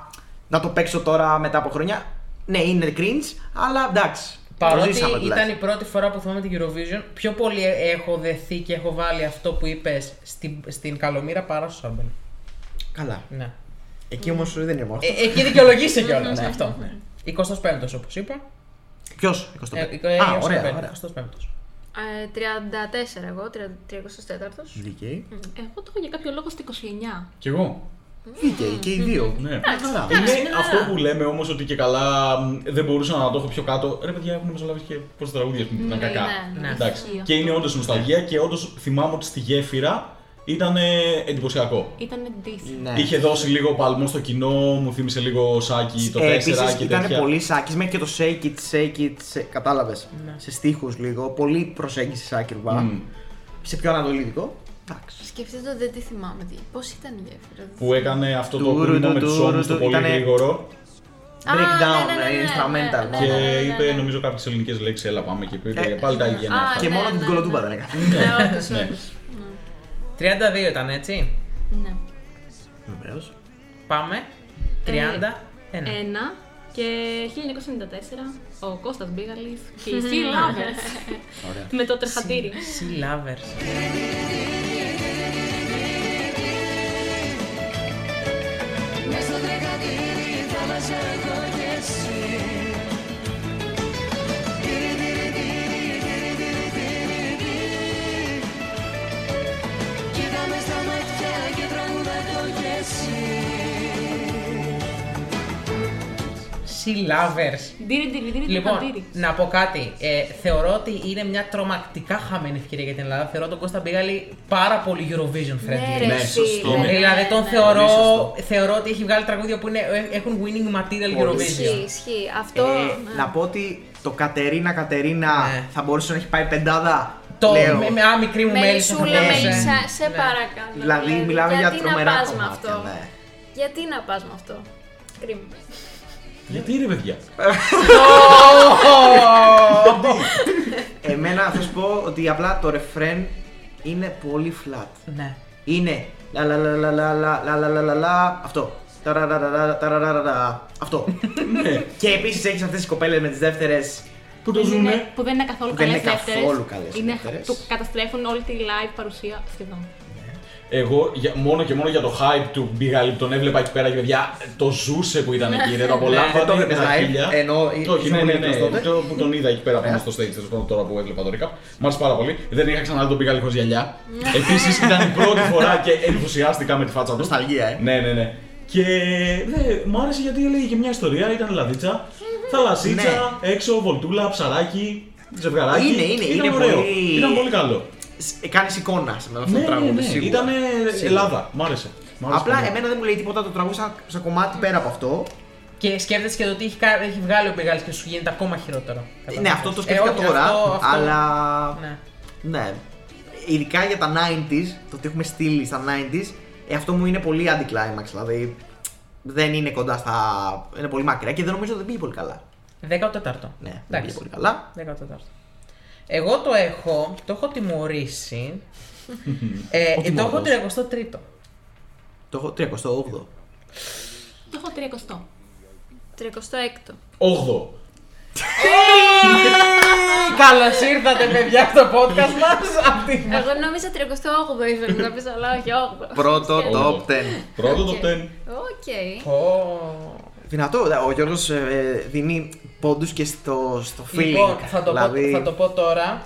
Speaker 1: να το παίξω τώρα μετά από χρόνια. Ναι, είναι cringe, αλλά εντάξει. το
Speaker 4: Παρότι
Speaker 1: ζήσαμε
Speaker 4: ήταν η
Speaker 1: τουλάχιστον.
Speaker 4: πρώτη φορά που θυμάμαι την Eurovision, πιο πολύ έχω δεθεί και έχω βάλει αυτό που είπες στην, στην Καλομήρα παρά στο Σάμπελ.
Speaker 1: Καλά.
Speaker 4: Ναι.
Speaker 1: Εκεί όμως δεν είναι μόνος.
Speaker 4: Ε, εκεί δικαιολογήσε κιόλας
Speaker 5: Ναι.
Speaker 4: αυτό. 25ο όπως είπα.
Speaker 1: Ποιος, 25.
Speaker 4: Ε,
Speaker 1: Α, ωραία,
Speaker 4: 25,
Speaker 1: ωραία.
Speaker 4: 25ος.
Speaker 2: Ε, 34 εγώ, 34ο.
Speaker 1: Δίκαιη.
Speaker 5: Ε, Εγώ το έχω για κάποιο λόγο στο 29.
Speaker 3: Κι εγώ.
Speaker 1: Δίκαιη και οι δύο.
Speaker 3: Ναι.
Speaker 1: Καλά.
Speaker 3: Είναι αυτό που λέμε όμως ότι και καλά μ, δεν μπορούσα να το έχω πιο κάτω. Ρε παιδιά, έχουν μεσολαβήσει και πόσα τραγούδια που ήταν κακά.
Speaker 2: ναι,
Speaker 4: ναι.
Speaker 3: Εντάξει.
Speaker 5: Ισχύει
Speaker 3: Και είναι όντως νοσταλγία και όντως θυμάμαι ότι στη γέφυρα ήταν εντυπωσιακό.
Speaker 5: Ήταν decent.
Speaker 1: Ναι.
Speaker 3: Είχε δώσει λίγο παλμό στο κοινό, μου θύμισε λίγο σάκι το 4
Speaker 1: Ε,
Speaker 3: και
Speaker 1: Επίση ήταν
Speaker 3: τέτοια.
Speaker 1: πολύ σάκης, μέχρι και το shake it, shake it, σε, κατάλαβες,
Speaker 2: Ναι.
Speaker 1: σε στίχους λίγο, πολύ προσέγγιση σάκυρβα,
Speaker 3: Μμ.
Speaker 1: σε πιο ανατολικό. Εντάξει.
Speaker 2: Σκεφτείτε ότι δεν τη θυμάμαι. τι- Πώς ήταν η γέφυρα.
Speaker 3: Που έκανε αυτό το
Speaker 1: Τουρου,
Speaker 3: κούρνο με
Speaker 1: τουρου,
Speaker 3: του ώμου το
Speaker 1: τουρου,
Speaker 3: πολύ
Speaker 1: ήτανε-
Speaker 3: γρήγορο.
Speaker 2: Α,
Speaker 1: Breakdown,
Speaker 2: ναι, ναι, ναι,
Speaker 1: ε,
Speaker 2: ναι,
Speaker 1: instrumental.
Speaker 2: ναι, ναι,
Speaker 3: Και
Speaker 2: ναι, ναι, ναι,
Speaker 3: είπε
Speaker 2: ναι.
Speaker 3: νομίζω κάποιες ελληνικές λέξεις. Έλα, πάμε και
Speaker 1: Ε,
Speaker 3: πήγε. Πάλι τα ίδια. είναι
Speaker 2: α,
Speaker 3: αυτά.
Speaker 1: Και
Speaker 2: ναι,
Speaker 1: μόνο την
Speaker 2: ναι,
Speaker 1: κολοτούμπα
Speaker 2: ναι.
Speaker 1: δεν έκανε.
Speaker 2: Ναι, όντως,
Speaker 3: Ναι.
Speaker 2: όντως.
Speaker 4: 32 ήταν έτσι.
Speaker 5: Ναι.
Speaker 1: Βεβαίως.
Speaker 5: Ε,
Speaker 4: Πάμε.
Speaker 1: Ναι.
Speaker 4: 31.
Speaker 5: Ένα. Και 1994 ο Κώστας Μπίγαλης και οι Sea Lovers. Με το τρεχατήρι.
Speaker 4: Sea Lovers. Sea Lovers.
Speaker 5: Ντύρι, ντύρι, ντύρι,
Speaker 4: Λοιπόν,
Speaker 5: τρεχατήρι.
Speaker 4: να πω κάτι. Ε, θεωρώ ότι είναι μια τρομακτικά χαμένη ευκαιρία για την Ελλάδα. Θεωρώ τον Κώστα Μπίγαλη πάρα πολύ Eurovision
Speaker 2: Ναι,
Speaker 4: friendly.
Speaker 2: ρε,
Speaker 3: Ναι,
Speaker 2: εσύ,
Speaker 3: σωστό.
Speaker 2: ναι,
Speaker 4: δηλαδή
Speaker 2: ναι,
Speaker 4: τον
Speaker 2: ναι.
Speaker 4: θεωρώ,
Speaker 3: σωστό.
Speaker 4: θεωρώ ότι έχει βγάλει τραγούδια που είναι, ε, έχουν winning material
Speaker 1: Πολύ.
Speaker 2: Ισχύει,
Speaker 4: Eurovision.
Speaker 2: ισχύει. Αυτό.
Speaker 1: Ε,
Speaker 2: ναι.
Speaker 1: Να πω ότι το Κατερίνα Κατερίνα
Speaker 4: Ναι.
Speaker 1: θα μπορούσε να έχει πάει πεντάδα.
Speaker 4: Το
Speaker 1: λέω.
Speaker 4: με, με, α, μικρή μου μέλισσα. θα
Speaker 2: Μελισούλα,
Speaker 4: μπορούσε.
Speaker 2: Μελισσά, σε
Speaker 4: Ναι.
Speaker 2: παρακαλώ. ναι.
Speaker 1: Δηλαδή, μιλάμε για
Speaker 2: γιατί να
Speaker 1: τρομερά
Speaker 2: πας με
Speaker 1: κομμάτια,
Speaker 2: αυτό.
Speaker 1: ναι.
Speaker 2: Γιατί να πας με αυτό. Κρίμα.
Speaker 3: Γιατί ρε παιδιά.
Speaker 1: Εμένα θα σου πω ότι απλά το ρεφρέν είναι πολύ flat.
Speaker 4: Ναι.
Speaker 1: Είναι λα λα λα λα λα λα λα λα λα λα λα αυτό. Ταραραραρα, ταραραραρα, Αυτό.
Speaker 3: Ναι.
Speaker 1: Και επίσης έχεις αυτές τις κοπέλες με τις δεύτερες.
Speaker 3: Που το ζουνε.
Speaker 5: Είναι- Που δεν είναι καθόλου
Speaker 1: Δεν
Speaker 5: καλέ
Speaker 1: είναι καθόλου καλές δεύτερες.
Speaker 5: Του καταστρέφουν όλη τη live παρουσία σχεδόν.
Speaker 3: Εγώ για- μόνο και μόνο για το hype του μπήγα, τον έβλεπα εκεί πέρα και παιδιά το ζούσε που ήταν εκεί. Δεν το απολάμβανε.
Speaker 1: Ναι, δεν το
Speaker 3: με
Speaker 1: έβλεπες
Speaker 3: τα
Speaker 1: live,
Speaker 3: χίλια.
Speaker 1: ενώ
Speaker 3: Όχι,
Speaker 1: ήσουν
Speaker 3: ναι,
Speaker 1: πολύ
Speaker 3: ναι,
Speaker 1: μικρός
Speaker 3: ναι.
Speaker 1: τότε.
Speaker 3: Το που τον είδα εκεί πέρα πάνω στο stage, τέλος πάντων, τώρα που έβλεπα το recap. Μ' άρεσε πάρα πολύ. Δεν είχα ξαναδεί τον πήγα χωρίς γυαλιά. Επίσης ήταν η πρώτη φορά και ενθουσιάστηκα με τη φάτσα του.
Speaker 1: Νοσταλγία, ε.
Speaker 3: Ναι, ναι, ναι. Και ναι, μ' άρεσε γιατί έλεγε και μια ιστορία. Ήταν λαδίτσα, θαλασσίτσα, έξω, βολτούλα, ψαράκι, ζευγαράκι.
Speaker 1: Ναι. Είναι, είναι,
Speaker 3: Ήταν
Speaker 1: είναι
Speaker 3: ωραίο.
Speaker 1: πολύ-
Speaker 3: Ήταν πολύ καλό.
Speaker 1: Κάνεις εικόνα ε, με αυτό
Speaker 3: Ναι,
Speaker 1: το τραγούδι.
Speaker 3: ναι, ναι.
Speaker 1: σίγουρα.
Speaker 3: Ήταν
Speaker 1: Σίγουρα.
Speaker 3: Ελλάδα. ναι. Μ' άρεσε. Μ' άρεσε
Speaker 1: Απλά
Speaker 3: πολύ.
Speaker 1: εμένα δεν μου λέει τίποτα το τραγούδι σαν, σαν κομμάτι πέρα από αυτό.
Speaker 4: Και σκέφτεσαι και το ότι έχει, κα- έχει βγάλει ο Μπεγάλης και σου γίνεται ακόμα χειρότερο.
Speaker 1: ναι,
Speaker 4: Καταλαβαίνεις.
Speaker 1: αυτό το σκέφτηκα
Speaker 4: Ε, όχι,
Speaker 1: τώρα.
Speaker 4: αυτό- αυτό-
Speaker 1: Αλλά. Ναι.
Speaker 4: Ναι.
Speaker 1: Ειδικά για τα 90s, το ότι έχουμε στείλει στα 90s, ε, αυτό μου είναι πολύ anticlimax. Δηλαδή δεν είναι κοντά στα. είναι πολύ μακριά και δεν νομίζω ότι δεν πήγε πολύ καλά. Ναι,
Speaker 4: 14ο.
Speaker 1: δεν πήγε
Speaker 4: Εντάξει.
Speaker 1: πολύ καλά.
Speaker 4: 14ο. Εγώ το έχω, το έχω τιμωρήσει. ε,
Speaker 1: Ο
Speaker 4: το έχω
Speaker 1: τιμωρός.
Speaker 4: 33ο.
Speaker 1: Το έχω 38.
Speaker 5: Το έχω 30.
Speaker 2: 36ο.
Speaker 3: Όγδοο.
Speaker 4: Καλώς ήρθατε, παιδιά, στο podcast μας. Αυτή
Speaker 2: Εγώ νόμιζα 38ο ήθελα να πεις, αλλά όχι 8ο.
Speaker 1: Πρώτο
Speaker 3: Όγδοο.
Speaker 1: top 10.
Speaker 3: Πρώτο το 10.
Speaker 2: Οκ.
Speaker 1: Δυνατό, ο Γιώργος ε, δίνει πόντους και στο, στο feeling.
Speaker 4: Λοιπόν, θα το, πω,
Speaker 1: δηλαδή,
Speaker 4: θα το πω τώρα.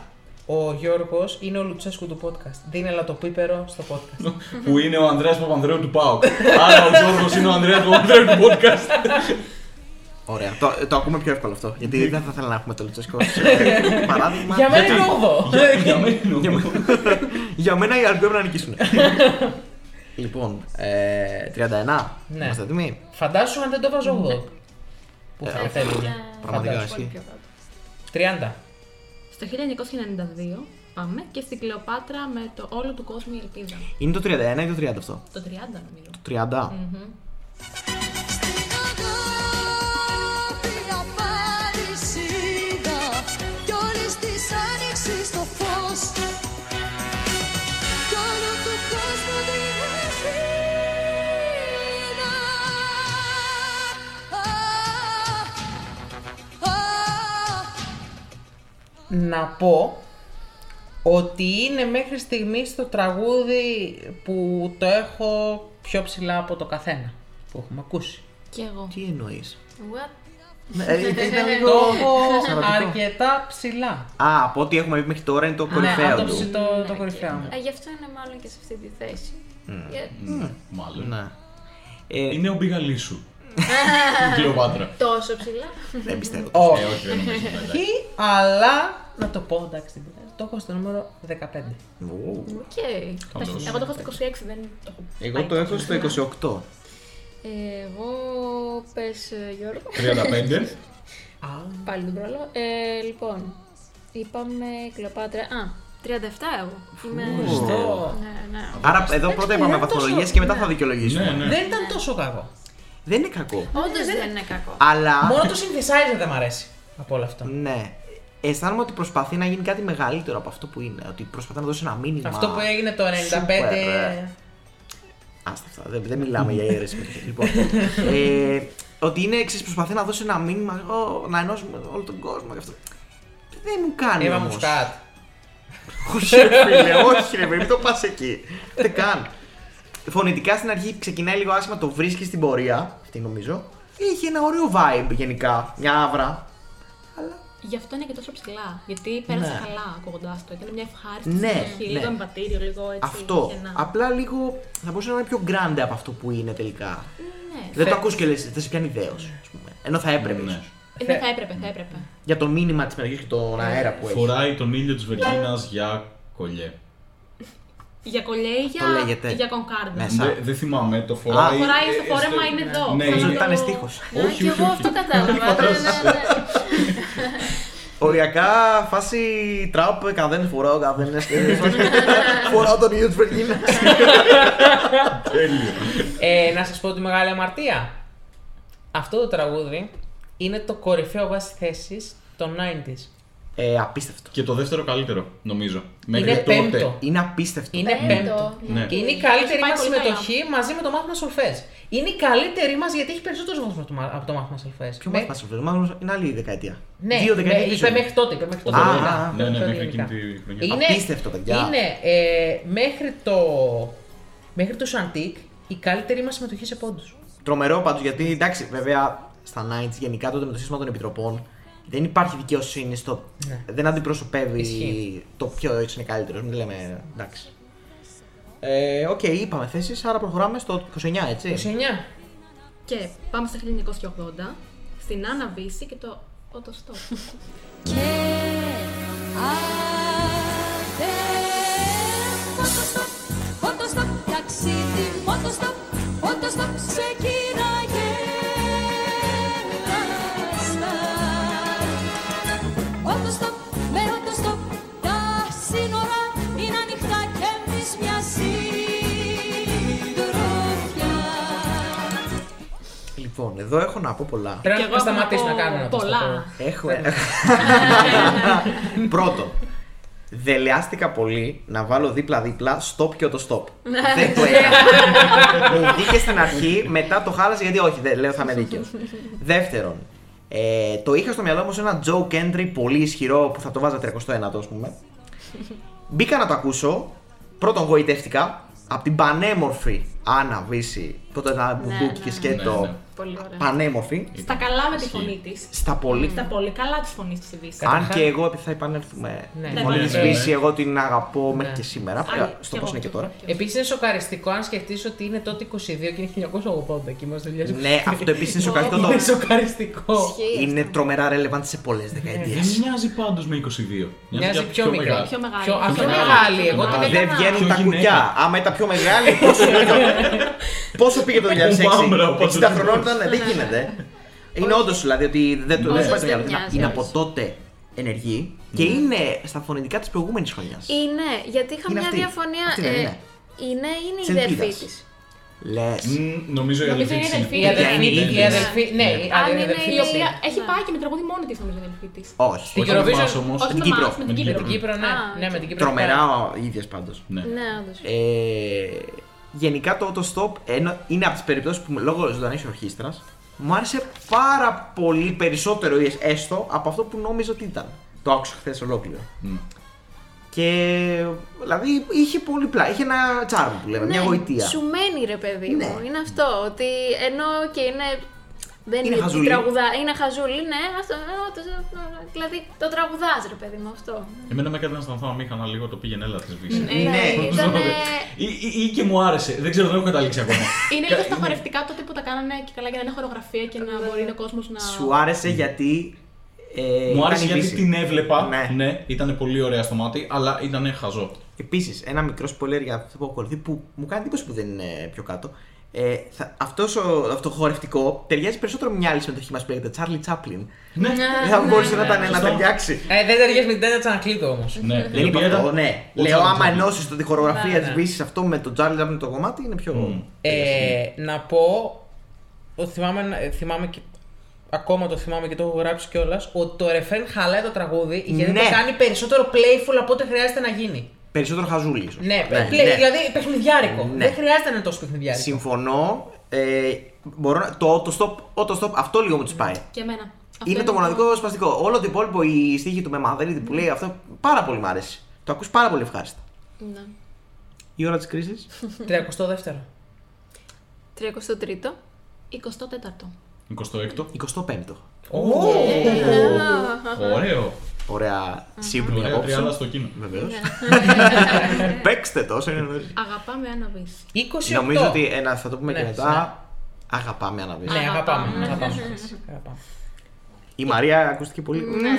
Speaker 4: Ο Γιώργος είναι ο Λουτσέσκου του podcast. Δίνει λατοπίπερο στο podcast.
Speaker 3: που είναι ο Ανδρέας Παπανδρέου του ΠΑΟΚ. Άρα ο Γιώργος είναι ο Ανδρέας Παπανδρέου του podcast.
Speaker 1: Ωραία. Ναι. Το, το ακούμε πιο εύκολο αυτό. Γιατί δεν θα ήθελα να έχουμε το Λουτσέσκο. ως παράδειγμα.
Speaker 4: Για μένα
Speaker 1: Γιατί-
Speaker 4: είναι όγδοο.
Speaker 3: Για- Για μένα είναι ο-
Speaker 1: Για μένα οι Αργού έπρεπε να νικήσουν. λοιπόν, ε, 31.
Speaker 4: Ναι.
Speaker 1: Είμαστε έτοιμοι.
Speaker 4: Φαντάσου αν δεν το βάζω εγώ. Που θα
Speaker 1: Ε,
Speaker 4: θέλει.
Speaker 1: Πραγματικά
Speaker 4: Φαντάζομαι.
Speaker 1: ισχύει.
Speaker 4: 30.
Speaker 5: Στο 1992 πάμε και στην Κλεοπάτρα με το όλο του κόσμου η ελπίδα.
Speaker 1: Είναι το 31 ή το 30 αυτό.
Speaker 5: Το 30 νομίζω.
Speaker 1: 30.
Speaker 4: Mm.
Speaker 6: Στην αγάπη απαρισίδα κι όλες τις άνοιξης το φως κι όλο του κόσμου την ευθύνα. Α, α,
Speaker 4: να πω ότι είναι μέχρι στιγμής το τραγούδι που το έχω πιο ψηλά από το καθένα που έχουμε ακούσει.
Speaker 5: Και εγώ.
Speaker 1: Τι εννοείς.
Speaker 2: What?
Speaker 1: ε, Ήταν λίγο.
Speaker 4: Ναι. Το έχω
Speaker 1: σαρωτικό.
Speaker 4: αρκετά ψηλά.
Speaker 1: Α, από ό,τι έχουμε πει μέχρι τώρα είναι το
Speaker 4: ναι,
Speaker 1: κορυφαίο
Speaker 4: άποψη
Speaker 1: του. Ε,
Speaker 4: το, το κορυφαίο μου.
Speaker 2: Α, ε, γι' αυτό είναι μάλλον και σε αυτή τη θέση. Για-
Speaker 3: Μάλλον.
Speaker 1: Ναι. Ε,
Speaker 3: Είναι ο Μπιγαλί σου. Η Κλεοπάτρα.
Speaker 2: Τόσο ψηλά.
Speaker 1: δεν πιστεύω.
Speaker 3: Ε,
Speaker 4: Όχι.
Speaker 3: όχι, δεν νομίζω. εντάξει.
Speaker 4: Αλλά να το πω εντάξει, δεν πειράζει. το έχω στο νούμερο 15.
Speaker 1: Ου.
Speaker 5: Οκ.
Speaker 3: Καλώς.
Speaker 5: Εγώ το έχω στο 26, δεν το έχω.
Speaker 1: Εγώ το
Speaker 5: πάει
Speaker 1: έχω στο 28.
Speaker 2: Ε, Εγώ πες ε, Γιώργο.
Speaker 3: 35.
Speaker 2: Πάλι τον πρόλαβα. Ε, λοιπόν, είπαμε Κλεοπάτρα. Α, 37 εγώ. Είμαι...
Speaker 4: Το-
Speaker 2: Ναι, ναι.
Speaker 1: Άρα εδώ πρώτα είπαμε
Speaker 4: δεν το
Speaker 1: βαθμολογίε
Speaker 4: σου-
Speaker 1: και μετά θα δικαιολογήσουμε.
Speaker 3: Ναι, ναι.
Speaker 4: Δεν ήταν τόσο κακό.
Speaker 1: Δεν είναι κακό.
Speaker 2: Όντως δεν είναι κακό.
Speaker 1: Αλλά.
Speaker 4: Μόνο το synthesizer δεν μ' αρέσει από όλο αυτό.
Speaker 1: Ναι. Αισθάνομαι ότι προσπαθεί να γίνει κάτι μεγαλύτερο από αυτό που είναι. Ότι προσπαθεί να δώσει ένα μήνυμα.
Speaker 4: Αυτό που έγινε το 95.
Speaker 1: Super, ε. Άστα αυτά. Δεν, δεν μιλάμε για ιερές συμμετοχές. λοιπόν, ε, ότι είναι εξής, προσπαθεί να δώσει ένα μήνυμα, «Ω, να ενώσουμε όλο τον κόσμο και αυτό. Δεν μου κάνει
Speaker 4: Εύα
Speaker 1: όμως.
Speaker 4: Μουσκάτ.
Speaker 1: Όχι ρε φίλε, όχι ρε, μην το πας εκεί. Ούτε καν. Φωνητικά στην αρχή ξεκινάει λίγο άσχημα, το βρίσκεις στην πορεία, αυτή νομίζω. Είχε ένα ωραίο vibe γενικά, μια άβρα.
Speaker 5: Γι' αυτό είναι και τόσο ψηλά. Γιατί πέρασα
Speaker 1: Ναι.
Speaker 5: καλά ακούγοντά το. Ήταν μια ευχάριστη
Speaker 1: Ναι,
Speaker 5: συνοχή.
Speaker 1: ναι.
Speaker 5: Λίγο εμπατήριο, λίγο έτσι.
Speaker 1: Αυτό.
Speaker 5: είχε ένα-
Speaker 1: Απλά λίγο θα μπορούσε να είναι πιο grande από αυτό που είναι τελικά.
Speaker 5: Ναι.
Speaker 1: Δεν το ακούς και λες, δεν σε πιάνει ιδέως, ας πούμε. Ενώ θα έπρεπε
Speaker 3: Ναι.
Speaker 1: ίσως.
Speaker 5: Ε, ναι, θα έπρεπε, θα έπρεπε.
Speaker 1: Για το μήνυμα της περιοχής και τον
Speaker 5: Ναι.
Speaker 1: αέρα που έχει.
Speaker 3: Φοράει τον ήλιο της Βεργίνας για κολλιέ.
Speaker 5: Για κολλέ ή για,
Speaker 1: Το λέγεται. Ναι.
Speaker 5: για κονκάρδα.
Speaker 1: Μέσα.
Speaker 3: Δε- Δεν θυμάμαι, το φοράει.
Speaker 5: Φοράει
Speaker 3: ε,
Speaker 5: στο
Speaker 3: ε,
Speaker 5: φόρεμα,
Speaker 3: στο-
Speaker 5: είναι εδώ.
Speaker 3: Ναι,
Speaker 5: Θα
Speaker 1: Νομίζω
Speaker 5: το-
Speaker 1: ότι ήταν στίχος.
Speaker 2: Ναι,
Speaker 3: Όχι,
Speaker 2: και
Speaker 3: όχι,
Speaker 2: εγώ
Speaker 3: όχι.
Speaker 2: αυτό κατάλαβα. ναι, ναι, ναι.
Speaker 1: Οριακά φάση τραπ, καδέν φοράω, καδέν εστέ. Φοράω τον ίδιο της Βεργίνας.
Speaker 3: Τέλειο.
Speaker 4: Ε, να σας πω τη μεγάλη αμαρτία. Αυτό το τραγούδι είναι το κορυφαίο βάση θέσης των 90s.
Speaker 1: Ε, απίστευτο.
Speaker 3: Και το δεύτερο καλύτερο, νομίζω.
Speaker 4: Είναι
Speaker 3: Μέχρι
Speaker 4: πέμπτο.
Speaker 3: τότε.
Speaker 1: Είναι απίστευτο.
Speaker 4: Είναι πέμπτο.
Speaker 2: Πέμπτο.
Speaker 3: Ναι.
Speaker 4: Και είναι η καλύτερη
Speaker 5: Έχει πάει
Speaker 4: μας
Speaker 5: πολύ
Speaker 4: συμμετοχή μαζί με το μάθημα σολφές. Είναι η καλύτερη μας γιατί έχει περισσότερους βαθμούς από το μα- από το μάθημα σολφές.
Speaker 1: Ποιο
Speaker 4: Με-
Speaker 1: μάθημα σου φέρνει, μάλλον είναι άλλη δεκαετία.
Speaker 4: Ναι,
Speaker 1: Δύο δεκαετίε
Speaker 4: με- είπε μέχρι τότε. Είπε μέχρι τότε.
Speaker 1: Α,
Speaker 4: γενικά.
Speaker 1: α,
Speaker 3: Ναι, ναι,
Speaker 4: Τότε
Speaker 3: μέχρι εκείνη
Speaker 4: γενικά.
Speaker 3: τη χρονιά.
Speaker 4: Είναι,
Speaker 1: Απίστευτο, παιδιά.
Speaker 4: Είναι ε, μέχρι το, μέχρι το Σαντίκ η καλύτερη μας συμμετοχή σε πόντους.
Speaker 1: Τρομερό πάντως γιατί εντάξει, βέβαια στα Nights γενικά τότε με το σύστημα των επιτροπών δεν υπάρχει δικαιοσύνη στο.
Speaker 4: Ναι.
Speaker 1: Δεν αντιπροσωπεύει
Speaker 4: Ισχύει. το
Speaker 1: το ποιο έτσι είναι καλύτερος. Μην λέμε εντάξει. Ε, οκ, είπαμε θέσεις, άρα προχωράμε στο 29, έτσι.
Speaker 5: Ε,
Speaker 4: 29.
Speaker 5: Και πάμε στο 1980 στην Άννα Βύση και το Οτοστό.
Speaker 6: Και άντε Φωτοστοπ, φωτοστοπ, ταξίδι Φωτοστοπ, φωτοστοπ, ξεκινάει Φωτοστοπ, με φωτοστοπ Τα σύνορα είναι ανοιχτά και εμείς μια συντροφιά
Speaker 1: Λοιπόν, εδώ έχω να πω πολλά.
Speaker 4: Πρέπει
Speaker 5: Και
Speaker 4: να
Speaker 5: εγώ έχω να
Speaker 4: σταματήσεις να
Speaker 5: πω
Speaker 4: κάνουμε αυτό.
Speaker 5: πολλά.
Speaker 4: το-
Speaker 1: Έχω. Πρώτο. ε. Δελεάστηκα πολύ να βάλω δίπλα-δίπλα stop και το stop. δεν το έκανα. Μου βγήκε στην αρχή, μετά το χάλασε γιατί όχι, δεν, λέω θα είμαι δίκαιος. Δεύτερον, ε, το είχα στο μυαλό μου σε ένα joke entry πολύ ισχυρό που θα το βάζα 31ο, ας πούμε. Μπήκα να το ακούσω. Πρώτον, γοητεύτηκα. Από την πανέμορφη Άννα Βύση, πρώτα ένα μπουμπούκι και
Speaker 2: ναι.
Speaker 1: σκέτο.
Speaker 3: Ναι, ναι.
Speaker 5: Πολύ ωραία.
Speaker 1: πανέμορφη.
Speaker 5: Στα καλά με τη
Speaker 3: Ισχύει.
Speaker 5: φωνή της.
Speaker 1: Στα πολύ.
Speaker 5: Στα πολύ καλά της φωνής της ειδήσει.
Speaker 1: Αν
Speaker 4: Καταρχάς-
Speaker 1: και εγώ επί- θα επανέλθουμε.
Speaker 4: Ναι.
Speaker 1: Ναι,
Speaker 4: Ναι,
Speaker 1: Μόλι
Speaker 5: ναι,
Speaker 1: τη
Speaker 3: ναι.
Speaker 1: φύση, εγώ την αγαπώ μέχρι
Speaker 4: Ναι.
Speaker 1: και σήμερα. Ε,
Speaker 5: Άλλη,
Speaker 1: Στο
Speaker 5: κι
Speaker 1: πώ
Speaker 5: εγώ. Ε,
Speaker 1: είναι και τώρα.
Speaker 4: Επίσης είναι σοκαριστικό αν σκεφτείς ότι είναι τότε 22 και είναι 1980 και είμαστε 2000.
Speaker 1: Ναι, αυτό επίσης είναι σοκαριστικό
Speaker 2: Ναι,
Speaker 4: Είναι
Speaker 1: τώρα.
Speaker 4: σοκαριστικό.
Speaker 2: Ισχύει.
Speaker 1: Είναι τρομερά relevant σε πολλές δεκαετίες.
Speaker 3: Δεν Ε, μοιάζει πάντως με 22.
Speaker 4: Μοιάζει πιο
Speaker 3: πια
Speaker 4: μικρή.
Speaker 5: Πιο μεγάλη.
Speaker 4: Πιο, α,
Speaker 5: Πιο
Speaker 4: πιο
Speaker 5: μεγάλη.
Speaker 4: μεγάλη. Εγώ
Speaker 3: Πιο
Speaker 4: την
Speaker 3: μεγάλη.
Speaker 1: Δεν
Speaker 4: έκανα.
Speaker 1: βγαίνουν
Speaker 3: Πιο
Speaker 1: τα
Speaker 3: γυναίκα.
Speaker 1: κουκιά. Άμα ήταν πιο μεγάλη, πόσο, πόσο πήγε το 2006.
Speaker 3: Πάμε, ρε,
Speaker 1: 60
Speaker 3: πόσο
Speaker 1: χρονών ήταν, δεν γίνεται. Είναι όντως δηλαδή ότι δεν το
Speaker 2: Όντως
Speaker 1: δεν πάει το
Speaker 2: δεν
Speaker 1: μυαλό. Είναι-
Speaker 2: Ναι. μοιάζει,
Speaker 1: Είναι
Speaker 2: όντως.
Speaker 1: από τότε ενεργή
Speaker 3: Ναι.
Speaker 1: και είναι στα φωνητικά της προηγούμενης χρονιάς.
Speaker 2: Ε- Είναι, γιατί είχα
Speaker 1: Είναι
Speaker 2: μια
Speaker 1: αυτή.
Speaker 2: διαφωνία.
Speaker 1: Αυτή δεν
Speaker 2: ε,
Speaker 1: είναι.
Speaker 2: είναι, είναι η
Speaker 1: Της
Speaker 2: αδερφή
Speaker 1: ελπίδας.
Speaker 2: της.
Speaker 1: Λες.
Speaker 3: Μμμ, Νομίζω η
Speaker 5: Νομίζω
Speaker 3: αδελφή
Speaker 5: είναι
Speaker 3: της
Speaker 5: αδελφή.
Speaker 4: Η
Speaker 3: είναι.
Speaker 4: αδερφή,
Speaker 3: Ναι,
Speaker 4: η
Speaker 3: ναι.
Speaker 4: αδερφή, ναι, η
Speaker 2: Αν είναι
Speaker 4: αδερφή
Speaker 2: η
Speaker 5: Η
Speaker 4: της.
Speaker 5: οποία
Speaker 2: Ναι.
Speaker 5: έχει πάει και με τραγούδι μόνη της νομίζω την αδελφή της.
Speaker 1: Όχι.
Speaker 4: Την
Speaker 3: Όχι με
Speaker 4: Eurovision-
Speaker 3: εμάς όμως.
Speaker 5: Όχι
Speaker 1: την
Speaker 5: με
Speaker 1: Κύπρο.
Speaker 5: εμάς, με την
Speaker 3: Με την
Speaker 5: Κύπρο.
Speaker 4: Την Κύπρο, ναι.
Speaker 2: Α,
Speaker 4: ναι, με την Κύπρο.
Speaker 1: Τρομερά ίδιες πάντως.
Speaker 3: Ναι.
Speaker 2: Ναι, όντως.
Speaker 1: Ε, γενικά το auto stop ενώ είναι από τις περιπτώσεις που λόγω ζωντανής ορχήστρας μου άρεσε πάρα πολύ περισσότερο ή έστω από αυτό που νόμιζα ότι ήταν. Το άκουσα χθες ολόκληρο.
Speaker 3: Μμ.
Speaker 1: Και δηλαδή είχε πολύ πλά. Είχε ένα τσάρμ που λέμε, Ε, μια γοητεία.
Speaker 2: Ναι, Σου μένει ρε παιδί
Speaker 1: Ναι.
Speaker 2: μου. Είναι αυτό. Ότι ενώ και είναι. Δεν
Speaker 1: Είναι
Speaker 2: είναι,
Speaker 1: χαζούλη.
Speaker 2: τραγουδά. Είναι χαζούλη, ναι. Αυτό, ε, το- το- δηλαδή το τραγουδάς ρε παιδί μου αυτό.
Speaker 3: Εμένα με έκανε να αισθανθώ αμήχανα λίγο το πήγαινε έλα της
Speaker 1: Ναι.
Speaker 3: βύση.
Speaker 2: Ήταν.
Speaker 3: Ή, ή- ή και μου άρεσε. Δεν ξέρω, δεν έχω καταλήξει ακόμα.
Speaker 5: Είναι λίγο στα χορευτικά τότε που τα κάνανε και καλά για να είναι χορογραφία και να μπορεί ο κόσμος να.
Speaker 1: Σου άρεσε γιατί. Ε,
Speaker 3: μου άρεσε γιατί την έβλεπα.
Speaker 1: Ναι.
Speaker 3: Ναι, ήταν πολύ ωραία στο μάτι, αλλά ήταν χαζό.
Speaker 1: Επίσης, ένα μικρό spoiler για αυτό που ακολουθεί που μου κάνει εντύπωση που δεν είναι πιο κάτω. Ε, θα, αυτός ο, αυτό το χορευτικό ταιριάζει περισσότερο με μια άλλη συμμετοχή μας που λέγεται Charlie Chaplin.
Speaker 3: Ναι,
Speaker 1: Δεν θα μπορούσε να ήταν να
Speaker 3: Σωστό.
Speaker 1: ταιριάξει.
Speaker 4: Ε, δεν ταιριάζει με την τέτοια τσανακλίτου όμως.
Speaker 3: ναι. η
Speaker 1: Δεν είπα
Speaker 3: οποία
Speaker 1: αυτό,
Speaker 3: ήταν-
Speaker 1: ναι.
Speaker 3: Ο
Speaker 1: Λέω,
Speaker 3: Charlie
Speaker 1: άμα
Speaker 3: Chaplin.
Speaker 1: ενώσει τη χορογραφία
Speaker 4: Ναι,
Speaker 1: της
Speaker 4: ναι.
Speaker 1: Βύση αυτό με το Charlie Chaplin το κομμάτι είναι πιο.
Speaker 3: Μμμ.
Speaker 4: Ε, να πω. ότι Θυμάμαι, να- ε, θυμάμαι και, ακόμα το θυμάμαι και το έχω γράψει κιόλας. Ότι το ρεφρέν χαλάει το τραγούδι γιατί
Speaker 1: Ναι.
Speaker 4: το κάνει περισσότερο playful από ό,τι χρειάζεται να γίνει.
Speaker 1: Περισσότερο χαζούλη, ίσως.
Speaker 4: Ναι, play, δηλαδή παιχνιδιάρικο.
Speaker 1: Ναι.
Speaker 4: Δεν χρειάζεται να είναι τόσο παιχνιδιάρικο.
Speaker 1: Συμφωνώ. Ε, μπορώ να... Το auto-stop, auto-stop, αυτό λίγο μου τη πάει.
Speaker 5: Και εμένα. Αυτό
Speaker 1: είναι το μοναδικό σπαστικό. Όλο το υπόλοιπο, η στίχη του με μαδρίτη που λέει αυτό, πάρα πολύ μ' αρέσει. Το ακούς πάρα πολύ ευχάριστα.
Speaker 2: Ναι.
Speaker 1: Η ώρα της κρίσης.
Speaker 4: 32ο.
Speaker 2: 33ο.
Speaker 5: 24ο.
Speaker 3: 26ο.
Speaker 1: 25ο.
Speaker 3: Ωραίο.
Speaker 1: Ωραία, σύμπνοια
Speaker 3: Ωραία,
Speaker 1: απόψε.
Speaker 3: 30 στο κίνο.
Speaker 1: Βεβαίως.
Speaker 4: Ναι.
Speaker 1: Παίξτε το όσο είναι νωρί.
Speaker 5: Αγαπάμε ένα βυ.
Speaker 4: 28.
Speaker 1: Νομίζω ότι ένα, θα το πούμε και
Speaker 4: Ναι,
Speaker 1: μετά. Αγαπάμε αναβίση.
Speaker 4: Ναι, αγαπάμε.
Speaker 5: Αγαπάμε.
Speaker 4: αγαπάμε. αγαπάμε.
Speaker 1: Η Μαρία ακούστηκε πολύ.
Speaker 4: Ναι.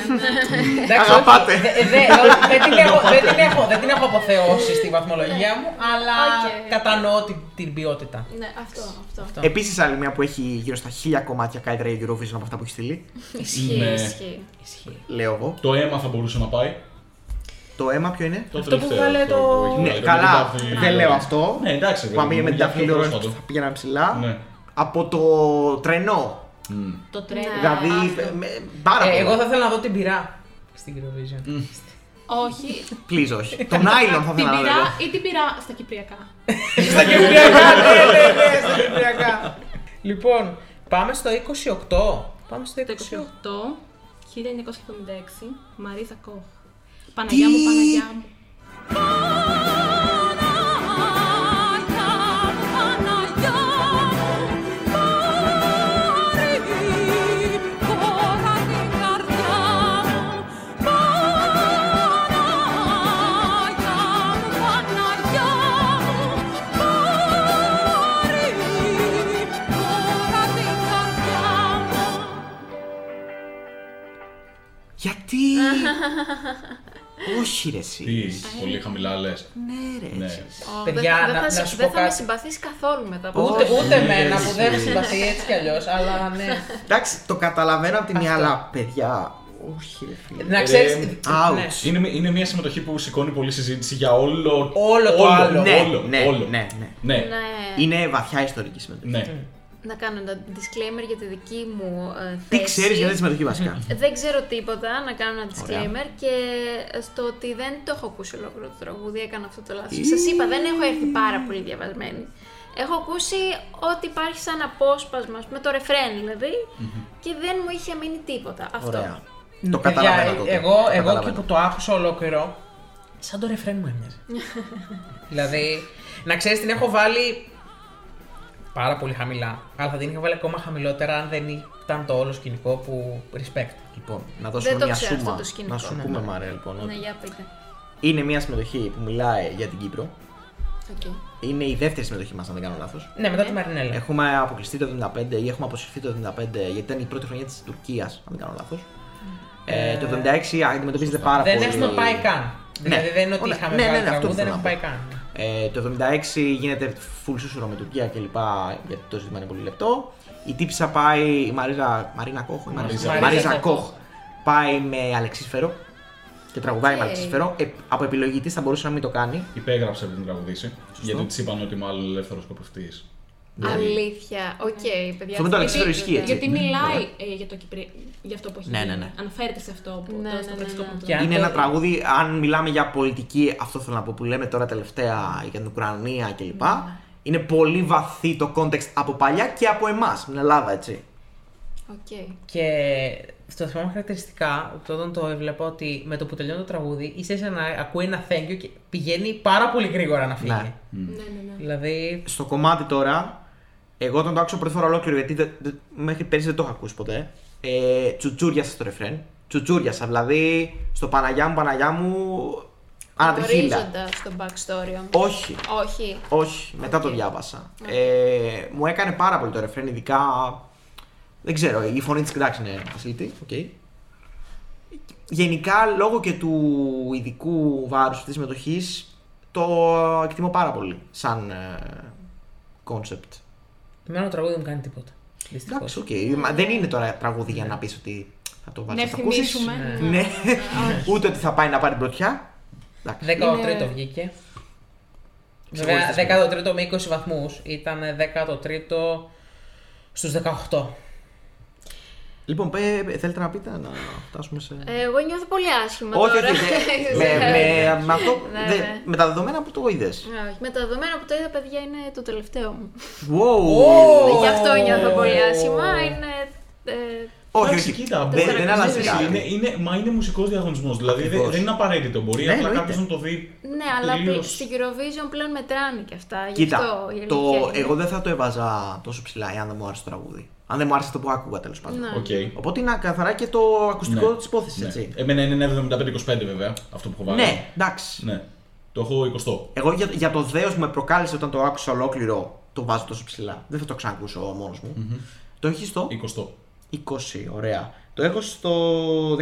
Speaker 4: Εντάξει,
Speaker 1: Αγαπάτε.
Speaker 4: όχι, δε- δε- δε- δεν την έχω- δεν την έχω- Δεν την έχω αποθεώσει στη βαθμολογία μου, αλλά
Speaker 2: Ναι. Οκ.
Speaker 4: κατανοώ την, την ποιότητα.
Speaker 2: Ναι, αυτό. αυτό.
Speaker 4: Αυτό.
Speaker 1: Επίσης, άλλη μια που έχει γύρω στα χίλια κομμάτια καλύτερα η Eurovision από αυτά που έχει στείλει.
Speaker 2: Ισχύει,
Speaker 3: Ναι.
Speaker 2: ισχύει.
Speaker 4: Ισχύει.
Speaker 1: Λέω εγώ.
Speaker 3: Το αίμα θα μπορούσε να πάει.
Speaker 1: Το αίμα ποιο είναι.
Speaker 3: Το
Speaker 4: Αυτό
Speaker 3: τελευταίο,
Speaker 4: που βγάλε
Speaker 3: αυτό
Speaker 4: το-
Speaker 3: που έχει
Speaker 4: Ναι,
Speaker 3: βγάλει,
Speaker 1: Ναι,
Speaker 3: το
Speaker 1: καλά,
Speaker 3: Μετάφυλλο.
Speaker 1: δεν λέω αυτό.
Speaker 3: Ναι, εντάξει.
Speaker 1: Που αν πήγε με την
Speaker 3: για
Speaker 1: τάφη
Speaker 3: πιο
Speaker 1: λίγο
Speaker 3: πρόσφατο.
Speaker 1: θα πήγαινα ψηλά.
Speaker 3: Ναι.
Speaker 1: Από το τρενό.
Speaker 3: Μμ.
Speaker 5: Το τρένο.
Speaker 1: Δηλαδή,
Speaker 5: άστο.
Speaker 1: με- πάρα
Speaker 4: Ε,
Speaker 1: πολύ.
Speaker 4: εγώ θα ήθελα να δω την πυρά στην Eurovision.
Speaker 5: Όχι.
Speaker 1: Please, όχι. Τον Άιλον θα
Speaker 5: Την
Speaker 1: ήθελα να δω.
Speaker 5: πειρά ή την πειρά στα κυπριακά.
Speaker 4: Στα Κυπριακά, ναι, ναι, ναι, στα Κυπριακά. Λοιπόν, πάμε στο 28. Πάμε στο
Speaker 5: Το
Speaker 4: 28.
Speaker 5: 28, 1976, Μαρίζα Κόχ. Παναγιά μου, Παναγιά μου.
Speaker 1: Γιατί. Όχι, ρε, εσύ.
Speaker 3: Τι, πολύ χαμηλά λες.
Speaker 1: Ναι, ρε.
Speaker 3: Ναι.
Speaker 1: εσύ.
Speaker 2: Ω,
Speaker 4: Παιδιά,
Speaker 2: δεν θα- δεν
Speaker 4: να-
Speaker 2: θα,
Speaker 4: να
Speaker 2: σε-
Speaker 4: σου
Speaker 2: δεν
Speaker 4: πω
Speaker 2: θα με
Speaker 4: κάτι.
Speaker 2: συμπαθείς καθόλου μετά από
Speaker 4: Ούτε,
Speaker 2: αυτό.
Speaker 4: ούτε
Speaker 3: Ναι,
Speaker 4: εμένα που δεν
Speaker 3: ισχύει.
Speaker 4: συμπαθεί έτσι κι αλλιώς, αλλά ναι.
Speaker 1: Εντάξει, το καταλαβαίνω από τη μία,
Speaker 4: Αυτό.
Speaker 1: αλλά παιδιά. Όχι, ρε, φίλε.
Speaker 4: Να Ναι. ξέρει.
Speaker 1: ouch.
Speaker 3: Είναι, μια- είναι μια συμμετοχή που σηκώνει πολλή συζήτηση για όλο.
Speaker 4: Όλο το άλλο.
Speaker 1: Ναι,
Speaker 3: όλο,
Speaker 1: ναι,
Speaker 3: όλο.
Speaker 1: ναι, ναι.
Speaker 3: ναι.
Speaker 2: Ναι.
Speaker 1: Είναι βαθιά ιστορική συμμετοχή.
Speaker 3: ναι.
Speaker 2: Να κάνω ένα disclaimer για τη δική μου ε, θέση.
Speaker 1: Τι ξέρεις για τη συμμετοχή βασικά.
Speaker 2: Δεν ξέρω τίποτα, να κάνω ένα disclaimer και στο ότι δεν το έχω ακούσει ολόκληρο το τραγούδι, έκανα αυτό το λάθος. Σας είπα, δεν έχω έρθει πάρα πολύ διαβασμένη. Έχω ακούσει ό,τι υπάρχει σαν απόσπασμα, με το ρεφρέν δηλαδή, και δεν μου είχε μείνει τίποτα. Αυτό.
Speaker 1: Ωραία. Το
Speaker 4: Ναι. Παιδιά,
Speaker 1: καταλαβαίνω τότε.
Speaker 4: Εγώ,
Speaker 1: Το
Speaker 4: εγώ εκεί
Speaker 1: καταλαβαίνω.
Speaker 4: που το άκουσα ολόκληρο, σαν το ρεφρέν μου έμοιαζε. δηλαδή, να ξέρεις, την έχω βάλει πάρα πολύ χαμηλά. Αλλά θα την είχα βάλει ακόμα χαμηλότερα αν δεν ήταν το όλο σκηνικό που respect.
Speaker 1: Λοιπόν, να δώσουμε
Speaker 2: το
Speaker 1: μια
Speaker 2: ξέρω αυτό
Speaker 1: σούμα.
Speaker 2: το σκηνικό.
Speaker 1: Να σου
Speaker 2: Ναι,
Speaker 1: πούμε, Μαρία, λοιπόν.
Speaker 2: Ναι,
Speaker 1: ότι
Speaker 2: για πείτε.
Speaker 1: Είναι μια συμμετοχή που μιλάει για την Κύπρο.
Speaker 2: Οκ.
Speaker 1: Είναι η δεύτερη συμμετοχή μας, αν δεν κάνω λάθος.
Speaker 4: Ναι, μετά τη Μαρινέλα.
Speaker 1: Έχουμε αποκλειστεί το 75 ή έχουμε αποσυρθεί το 75, γιατί ήταν η πρώτη χρονιά της Τουρκίας, αν δεν κάνω λάθος. Ε, το 76 αντιμετωπίζεται πάρα
Speaker 4: δεν
Speaker 1: πολύ. Ναι.
Speaker 4: έχουμε πάει καν. Δηλαδή δεν είναι ότι
Speaker 1: Όλα-
Speaker 4: είχαμε
Speaker 1: ναι,
Speaker 4: βάλει
Speaker 1: ναι, ναι, αυτό
Speaker 4: τραγούδι, δεν
Speaker 1: θέλω να
Speaker 4: έχουμε πάει
Speaker 1: πω.
Speaker 4: καν.
Speaker 1: Ε, το 76 γίνεται full σούσουρο με Τουρκία κλπ. Γιατί το ζήτημα είναι πολύ λεπτό. Η τύψα πάει. Η Μαρίζα, Μαρίνα Κόχ. Η Μαρίζα,
Speaker 4: Μαρίζα.
Speaker 1: Μαρίζα
Speaker 4: Κόχ.
Speaker 1: Κόχ πάει με Αλεξίσφαιρο και τραγουδάει με
Speaker 2: Οκ.
Speaker 1: Αλεξίσφαιρο. Ε, από επιλογή τη θα μπορούσε να μην το κάνει.
Speaker 3: Υπέγραψε πριν τραγουδήσει. Γιατί της είπαν ότι μάλλον ελεύθερος σκοπευτής. Ναι.
Speaker 2: Αλήθεια. Οκ, παιδιά.
Speaker 1: Αυτό με το
Speaker 2: τι
Speaker 1: Αλεξίσφαιρο ισχύει,
Speaker 2: πείτε.
Speaker 1: έτσι.
Speaker 5: Γιατί μιλάει ε, για, το Κυπρι... για αυτό που έχει
Speaker 1: Ναι,
Speaker 5: γίνει.
Speaker 1: ναι, ναι.
Speaker 5: Αναφέρεται σε αυτό που
Speaker 2: Ναι,
Speaker 5: τώρα
Speaker 2: ναι,
Speaker 5: στο
Speaker 2: ναι,
Speaker 5: ταξικό
Speaker 2: ναι.
Speaker 5: που
Speaker 4: Και αν
Speaker 1: Είναι
Speaker 4: το-
Speaker 1: ένα τραγούδι, αν μιλάμε για πολιτική, αυτό θέλω να πω που λέμε τώρα τελευταία για την Ουκρανία κλπ. Είναι πολύ βαθύ το context από παλιά και από εμάς, στην Ελλάδα, έτσι.
Speaker 2: Οκ.
Speaker 4: Και στο θυμάμαι χαρακτηριστικά, όταν το έβλεπα ότι με το που τελειώνει το τραγούδι, είσαι σαν να ακούει ένα thank you και πηγαίνει πάρα πολύ γρήγορα να φύγει.
Speaker 1: Ναι.
Speaker 5: Ναι, ναι, ναι.
Speaker 4: Δηλαδή.
Speaker 1: Στο κομμάτι τώρα, εγώ όταν το άκουσα πρώτη φορά ολόκληρο, γιατί δεν- δεν- μέχρι πέρυσι δεν το είχα ακούσει ποτέ, ε, τσουτσούριασα στο ρεφρέν. Τσουτσούριασα, δηλαδή στο Παναγιά μου, Παναγιά μου, ανατριχίλα.
Speaker 2: Γνωρίζοντας το backstory όμως.
Speaker 1: Όχι,
Speaker 2: Όχι.
Speaker 1: όχι, μετά το διάβασα.
Speaker 5: Ναι.
Speaker 1: Ε, μου έκανε πάρα πολύ το ρεφρέν, ειδικά. Δεν ξέρω, η φωνή της εντάξει είναι ασύλτη, οκ. Γενικά, λόγω και του ειδικού βάρους της συμμετοχής, το εκτιμώ πάρα πολύ σαν ε, κόνσεπτ.
Speaker 4: Εμένα το τραγούδι δεν μου κάνει τίποτα. Δυστυχώς.
Speaker 1: Εντάξει, οκ. Μα Δεν είναι τώρα τραγούδι για να πεις ότι θα το βάλεις
Speaker 5: Ναι. Να
Speaker 1: να το ακούσεις.
Speaker 5: ευθυμίσουμε.
Speaker 1: Ναι. Ούτε ότι θα πάει να πάρει πρωτιά. Εντάξει.
Speaker 4: 13ο βγήκε. Βέβαια, 13ο με 20 βαθμού. Ήταν 13ο στου 18.
Speaker 1: Λοιπόν, πέ- θέλετε να πείτε να φτάσουμε σε...
Speaker 2: Ε, Εγώ νιώθω πολύ άσχημα
Speaker 1: Όχι,
Speaker 2: τώρα. Ε,
Speaker 1: όχι. δεν- με, με, με, αυτό,
Speaker 2: Ναι,
Speaker 1: δεν-
Speaker 2: ναι.
Speaker 1: με τα δεδομένα που το είδες.
Speaker 2: Ναι, όχι. Με τα δεδομένα που το είδα, παιδιά, είναι το τελευταίο μου.
Speaker 1: Wow.
Speaker 2: Γι' αυτό νιώθω πολύ άσχημα. Είναι. ε,
Speaker 1: Όχι,
Speaker 3: Εντάξει,
Speaker 1: όχι.
Speaker 3: κοίτα,
Speaker 1: δεν,
Speaker 3: μπορεί-
Speaker 1: δεν αλλάζει
Speaker 3: ξέρεις,
Speaker 1: κάτι.
Speaker 3: Είναι, είναι, μα είναι μουσικός διαγωνισμός. Δηλαδή δεν,
Speaker 1: Ακριβώς.
Speaker 3: δεν είναι απαραίτητο. Μπορεί
Speaker 1: Ναι,
Speaker 3: απλά
Speaker 1: εννοείται.
Speaker 3: κάποιος να το δει.
Speaker 2: Ναι, αλλά πλη-
Speaker 3: τελείως.
Speaker 2: στην Eurovision πλέον μετράνε και αυτά. Γι'
Speaker 1: Κοίτα,
Speaker 2: αυτό η
Speaker 1: το,
Speaker 2: αλήθεια είναι.
Speaker 1: εγώ δεν θα το έβαζα τόσο ψηλά εάν δεν μου άρεσε το τραγούδι. Αν δεν μου άρεσε το που άκουγα τέλος πάντων.
Speaker 2: Ναι.
Speaker 3: Οκ.
Speaker 1: Οπότε είναι καθαρά και το ακουστικό
Speaker 3: Ναι.
Speaker 1: της υπόθεσης,
Speaker 3: Ναι.
Speaker 1: έτσι.
Speaker 3: Εμένα είναι ένα 75-25 βέβαια αυτό που έχω βάλει.
Speaker 1: Ναι, εντάξει.
Speaker 3: Ναι. Το έχω 20.
Speaker 1: Εγώ για, για το δέος που με προκάλεσε όταν το άκουσα ολόκληρο, το βάζω τόσο ψηλά. Δεν θα το ξανακούσω μόνος μου. Το έχεις στο
Speaker 3: 20.
Speaker 1: 20, ωραία. Το έχω στο 14.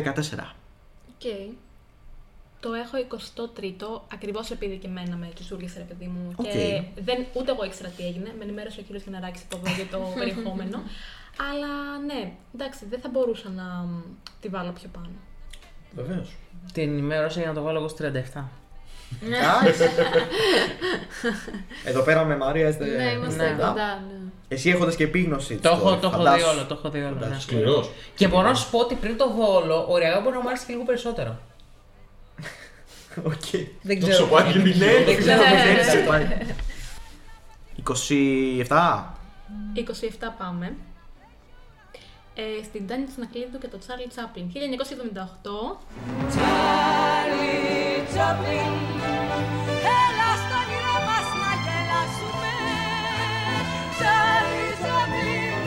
Speaker 2: Οκ.
Speaker 5: Το έχω 23ο, ακριβώς επειδή και εμένα με κυσούργησε ρε παιδί μου.
Speaker 1: Οκ.
Speaker 5: Και δεν, ούτε εγώ ήξερα τι έγινε. Με ενημέρωσε ο κύριος Γενναράκη που για το περιεχόμενο. Αλλά ναι, εντάξει, δεν θα μπορούσα να μ, τη βάλω πιο πάνω.
Speaker 1: Βεβαίως.
Speaker 4: Την ενημέρωσα για να το βάλω εγώ στο 37.
Speaker 1: Εδώ πέρα με Μαρία είστε.
Speaker 2: Ναι, είμαστε
Speaker 4: Ναι.
Speaker 2: κοντά. ναι.
Speaker 1: Εσύ έχοντας και επίγνωση.
Speaker 4: Το
Speaker 1: της
Speaker 4: έχω,
Speaker 1: τώρα,
Speaker 4: το έχω δει
Speaker 1: φαντάσου.
Speaker 4: όλο, το έχω δει όλο. ναι.
Speaker 3: Σκληρός.
Speaker 4: Και μπορώ να σου πω ότι πριν το δω όλο, ωριακά μπορεί να μου άρεσε και λίγο περισσότερο.
Speaker 1: Οκ.
Speaker 4: Δεν
Speaker 3: Το
Speaker 4: ξέρω.
Speaker 3: ξοπάκι είναι
Speaker 1: Ναι, δεν
Speaker 3: χειρότερο.
Speaker 1: ξέρω
Speaker 2: Ναι,
Speaker 1: πώς
Speaker 2: ναι,
Speaker 1: έτσι πάει. 27.
Speaker 5: 27 πάμε. Ε, στην Τάνια Τσανακλείδου και το Τσάρλι Τσάπλιν. 1978.
Speaker 6: Charlie Chaplin. Έλα στο γύρο μας να γελάσουμε Charlie Chaplin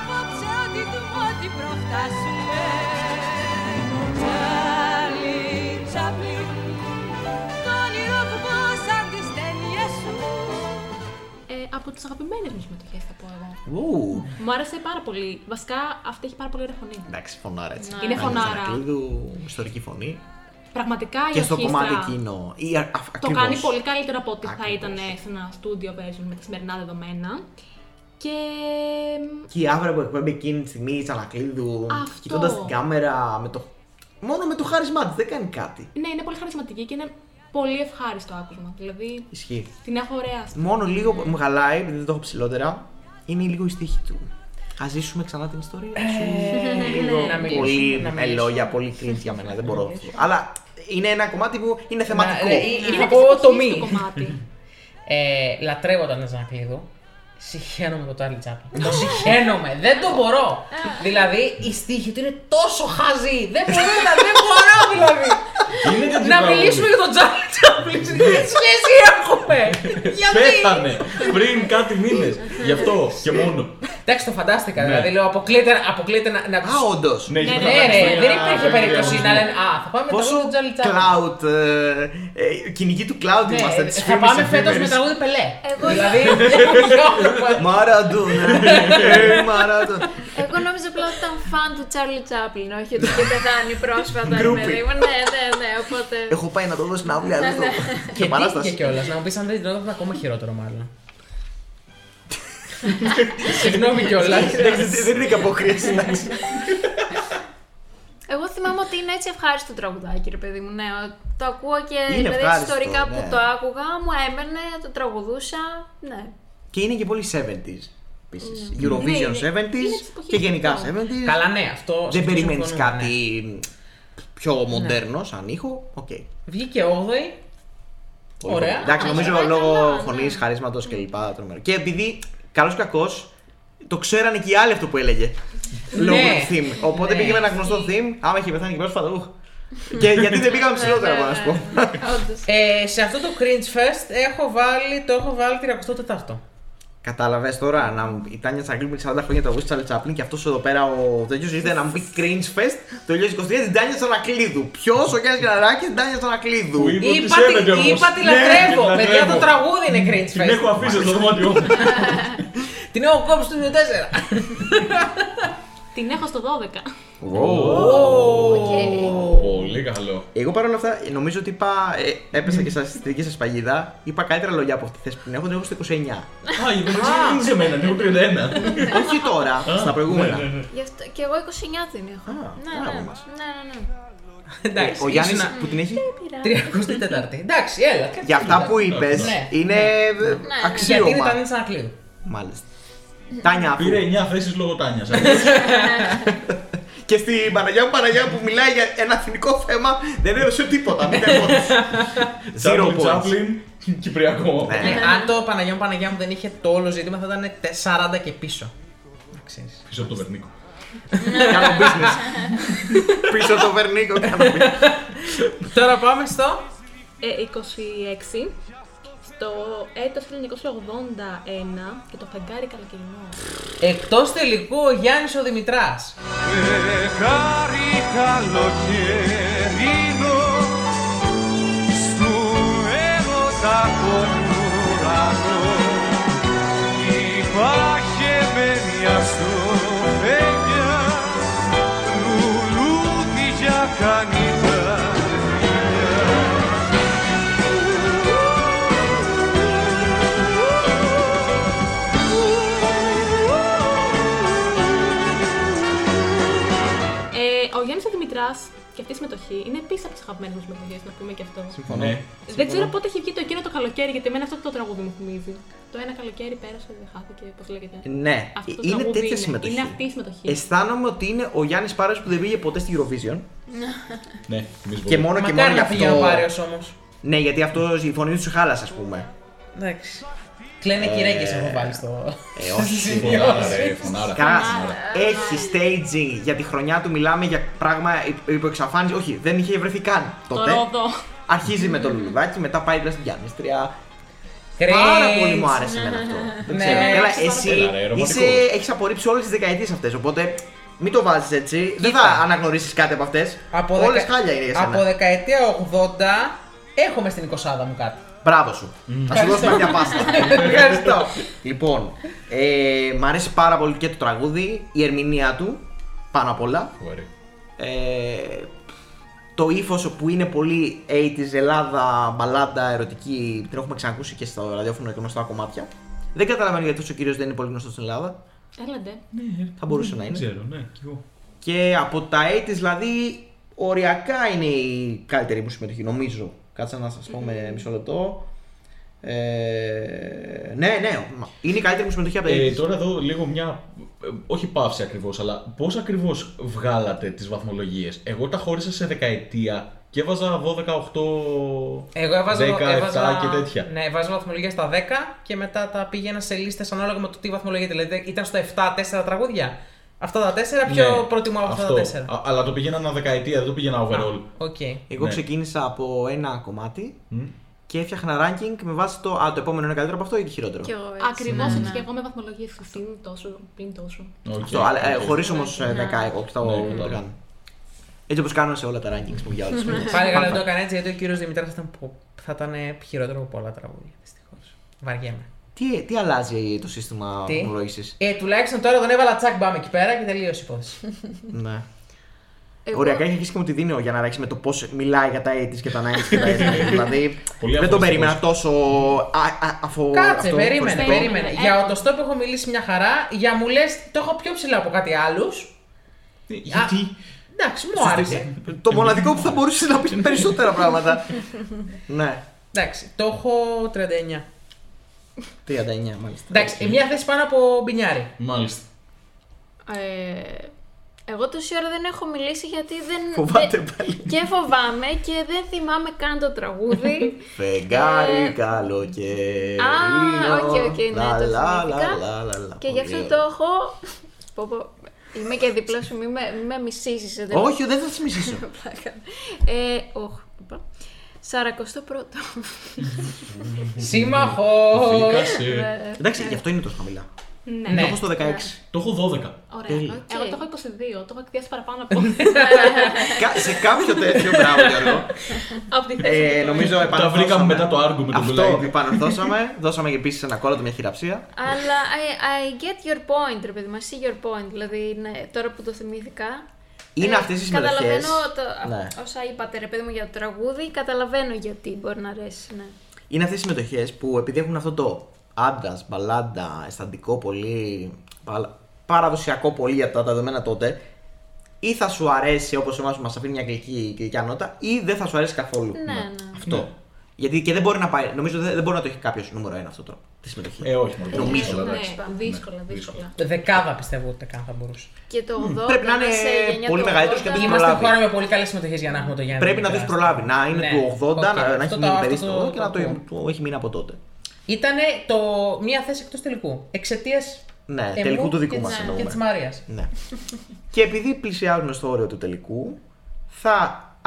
Speaker 6: Απόψε ό,τι του μότι προφτάσουμε Charlie Chaplin Το όνειρο που πω σαν τις ταινίες σου
Speaker 5: Ε, από τις αγαπημένες μου συμμετοχές θα πω εγώ.
Speaker 1: Ου,
Speaker 5: Μου άρεσε πάρα πολύ. Βασικά αυτή έχει πάρα πολύ ωραία φωνή.
Speaker 1: Εντάξει, φωνάρα έτσι.
Speaker 5: Είναι
Speaker 1: Άννα
Speaker 5: φωνάρα.
Speaker 1: Τσανακλείδου, ιστορική φωνή.
Speaker 5: Πραγματικά η
Speaker 1: Και στο
Speaker 5: ορχήστρα
Speaker 1: κομμάτι εκείνο. ή α- α-
Speaker 5: το
Speaker 1: ακριβώς.
Speaker 5: κάνει πολύ καλύτερα από ό,τι θα
Speaker 1: Ακριβώς.
Speaker 5: ήταν σε ένα studio version με τα σημερινά δεδομένα. Και
Speaker 1: Και η άβρα που εκπέμπει εκείνη τη στιγμή, η Τσανακλείδου,
Speaker 5: Αυτό.
Speaker 1: κοιτώντας την κάμερα με το. Μόνο με το χάρισμά της, δεν κάνει κάτι.
Speaker 5: ναι, είναι πολύ χαρισματική και είναι πολύ ευχάριστο άκουσμα. Δηλαδή
Speaker 1: Ισχύει.
Speaker 5: την έχω ωραία. στη-
Speaker 1: Μόνο λίγο που μου γαλάει, επειδή δεν το έχω ψηλότερα, είναι λίγο η στίχη του. Ας ζήσουμε ξανά την ιστορία σου. λίγο
Speaker 4: Ε, ναι, να μιλήσουμε,
Speaker 1: πολύ
Speaker 4: να
Speaker 1: με
Speaker 4: μιλήσουμε.
Speaker 1: λόγια, πολύ cringe για μένα, δεν μπορώ. Αλλά είναι ένα κομμάτι που είναι θεματικό.
Speaker 4: ρε, ή-
Speaker 5: Είναι
Speaker 4: Θα
Speaker 5: της
Speaker 4: πω το
Speaker 5: εποχής
Speaker 4: μη.
Speaker 5: του κομμάτι.
Speaker 4: Ε, λατρεύω τον Τζανακλείδου. Συχαίνομαι με το Charlie Chaplin. το συχαίνομαι. Δεν το μπορώ. δηλαδή, η στίχη του είναι τόσο χαζή. Δεν μπορώ, να, δεν μπορώ δηλαδή.
Speaker 3: Είναι κάτι
Speaker 4: να
Speaker 3: τραγούδι.
Speaker 4: μιλήσουμε για τον Charlie Chaplin. Τι σχέση έχουμε. Γιατί.
Speaker 3: Πέθανε πριν κάτι μήνες. Γι' αυτό και μόνο.
Speaker 4: Εντάξει, το φαντάστηκα.
Speaker 3: Ναι.
Speaker 4: Δηλαδή, λέω αποκλείται, αποκλείται να, να τους-
Speaker 1: Α, όντω.
Speaker 3: γι' αυτό
Speaker 4: Ναι,
Speaker 3: θα αλλάξει
Speaker 4: ρε,
Speaker 3: το
Speaker 4: δεν
Speaker 3: ένα
Speaker 4: υπήρχε περίπτωση
Speaker 3: διαγωνισμό.
Speaker 4: να λένε Α, θα πάμε μετά
Speaker 1: Πόσο
Speaker 4: τον Charlie Chaplin.
Speaker 1: cloud, ε, ε, κυνηγή του cloud
Speaker 4: Ναι,
Speaker 1: είμαστε. της
Speaker 4: θα
Speaker 1: φήμης
Speaker 4: πάμε
Speaker 1: εφήμερης.
Speaker 4: φέτο με τραγούδι Πελέ.
Speaker 2: Εγώ-
Speaker 4: Δηλαδή. διάολο.
Speaker 1: Μαραντούνα, ε, Μαραντούνα.
Speaker 2: Εγώ νόμιζα απλά ότι ήταν φαν του Τσάρλι Τσάπλιν, όχι ότι είχε πεθάνει πρόσφατα.
Speaker 1: Γκρούπι.
Speaker 2: παιδί μου. Ναι, ναι, ναι, οπότε.
Speaker 1: Έχω πάει να το δω στην αυλή, αλλά δεν το-
Speaker 4: Ναι, Και
Speaker 1: Και
Speaker 4: παράσταση.
Speaker 1: παράσταση.
Speaker 4: Και κιόλας, να μου πεις αν δεν την ήταν ακόμα χειρότερο, μάλλον. Συγγνώμη κιόλας.
Speaker 1: Εντάξει, δεν- Δεν είναι καποκρίση, εντάξει.
Speaker 2: Εγώ θυμάμαι ότι είναι έτσι ευχάριστο τραγουδάκι, ρε παιδί μου. Ναι, Ο- το ακούω και
Speaker 1: Είναι
Speaker 2: δηλαδή,
Speaker 1: ευχάριστο,
Speaker 2: ιστορικά
Speaker 1: ναι.
Speaker 2: που το άκουγα μου έμενε, το τραγουδούσα. Ναι.
Speaker 1: Και είναι και πολύ 70s. Επίσης.
Speaker 2: Ναι,
Speaker 1: Eurovision
Speaker 2: είναι- είναι
Speaker 1: 70s
Speaker 2: της
Speaker 1: και γενικά
Speaker 2: εποχής
Speaker 1: 70s.
Speaker 4: Καλά, ναι, αυτό.
Speaker 1: Δεν
Speaker 4: αυτό
Speaker 1: περιμένει
Speaker 4: συμφωνούμε, ναι.
Speaker 1: κάτι πιο
Speaker 2: Ναι.
Speaker 1: μοντέρνο σαν ήχο. Οκ.
Speaker 4: Βγήκε 8η.
Speaker 1: Πολύ
Speaker 4: Ωραία.
Speaker 1: καλό. Εντάξει,
Speaker 2: Α,
Speaker 1: νομίζω
Speaker 2: καλά,
Speaker 1: λόγω
Speaker 2: καλά,
Speaker 1: φωνής,
Speaker 2: ναι.
Speaker 1: χαρίσματος κλπ. τρομερό. Και επειδή καλός ή κακός, το ξέρανε και οι άλλοι αυτό που έλεγε. Λόγω
Speaker 4: Ναι.
Speaker 1: του theme. Οπότε
Speaker 4: Ναι.
Speaker 1: πήγαμε ένα γνωστό theme. Άμα είχε πεθάνει και πρόσφατα, ουχ. Και γιατί δεν
Speaker 2: Ναι,
Speaker 1: πήγαμε ψηλότερα, μπορώ να σου πω.
Speaker 2: Όντως.
Speaker 4: Ε, σε αυτό το Cringe Fest έχω βάλει, το έχω βάλει 34ο.
Speaker 1: Κατάλαβες τώρα να μου η Τάνια Τσαγκλή πριν 40 χρόνια το ακούσει Τσάρλι Τσαπλίν και αυτός εδώ πέρα ο τέτοιος ήρθε να μου πει Cringe Fest το 2023 την Τάνια Τσανακλίδου. Ποιος ο Γιάννης Γραναράκη την Τάνια Τσανακλίδου.
Speaker 3: Που είπε ότι
Speaker 4: Είπα, τη-
Speaker 3: σέβεται όμως.
Speaker 4: είπα τη
Speaker 3: Ναι,
Speaker 4: λατρεύω.
Speaker 3: την
Speaker 4: Παιδιά,
Speaker 3: λατρεύω.
Speaker 4: το τραγούδι είναι Cringe
Speaker 3: Την
Speaker 4: Fest.
Speaker 3: έχω αφήσει στο δωμάτιό μου.
Speaker 4: Την έχω κόψει το 24.
Speaker 5: Την έχω στο 12.
Speaker 3: Πολύ καλό.
Speaker 1: Εγώ παρόλα αυτά νομίζω ότι είπα, ε, έπεσα και σας- στη δική σας παγίδα. Είπα καλύτερα λόγια από αυτή τη θέση που την έχω, την έχω στο 29.
Speaker 3: Α, η δεν σε μένα, την έχω 31.
Speaker 4: Ναι.
Speaker 1: Όχι τώρα, στα προηγούμενα.
Speaker 3: Ναι, ναι, ναι.
Speaker 2: Γι' αυτό- Και εγώ 29 την έχω.
Speaker 1: Α,
Speaker 2: ναι,
Speaker 1: μπράβο
Speaker 2: ναι,
Speaker 1: μας.
Speaker 2: ναι, ναι, ναι.
Speaker 4: Εντάξει.
Speaker 1: Ε, Ο Γιάννης
Speaker 4: ήσουν-
Speaker 1: που την έχει.
Speaker 4: 34η. Εντάξει, έλα. κάτι
Speaker 1: Για αυτά που
Speaker 4: τέτοιο.
Speaker 1: είπες,
Speaker 4: Ναι.
Speaker 1: είναι ε,
Speaker 4: Γιατί είναι
Speaker 1: αξίωμα.
Speaker 4: τα νύχτα σαν κλείδι.
Speaker 1: Μάλιστα. Τάνια, αφού.
Speaker 3: Πήρε 9 θέσεις λόγω Τάνιας.
Speaker 1: Και στην Παναγιά μου Παναγιά που μιλάει για ένα εθνικό θέμα, δεν έδωσε τίποτα. Μην points. Zero
Speaker 3: Τσάπλιν,
Speaker 1: points.
Speaker 3: Τσάπλιν, Κυπριακό.
Speaker 1: Ναι.
Speaker 4: Ναι, αν το Παναγιά μου Παναγιά μου δεν είχε το όλο ζήτημα θα ήταν 40 και πίσω. Να ξέρεις.
Speaker 3: Πίσω από το Βερνίκο.
Speaker 1: Κάνω business. Πίσω το Βερνίκο, κάνω business.
Speaker 4: Τώρα πάμε στο.
Speaker 5: Ε, 26. Στο έτος 1981 και το φεγγάρι καλοκαιρινό.
Speaker 4: Εκτός τελικού ο Γιάννης ο Δημητράς.
Speaker 8: Χάρη καλοκαιρινό Στου έρωτα τον ουρανό Υπάχεμένια στο φεγγιά Λουλούδια κάνει τα φιλιά
Speaker 5: Ε, ο Γιάννη Δημητρά και αυτή η συμμετοχή είναι επίσης από τις αγαπημένες μου συμμετοχές, να πούμε και αυτό.
Speaker 3: Ναι.
Speaker 5: Δεν ξέρω πότε έχει βγει το εκείνο το καλοκαίρι, γιατί εμένα αυτό το τραγούδι μου θυμίζει. Το ένα καλοκαίρι πέρασε, δεν χάθηκε, πώς λέγεται.
Speaker 1: Ναι,
Speaker 5: Αυτό το
Speaker 1: είναι
Speaker 5: τραγούδι
Speaker 1: τέτοια
Speaker 5: είναι.
Speaker 1: συμμετοχή.
Speaker 5: Είναι αυτή η συμμετοχή.
Speaker 1: Αισθάνομαι ότι είναι ο Γιάννης Πάρας που δεν πήγε ποτέ στην Eurovision.
Speaker 3: Ναι, εμείς
Speaker 1: Και
Speaker 3: μπορούμε.
Speaker 1: μόνο και μόνο
Speaker 4: Μακάρι
Speaker 1: γι'
Speaker 4: να πήγε ο
Speaker 1: αυτό.
Speaker 4: Πάριος όμως.
Speaker 1: Ναι, γιατί αυτό η φωνή του σου χάλασε, ας πούμε.
Speaker 4: Εντάξει. Κλαίνε κυρέκε έχω βάλει στο.
Speaker 1: Ε, όχι.
Speaker 3: Φωνάρα, ρε, φωνάρα.
Speaker 1: Καλά, έχει staging για τη χρονιά του, μιλάμε για πράγμα υ- υποεξαφάνιση. Όχι, δεν είχε βρεθεί καν
Speaker 5: Το
Speaker 1: τότε.
Speaker 5: ρόδο.
Speaker 1: Αρχίζει με το λουλουδάκι, μετά πάει στην πιανίστρια.
Speaker 4: Cringe.
Speaker 1: Πάρα πολύ μου άρεσε εμένα αυτό. Δεν
Speaker 4: Ναι.
Speaker 1: ξέρω. Καλά,
Speaker 4: Έχεις
Speaker 1: εσύ
Speaker 3: πάρα πολύ. Έλα, ρε, ρομαντικό.
Speaker 1: είσαι, έχεις απορρίψει όλες τις δεκαετίες αυτές, οπότε μην το βάζεις έτσι. Δεν θα αναγνωρίσεις κάτι από αυτές.
Speaker 4: Από
Speaker 1: Όλες
Speaker 4: δεκα-
Speaker 1: χάλια είναι για σένα.
Speaker 4: Από δεκαετία 80 έχουμε στην 20 μου κάτι.
Speaker 1: Μπράβο σου. Θα σου δώσουμε μια πάσα.
Speaker 4: Ευχαριστώ.
Speaker 1: λοιπόν, ε, μ' αρέσει πάρα πολύ και το τραγούδι, η ερμηνεία του, πάνω απ' όλα.
Speaker 3: Φοβερή.
Speaker 1: Ε, το ύφος που είναι πολύ 80s Ελλάδα, μπαλάντα, ερωτική, την έχουμε ξανακούσει και στο ραδιόφωνο και γνωστά κομμάτια. Δεν καταλαβαίνω γιατί αυτός ο κύριος δεν είναι πολύ γνωστός στην Ελλάδα.
Speaker 5: Έλαντε.
Speaker 1: Ναι, Θα μπορούσε να
Speaker 3: Δεν
Speaker 1: είναι.
Speaker 3: ξέρω, ναι, κι εγώ.
Speaker 1: Και από τα 80s δηλαδή, οριακά είναι η καλύτερη μου συμμετοχή, νομίζω. Κάτσε να σας πω με μισό λεπτό. Ε, ναι, ναι, μα- είναι η καλύτερη μου συμμετοχή από τα 80s.
Speaker 3: Ε, τώρα εδώ λίγο μια. ε, όχι παύση ακριβώς, αλλά πώς ακριβώς βγάλατε τις βαθμολογίες. Εγώ τα χώρισα σε δεκαετία Και έβαζα 12, 8, 10, 7
Speaker 4: Εγώ έβαζα, έβαζα,
Speaker 3: και τέτοια.
Speaker 4: Ναι, έβαζα βαθμολογία στα 10 και μετά τα πήγαινα σε λίστες ανάλογα με το τι βαθμολογία. Δηλαδή ήταν στο 7-4 τραγούδια. Αυτά τα 4 πιο
Speaker 3: Ναι,
Speaker 4: προτιμώ από αυτά
Speaker 3: αυτό.
Speaker 4: τα 4.
Speaker 3: Α, αλλά το πήγαινα ένα δεκαετία, δεν το πήγαινα overall.
Speaker 4: Οκ.
Speaker 1: Εγώ
Speaker 3: Ναι.
Speaker 1: ξεκίνησα από ένα κομμάτι
Speaker 3: Μμ.
Speaker 1: και έφτιαχνα ranking με βάση το. Α, το επόμενο είναι καλύτερο από αυτό ή το χειρότερο.
Speaker 2: Κι εγώ έτσι.
Speaker 5: Ακριβώς
Speaker 2: Ναι,
Speaker 5: έτσι
Speaker 2: ναι.
Speaker 5: και εγώ με βαθμολογίες συν τόσο, πλην τόσο.
Speaker 3: Οκ.
Speaker 1: Αυτό, αλλά ε, χωρίς όμως
Speaker 5: Ναι.
Speaker 1: 10 εγώ που
Speaker 3: Ναι,
Speaker 1: το- το
Speaker 3: κατάλαβα.
Speaker 1: κάνω. Έτσι όπως κάνω σε όλα τα rankings που για όλες τις
Speaker 4: Πάλι καλά δεν το έκανε έτσι γιατί ο κύριος Δημητράς ήταν, που- θα ήταν χειρότερο από πολλά τραγούδια. Δυστυχώς. Βαριέμαι.
Speaker 1: Τι, τι αλλάζει το σύστημα
Speaker 4: Τι?
Speaker 1: βαθμολόγηση.
Speaker 4: Ε, τουλάχιστον τώρα τον έβαλα τσακ μπάμε εκεί πέρα και τελείωσε η υπόθεση.
Speaker 1: ναι.
Speaker 2: Εγώ-
Speaker 1: Οριακά έχει αρχίσει και μου τη δίνει ο Γιάννα Ράκης με το πώς μιλάει για τα 80s και τα 90s και τα 80s. δηλαδή
Speaker 3: Πολύ
Speaker 1: δεν το
Speaker 3: αφοριστικός.
Speaker 1: περίμενα τόσο. Α, α, αφο,
Speaker 4: Κάτσε,
Speaker 1: αυτό
Speaker 4: περίμενε,
Speaker 1: χωριστικό.
Speaker 4: περίμενε.
Speaker 5: Ε,
Speaker 4: Για
Speaker 5: ε.
Speaker 4: οτοστόπ έχω μιλήσει μια χαρά. Για μου λες, το έχω πιο ψηλά από κάτι άλλους.
Speaker 3: Τι- Γιατί.
Speaker 4: Εντάξει, μου άρεσε.
Speaker 1: Το μοναδικό που θα μπορούσε να πει περισσότερα πράγματα. ναι.
Speaker 4: Εντάξει, το έχω 39.
Speaker 1: 39 μάλιστα.
Speaker 4: Εντάξει, μια θέση πάνω από μπινιάρι.
Speaker 3: Μάλιστα.
Speaker 2: Ε, εγώ τόση ώρα δεν έχω μιλήσει γιατί δεν.
Speaker 1: Φοβάται
Speaker 2: δεν-
Speaker 1: πάλι.
Speaker 2: Και φοβάμαι και δεν θυμάμαι καν το τραγούδι.
Speaker 1: Φεγγάρι
Speaker 2: Ε,
Speaker 1: καλοκαίρι.
Speaker 2: α, οκ, οκ, ναι,
Speaker 1: Ε, λα,
Speaker 2: το
Speaker 1: λα,
Speaker 2: θυμήθηκα.
Speaker 1: λα, λα, λα, λα.
Speaker 2: και γι' αυτό
Speaker 1: Πολύ
Speaker 2: το
Speaker 1: ωραία.
Speaker 2: έχω. Πω, πω, Είμαι και δίπλα σου, μη με, μη με μισήσεις εντελώς.
Speaker 1: Όχι, δεν θα θυμίσω.
Speaker 2: Πλάκα. Ε, όχι, λοιπόν. 41ο.
Speaker 4: Σύμμαχος!
Speaker 3: Φύγασε.
Speaker 2: Ε,
Speaker 1: Εντάξει, γι' αυτό είναι τόσο χαμηλά.
Speaker 5: Ναι.
Speaker 1: Το
Speaker 4: Ναι.
Speaker 1: έχω στο 16.
Speaker 3: Το έχω 12.
Speaker 5: Ωραία.
Speaker 1: τέλεια.
Speaker 5: Εγώ
Speaker 2: Οκ.
Speaker 5: το έχω 22, το έχω εκδιάσει παραπάνω από,
Speaker 1: Κα- Σε κάποιο τέτοιο μπράβο, Γιώργο.
Speaker 5: από τη θέση.
Speaker 1: Ε,
Speaker 5: που
Speaker 1: νομίζω
Speaker 3: Τα
Speaker 1: επαναρθώσαμε.
Speaker 3: βρήκαμε μετά το άργο με τον
Speaker 1: Αυτό
Speaker 3: Κουλάκη.
Speaker 1: επαναρθώσαμε. Δώσαμε και επίσης ένα κόλλο, μια χειραψία.
Speaker 2: Αλλά I, I get your point, ρε παιδί μου. I see your point. Δηλαδή, ναι, τώρα που το θυμήθηκα.
Speaker 1: Είναι
Speaker 2: ε,
Speaker 1: αυτές οι συμμετοχές.
Speaker 2: Καταλαβαίνω το,
Speaker 1: Ναι.
Speaker 2: όσα είπατε, ρε παιδί μου, για το τραγούδι. Καταλαβαίνω γιατί μπορεί να αρέσει, ναι.
Speaker 1: Είναι αυτές οι συμμετοχές που επειδή έχουν αυτό το άντρας, μπαλάντα, αισθαντικό πολύ. παλα- παραδοσιακό πολύ για τα δεδομένα τότε. Ή θα σου αρέσει όπως εμάς που μας αφήνει μια αγγλική κλικιά νότα, ή δεν θα σου αρέσει καθόλου.
Speaker 2: Ναι, ναι.
Speaker 1: Αυτό. Γιατί και δεν μπορεί να πάει. Νομίζω δεν, δεν μπορεί να το έχει κάποιος νούμερο ένα αυτό τώρα. Τη συμμετοχή.
Speaker 3: Ε, όχι, μόνο
Speaker 1: Νομίζω,
Speaker 5: Ναι,
Speaker 3: εντάξει.
Speaker 5: δύσκολα, δύσκολα. δύσκολα.
Speaker 4: Δεκάδα πιστεύω ότι δεκάδα θα μπορούσε.
Speaker 2: Και το 80.
Speaker 1: πρέπει να είναι
Speaker 2: σε γενιά
Speaker 1: πολύ
Speaker 2: του
Speaker 1: μεγαλύτερος
Speaker 2: 80,
Speaker 1: και δεν
Speaker 2: Είμαστε-
Speaker 4: Είμαστε
Speaker 1: προλάβει.
Speaker 4: χώρα με πολύ καλές συμμετοχές για να έχουμε το Γιάννη.
Speaker 1: Πρέπει να το έχει
Speaker 4: Δημητρά.
Speaker 1: προλάβει. Να είναι
Speaker 4: Ναι.
Speaker 1: του 80,
Speaker 4: Οκ.
Speaker 1: να, να
Speaker 4: Αυτό
Speaker 1: έχει
Speaker 4: το-
Speaker 1: μείνει
Speaker 4: αυτό
Speaker 1: περίστατο
Speaker 4: το-
Speaker 1: και να το,
Speaker 4: το ακούω.
Speaker 1: το έχει μείνει από τότε.
Speaker 4: Ήτανε το... μία θέση εκτός τελικού. Εξαιτίας.
Speaker 1: Ναι, τελικού του δικού μα
Speaker 4: Ε, Και
Speaker 1: εννοούμε.
Speaker 4: της Μαρίας.
Speaker 1: Ναι. και επειδή πλησιάζουμε στο όριο του τελικού, θα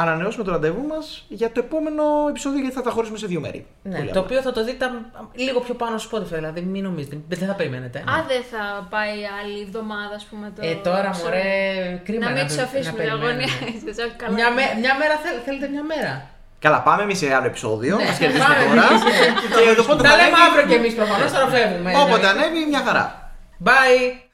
Speaker 1: ανανεώσουμε το ραντεβού μας για το επόμενο επεισόδιο γιατί θα τα χωρίσουμε σε δύο μέρη.
Speaker 4: Ναι,
Speaker 1: Πολύ
Speaker 4: το
Speaker 1: απλά.
Speaker 4: οποίο θα το δείτε αμ- λίγο πιο πάνω στο Spotify, δηλαδή μην νομίζετε, δεν θα περιμένετε.
Speaker 2: Α, δεν θα πάει άλλη εβδομάδα, ας πούμε. Το...
Speaker 4: Ε, τώρα μωρέ, κρίμα
Speaker 2: Να μην του
Speaker 4: πε-
Speaker 2: αφήσουμε
Speaker 4: να
Speaker 2: να
Speaker 4: περιμένουμε. Μια, με- μια μέρα θέλ- θέλετε μια μέρα.
Speaker 1: Καλά, πάμε εμείς σε άλλο επεισόδιο. Μα κερδίσουμε
Speaker 4: Ναι. πάμε
Speaker 1: τώρα.
Speaker 4: εμείς.
Speaker 1: και το πότε θα
Speaker 4: Τα λέμε
Speaker 1: ανέβει-
Speaker 4: αύριο κι εμείς προφανώς, τώρα φεύγουμε.
Speaker 1: Όποτε
Speaker 4: Δηλαδή.
Speaker 1: ανέβει, μια χαρά.
Speaker 4: Bye!